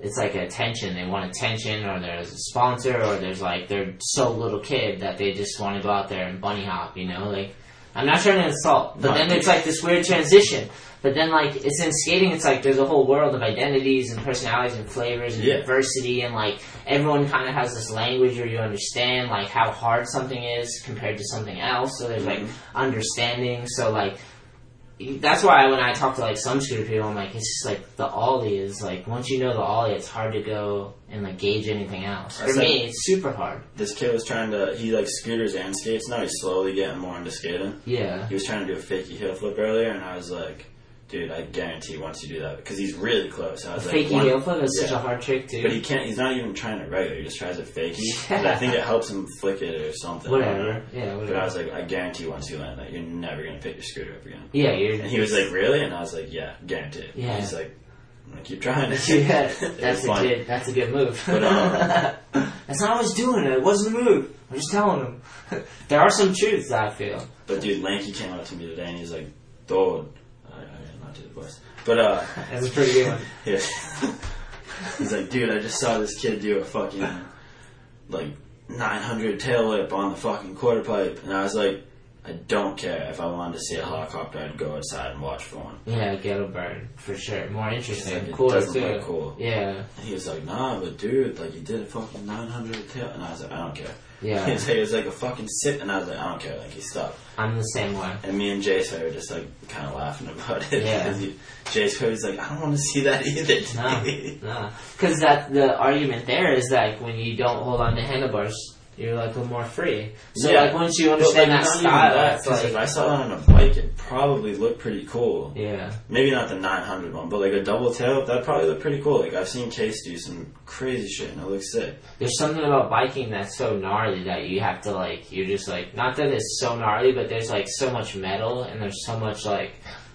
B: it's like attention. They want attention, or there's a sponsor, or there's like they're so little kid that they just want to go out there and bunny hop. You know, like I'm not trying to insult, but
I: No,
B: then
I: I-
B: it's like this weird transition. But then like it's in skating, it's like there's a whole world of identities and personalities and flavors and
I: Yeah.
B: diversity, and like everyone kind of has this language where you understand like how
I: Mm-hmm.
B: hard something is compared to something else. So there's like understanding. So like that's why when I talk to like some scooter people, I'm like, it's just like the ollie is like once you know the ollie, it's hard to go and like gauge anything else. For
I: That's
B: me,
I: like-
B: it's super hard.
I: This kid was trying to, he like scooters and skates. Now he's slowly getting more into skating.
B: Yeah.
I: He was trying to do a fakie heel flip earlier, and I was like, dude, I guarantee once you do that, because he's really close. I
B: A
I: was like,
B: fakie
I: one-
B: heel flip is such
I: Yeah.
B: a hard trick, dude.
I: But he can't. He's not even trying it regular. He just tries it fakie. 'Cause I think it helps him flick it or something.
B: Whatever.
I: I don't know.
B: Yeah, whatever.
I: But I was like, I guarantee once you land that, you're never gonna pick your scooter up again.
B: Yeah, you're-
I: And he was like, really? And I was like, yeah, guarantee. it."
B: Yeah.
I: He's like, I'm gonna keep trying it.
B: yeah,
I: It was
B: that's a
I: fun.
B: good. That's a good move.
I: But, um,
B: that's not what I was doing. It wasn't a move. I'm just telling him. there are some truths I feel.
I: But dude, Lanky came up to me today and he's like, dude. I, I did not do the voice. But, uh.
B: That's a pretty good one.
I: yeah. he's like, dude, I just saw this kid do a fucking, like, 900 tail whip on the fucking quarter pipe. And I was like, I don't care. If I wanted to see a helicopter, I'd go outside and watch for one.
B: Yeah, ghetto bird for sure. More
I: Like,
B: interesting,
I: it
B: cooler
I: doesn't
B: too.
I: look cool.
B: Yeah,
I: And he was like, nah, but dude, like, you did a fucking 900 tail. And I was like, I don't care.
B: Yeah.
I: He was like, it was like a fucking sit. And I was like, I don't care. Like, he stopped.
B: I'm the same way.
I: And me and Jace were just like kind of laughing about it.
B: Yeah.
I: because he- Jace was like, I don't want to see that either. today."
B: Because that the argument there is like when you don't hold on to handlebars, you're like a more free. So
I: Yeah.
B: like once you
I: But,
B: understand
I: like,
B: that
I: not even
B: style,
I: that,
B: it's
I: 'cause
B: like
I: if I saw that on a bike, it'd probably look pretty cool.
B: Yeah.
I: Maybe not the 900 one, but like a double tail, that'd probably look pretty cool. Like I've seen Case do some crazy shit and it looks sick.
B: there's something about biking that's so gnarly that you have to like you're just like not that it's so gnarly, but there's like so much metal and there's so much like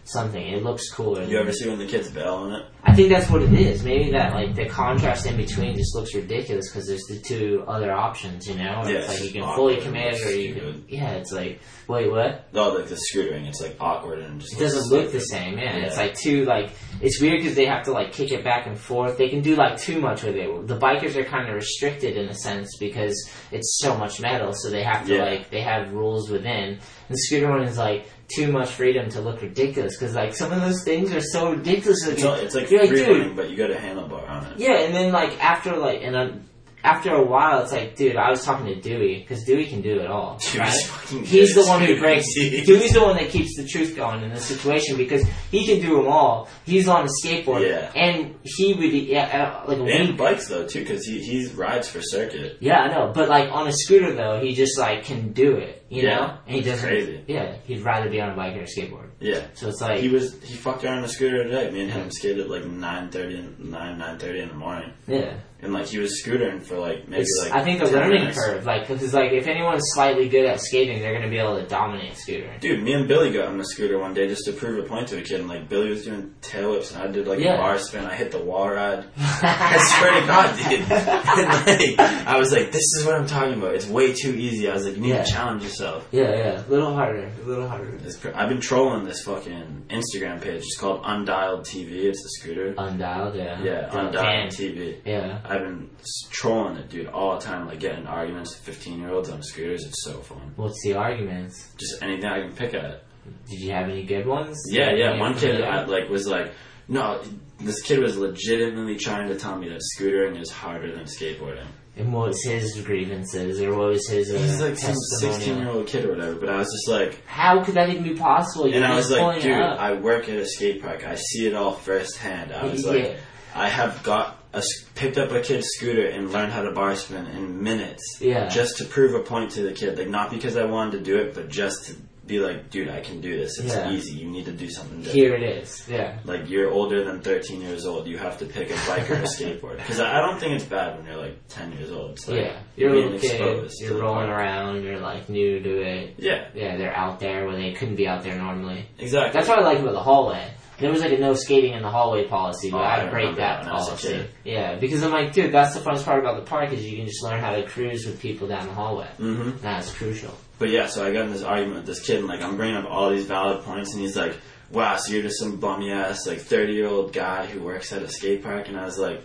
B: something. It looks cooler.
I: You ever see when the kids bail on it?
B: I think that's what it is. Maybe that like the contrast in between just looks ridiculous because there's the two other options, you know. And
I: Yeah,
B: it's
I: it's
B: like you can
I: awkward
B: fully
I: and
B: command or you
I: stupid.
B: can yeah. It's like wait, what?
I: No, like the scootering, it's like awkward and just
B: It doesn't look the same, yeah. It's like too like it's weird because they have to like kick it back and forth. They can do like too much with it. The bikers are kind of restricted in a sense because it's so much metal, so they have to
I: Yeah.
B: like they have rules within. And the scooter one is like too much freedom to look ridiculous because like some of those things are so ridiculous.
I: It's, all, it's like
B: you're like,
I: free
B: dude,
I: running, but you got a handlebar on it.
B: yeah, and then like after like and um, after a while, it's like, dude, I was talking to Dewey because Dewey can do it all.
I: Dewey's
B: right?
I: fucking
B: He's
I: good,
B: the one who
I: dude.
B: breaks.
I: Jeez.
B: Dewey's the one that keeps the truth going in this situation because he can do them all. He's on a skateboard,
I: Yeah.
B: and he would yeah, uh, like a
I: And
B: week.
I: bikes though too, because he he rides for circuit.
B: Yeah, I know, but like on a scooter though, he just like can do it, you
I: Yeah,
B: know, and he
I: it's
B: doesn't.
I: crazy.
B: Yeah, he'd rather be on a bike or a skateboard.
I: Yeah.
B: So it's like
I: he was he fucked around on a scooter today. Me and him skated like nine thirty and nine nine thirty in the morning.
B: Yeah.
I: And like he was scootering for like maybe
B: It's-
I: like
B: I think the
I: 10
B: learning
I: minutes.
B: curve, like, because like if anyone's slightly good at skating, they're gonna be able to dominate scooter.
I: Dude, me and Billy got on a scooter one day just to prove a point to a kid, and like Billy was doing tail whips, and I did like
B: Yeah.
I: a bar spin. I hit the wall ride. I swear to God, dude. And, like, I was like, "This is what I'm talking about. It's way too easy." I was like, "You need
B: Yeah.
I: to challenge yourself."
B: Yeah, yeah. A little harder. A little harder.
I: It's pr- I've been trolling this fucking Instagram page. It's called Undialed TV. It's a scooter.
B: Undialed, yeah.
I: Yeah,
B: Damn.
I: on Dying TV.
B: Yeah.
I: I've been s- trolling it, dude, all the time. Like getting arguments with fifteen year olds on scooters. It's so fun.
B: What's the arguments?
I: Just anything I can pick at it.
B: Did you have any good ones?
I: Yeah,
B: Like,
I: yeah.
B: any
I: One kid
B: familiar-
I: I, like was like, no, this kid was legitimately trying to tell me that scootering is harder than skateboarding.
B: And what was his grievances, or what was his? Uh,
I: He's like some
B: testimonial?
I: sixteen year old kid or whatever. But I was just like,
B: How could that even be possible? You're
I: and I
B: just
I: was like,
B: pulling
I: dude,
B: it up.
I: I work at a skate park. I see it all firsthand. I was
B: Yeah.
I: like, I have got a, s- picked up a kid's scooter and learned how to bar spin in minutes.
B: Yeah.
I: Just to prove a point to the kid, like not because I wanted to do it, but just to be like, dude, I can do this. It's
B: Yeah.
I: easy. You need to do something different.
B: Here it is. Yeah.
I: Like you're older than 13 years old, you have to pick a bike or a skateboard. Because I I don't think it's bad when you're like 10 years old. It's like
B: yeah. You're a
I: being
B: little kid.
I: exposed to
B: You're
I: the
B: rolling
I: park.
B: around. You're like new to it.
I: Yeah,
B: Yeah, they're out there where they couldn't be out there normally.
I: exactly.
B: That's what I like about the hallway. There was like a no skating in the hallway policy, but
I: Oh, I
B: I
I: remember
B: break that
I: when I was a
B: policy.
I: kid.
B: Yeah, because I'm like, dude, that's the funnest part about the park is you can just learn how to cruise with people down the hallway.
I: hmm
B: That's crucial.
I: But yeah, so I got in this argument with this kid, and like I'm bringing up all these valid points, and he's like, "Wow, so you're just some bummy ass like 30 year old guy who works at a skate park," and I was like,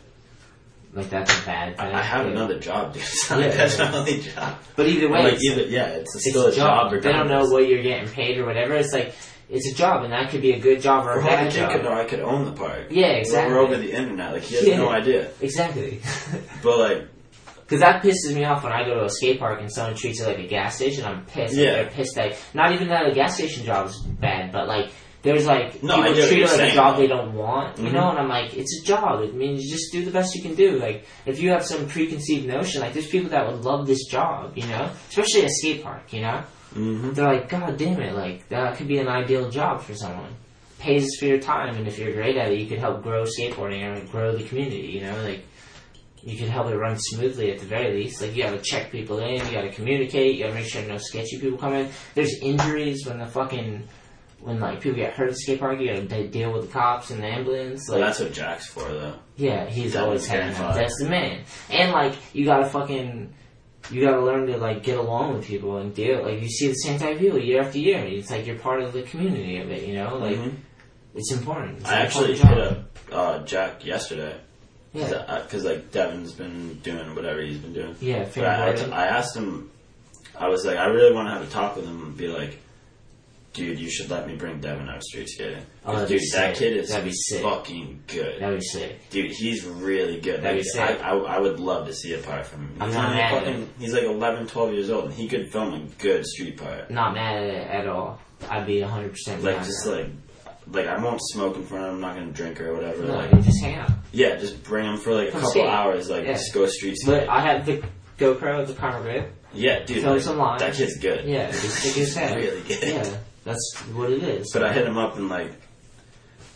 B: Like that's a bad thing.
I: "I, I have
B: yeah.
I: another job, dude. It's not
B: Yeah,
I: like that's
B: yeah.
I: my only job."
B: But either way,
I: like
B: it's,
I: either yeah, it's,
B: it's
I: still a job.
B: They don't know
I: regardless.
B: what you're getting paid or whatever. It's like it's a job, and that could be a good job or a
I: Or
B: bad
I: the kid could know
B: job.
I: I could own the park.
B: Yeah,
I: We're-
B: exactly.
I: We're over the internet. Like he has
B: Yeah.
I: no idea.
B: Exactly.
I: But like
B: Because that pisses me off when I go to a skate park and someone treats it like a gas station. I'm pissed. Like,
I: Yeah.
B: they're pissed. Like, not even that a gas station job is bad, but like There's like
I: No, I
B: people
I: get what
B: treat
I: you're
B: it like a
I: saying,
B: job
I: though.
B: they don't want, you
I: Mhm.
B: know. And I'm like, it's a job. It means you just do the best you can do. Like if you have some preconceived notion, like there's people that would love this job, you know, especially at a skate park, you know.
I: Mm-hmm.
B: They're like, God damn it, like that could be an ideal job for someone. Pays for your time, and if you're great at it, you could help grow skateboarding and grow the community. You know, like you could help it run smoothly at the very least. Like you gotta check people in, you gotta communicate, you gotta make sure no sketchy people come in. There's injuries when the fucking when like people get hurt at skate park, you gotta de- deal with the cops and the ambulance. Like
I: Well, that's what Jack's for, though.
B: yeah, he's
I: That
B: always
I: was
B: had that.
I: terrifying.
B: That's the man. And like you gotta fucking you gotta learn to like get along with people and deal like you see the same type of people year after year. It's like you're part of the community of it, you know? Like
I: Mhm.
B: it's important. It's
I: I
B: an
I: actually
B: important
I: hit
B: job.
I: up uh, Jack yesterday.
B: Yeah.
I: Because, like, Devin's been doing whatever he's been doing.
B: Yeah,
I: But I, I,
B: fanboy.
I: I asked him, I was like, I really want to have a talk with him and be like, dude, you should let me bring Devin out street skating. 'Cause,
B: Oh, that'd be
I: dude,
B: sick.
I: that kid is
B: That'd be sick.
I: fucking good.
B: That'd be sick.
I: Dude, he's really good.
B: That'd
I: Like,
B: be
I: I,
B: sick.
I: I, I would love to see a part from him.
B: I'm
I: He's
B: not
I: only
B: mad at
I: fucking-
B: him.
I: He's like 11, 12 years old, and he could film a good street part.
B: Not mad at it at all. I'd be hundred percent
I: Like, just like, like I won't smoke in front of him. I'm not gonna drink or whatever.
B: no,
I: like,
B: you just hang out.
I: yeah, just bring him for like a
B: Come
I: couple
B: skate.
I: hours. Like,
B: Yeah.
I: just go street skating.
B: But I have the GoPro, the camera grip.
I: yeah, dude,
B: Throw
I: like,
B: some lines.
I: that kid's good.
B: Yeah, just stick his head.
I: really good.
B: Yeah. That's what it is.
I: But I hit him up and like,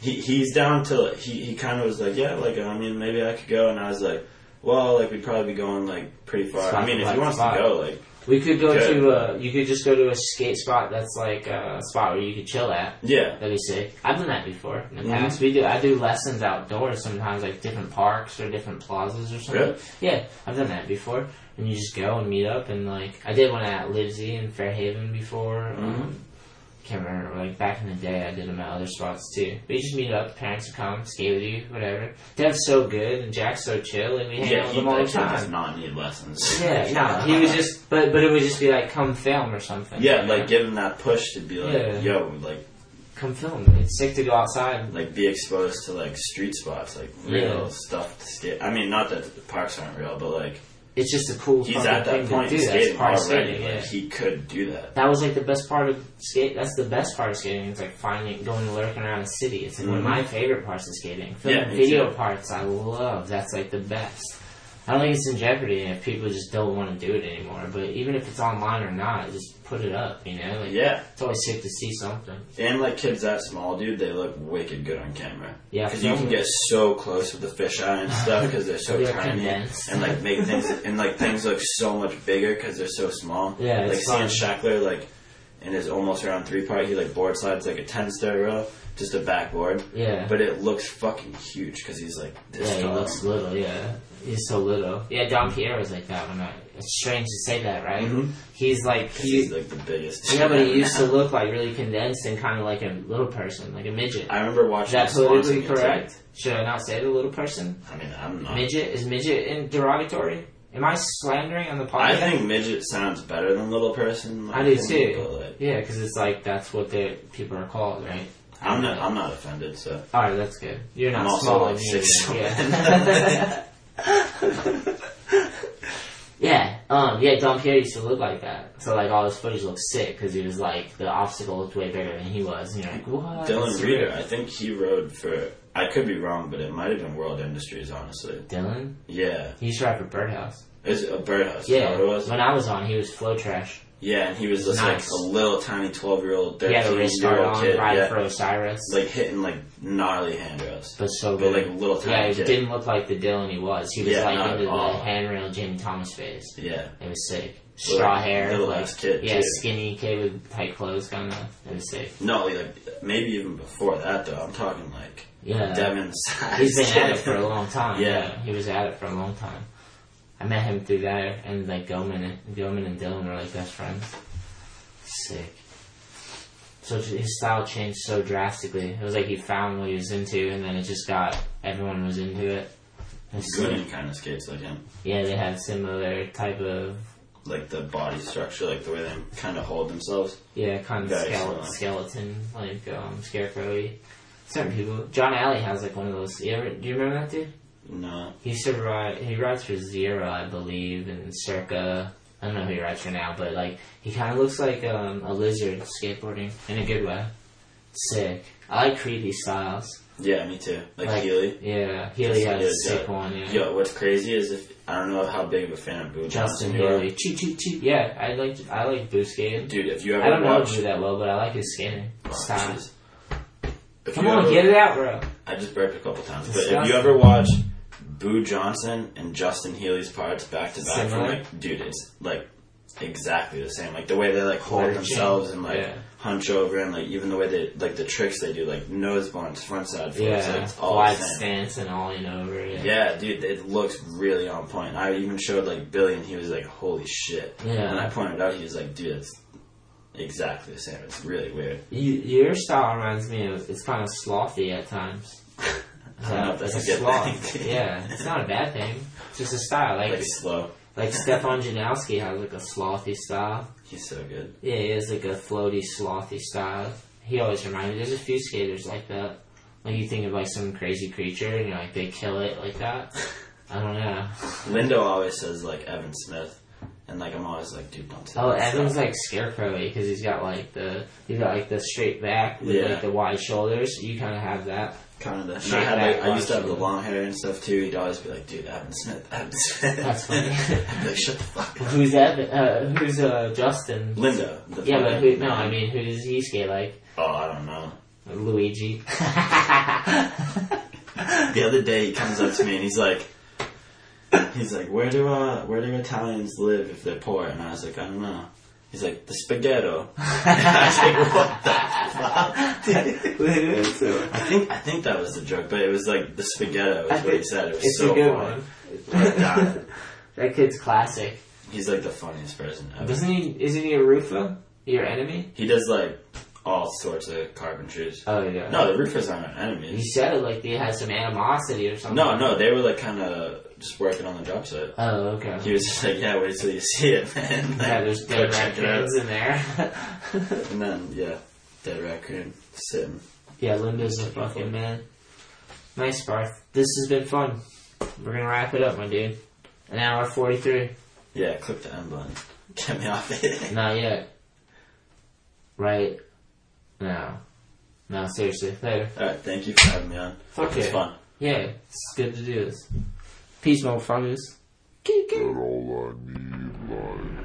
I: he he's down to he he kind of was like, yeah, like I mean, maybe I could go. And I was like, well, like we'd probably be going like pretty far.
B: It's
I: I mean, if he wants to
B: fine.
I: go, like,
B: We could go
I: Good.
B: to uh you could just go to a skate spot that's like uh, a spot where you could chill at.
I: yeah,
B: That'd be sick. I've done that before in the
I: Mhm.
B: past. We do I do lessons outdoors sometimes, like different parks or different plazas or something.
I: Really?
B: Yeah, I've done that before. And you just go and meet up and like I did one at Livesey in Fairhaven before.
I: Mm-hmm.
B: Um, can't remember like back in the day I did them at other spots too. But you just meet up, parents would come, skate with you, whatever. Dev's so good and Jack's so chill and we hang out
I: yeah,
B: with
I: he
B: them all the
I: that kid does
B: time.
I: not need lessons.
B: Yeah, no, he was just, but but it would just be like, come film or something.
I: Yeah,
B: you know?
I: like give him that push to be like,
B: Yeah.
I: yo, like
B: come film. It's sick to go outside.
I: like be exposed to like street spots, like real
B: Yeah.
I: stuff to skate. I mean, not that the parks aren't real, but like
B: It's just a cool.
I: he's
B: fucking
I: at
B: thing
I: that point
B: to
I: in
B: do. That's
I: skating
B: part
I: already.
B: of skating.
I: like
B: yeah.
I: he could do that.
B: That was like the best part of skate. That's the best part of skating. It's like finding going and lurking around a city. It's like one of
I: Mhm.
B: my favorite parts of skating. Film
I: Yeah,
B: and
I: me
B: video
I: too.
B: parts I love. That's like the best. I don't think it's in jeopardy if people just don't want to do it anymore. But even if it's online or not, just put it up. You know, like
I: Yeah.
B: it's always sick to see something.
I: And like kids that small, dude, they look wicked good on camera.
B: Yeah,
I: because you can get so close with the fisheye and stuff because they're so
B: They're
I: tiny,
B: condensed.
I: and like make things and like things look so much bigger because they're so small.
B: Yeah,
I: like
B: it's
I: seeing Shackler like in his almost around three part, he like board slides like a ten stair row, just a backboard.
B: Yeah.
I: but it looks fucking huge because he's like this.
B: Yeah, he
I: tall.
B: looks little, yeah. He's so little. Yeah, Don Pierre was like that when I. It's strange to say that, right?
I: Mhm.
B: Mm-hmm. He's like.
I: 'Cause
B: He,
I: he's like the biggest.
B: yeah, but he used to look like really condensed and kind of like a little person, like a midget.
I: I remember
B: Is
I: watching.
B: that
I: his Swanson
B: politically
I: get
B: correct? Should I not say the little person?
I: tagged. I mean, I'm not.
B: Midget? Is midget in derogatory? Am I slandering on the podcast?
I: I think midget sounds better than little person.
B: I do
I: like, but,
B: too.
I: like,
B: Yeah, because it's like that's what the people are called, right?
I: I'm not. I'm not offended. So.
B: All right, Oh, that's good. You're not
I: I'm also
B: small.
I: like
B: and
I: six
B: you're-
I: something.
B: Yeah. yeah. Um. Yeah. Don Pierre used to look like that. So like all his footage looked sick because he was like the obstacle looked way bigger than he was. And you're like, what?
I: Dylan
B: Oh, That's
I: Reeder,
B: weird.
I: I think he rode for. I could be wrong, but it might have been World Industries, honestly.
B: Dylan.
I: Yeah,
B: He used to ride for Birdhouse.
I: it's a birdhouse. Yeah,
B: Yeah.
I: it was.
B: When I was on, he was flow trash.
I: Yeah, and he was just
B: Nice.
I: like a little tiny twelve-year-old,
B: He had a wrist guard
I: thirteen-year-old
B: on,
I: kid,
B: riding
I: yeah,
B: for Osiris.
I: like hitting like gnarly handrails.
B: but so
I: But
B: good.
I: like a little
B: yeah,
I: tiny
B: he
I: kid.
B: didn't look like the Dylan he was. He was
I: Yeah,
B: like
I: not
B: into
I: at
B: the
I: all.
B: handrail Jimmy Thomas phase.
I: Yeah,
B: It was sick.
I: Little-
B: Straw hair,
I: little
B: like
I: ass kid,
B: yeah,
I: too.
B: skinny kid with tight clothes, kind of. It was sick.
I: no, like maybe even before that though. I'm talking like
B: Yeah,
I: Devin size.
B: he's been at it for a long time.
I: Yeah.
B: yeah, he was at it for a long time. I met him through there, and like Goman, and, Goman and Dylan were like best friends. Sick. So j- his style changed so drastically. It was like he found what he was into, and then it just got everyone was into it. It was sick.
I: Goonin kind of skates like him,
B: Yeah, they had similar type of
I: like the body structure, like the way they kind of hold themselves.
B: Yeah, kind of
I: Guys,
B: skele-
I: uh,
B: skeleton, like um, scarecrowy. Certain people. John Alley has like one of those. You ever, do you remember that dude?
I: No,
B: He used to ride. He rides for Zero, I believe, and Circa. I don't know who he rides for now, but like he kind of looks like um, a lizard skateboarding in a good way. sick. I like creepy styles.
I: Yeah, me too. Like, Healy.
B: Yeah, Healy
I: That's
B: had a
I: good,
B: sick
I: yeah.
B: one. Yeah.
I: Yo, what's crazy is if I don't know how big of a fan of Boo
B: Justin
I: Johnson you are.
B: Healy. Cheep, cheep, cheep. Yeah, I like I like Boost Game.
I: Dude, if you ever
B: I don't know
I: watched,
B: Drew that well, but I like his skin. Style.
I: Jesus. if
B: Come
I: you
B: on,
I: ever-
B: get it out, bro.
I: I just burped a couple times. But if
B: Disgusting.
I: you ever watch Boo Johnson and Justin Healy's parts back to back, from
B: Similar?
I: like, dude, it's like exactly the same. Like the way they like hold
B: Very
I: themselves
B: chill.
I: and like
B: Yeah.
I: hunch over and like even the way they like the tricks they do, like nose blunts, front side, flips, like,
B: Yeah,
I: it's all
B: wide
I: the same.
B: stance and all in over. Yeah.
I: Yeah, dude, it looks really on point. I even showed like Billy, and he was like, "Holy shit!"
B: Yeah.
I: And I pointed out, he was like, "Dude, it's exactly the same. It's really weird."
B: You, your style reminds me of it's kind of slothy at times.
I: I don't know if that's
B: It's
I: a good
B: sloth.
I: thing.
B: yeah, it's not a bad thing. It's just a style. Like
I: Like slow.
B: like Stefan Janowski has like a slothy style.
I: He's so good.
B: Yeah, he has like a floaty, slothy style. He always reminds me. There's a few skaters like that. Like you think of like some crazy creature and you're like they kill it like that. I don't know.
I: Lindo always says like Evan Smith, and like I'm always like, "Dude, don't say
B: Oh,
I: that
B: Evan's
I: stuff."
B: like scarecrowy because he's got like the he's got like the straight back with
I: Yeah.
B: like the wide shoulders. You kind of have that.
I: kind of that. And
B: Shit,
I: I had like
B: that
I: I used to have the
B: watch.
I: long hair and stuff too. He'd always be like, "Dude, Evan Smith, Evan Smith."
B: That's funny.
I: I'd be like, "Shut the fuck up."
B: Who's Evan? Uh, who's uh, Justin?
I: Lindo. the
B: Yeah, but
I: fucking-
B: who, no, I mean, who does he skate like?
I: Oh, I don't know.
B: Luigi.
I: The other day he comes up to me and he's like, he's like, where do uh, where do Italians live if they're poor? And I was like, I don't know. He's like, the spaghetto. I was like, what the fuck? I think I think that was the joke, but it was like the spaghetto is what he said. It was
B: it's
I: so
B: a good
I: funny.
B: one.
I: But, uh,
B: That kid's classic.
I: he's like the funniest person ever.
B: Doesn't he? Isn't he a roofer? Your enemy?
I: He does like all sorts of carpentries.
B: Oh yeah.
I: No, the roofers aren't our
B: You
I: enemies.
B: said it like they had some animosity or something.
I: No, no, they were like kind of just working on the job site.
B: Oh okay.
I: He was just like, yeah, wait till you see it, man. Like,
B: yeah, there's
I: go
B: dead
I: check it out.
B: raccoons in there.
I: And then, yeah, dead raccoon sitting.
B: yeah, Linda's a fucking man. Nice, Barth. This has been fun. We're gonna wrap it up, my dude. An hour forty-three.
I: Yeah, click the end button. Get me off it.
B: Not yet. Right? No. No, seriously. Later.
I: Alright, thank you for having me on.
B: Fuck
I: It's
B: yeah.
I: fun.
B: Yeah, it's good to do this. Peace, motherfuckers. Kick, kick.
A: All I need life.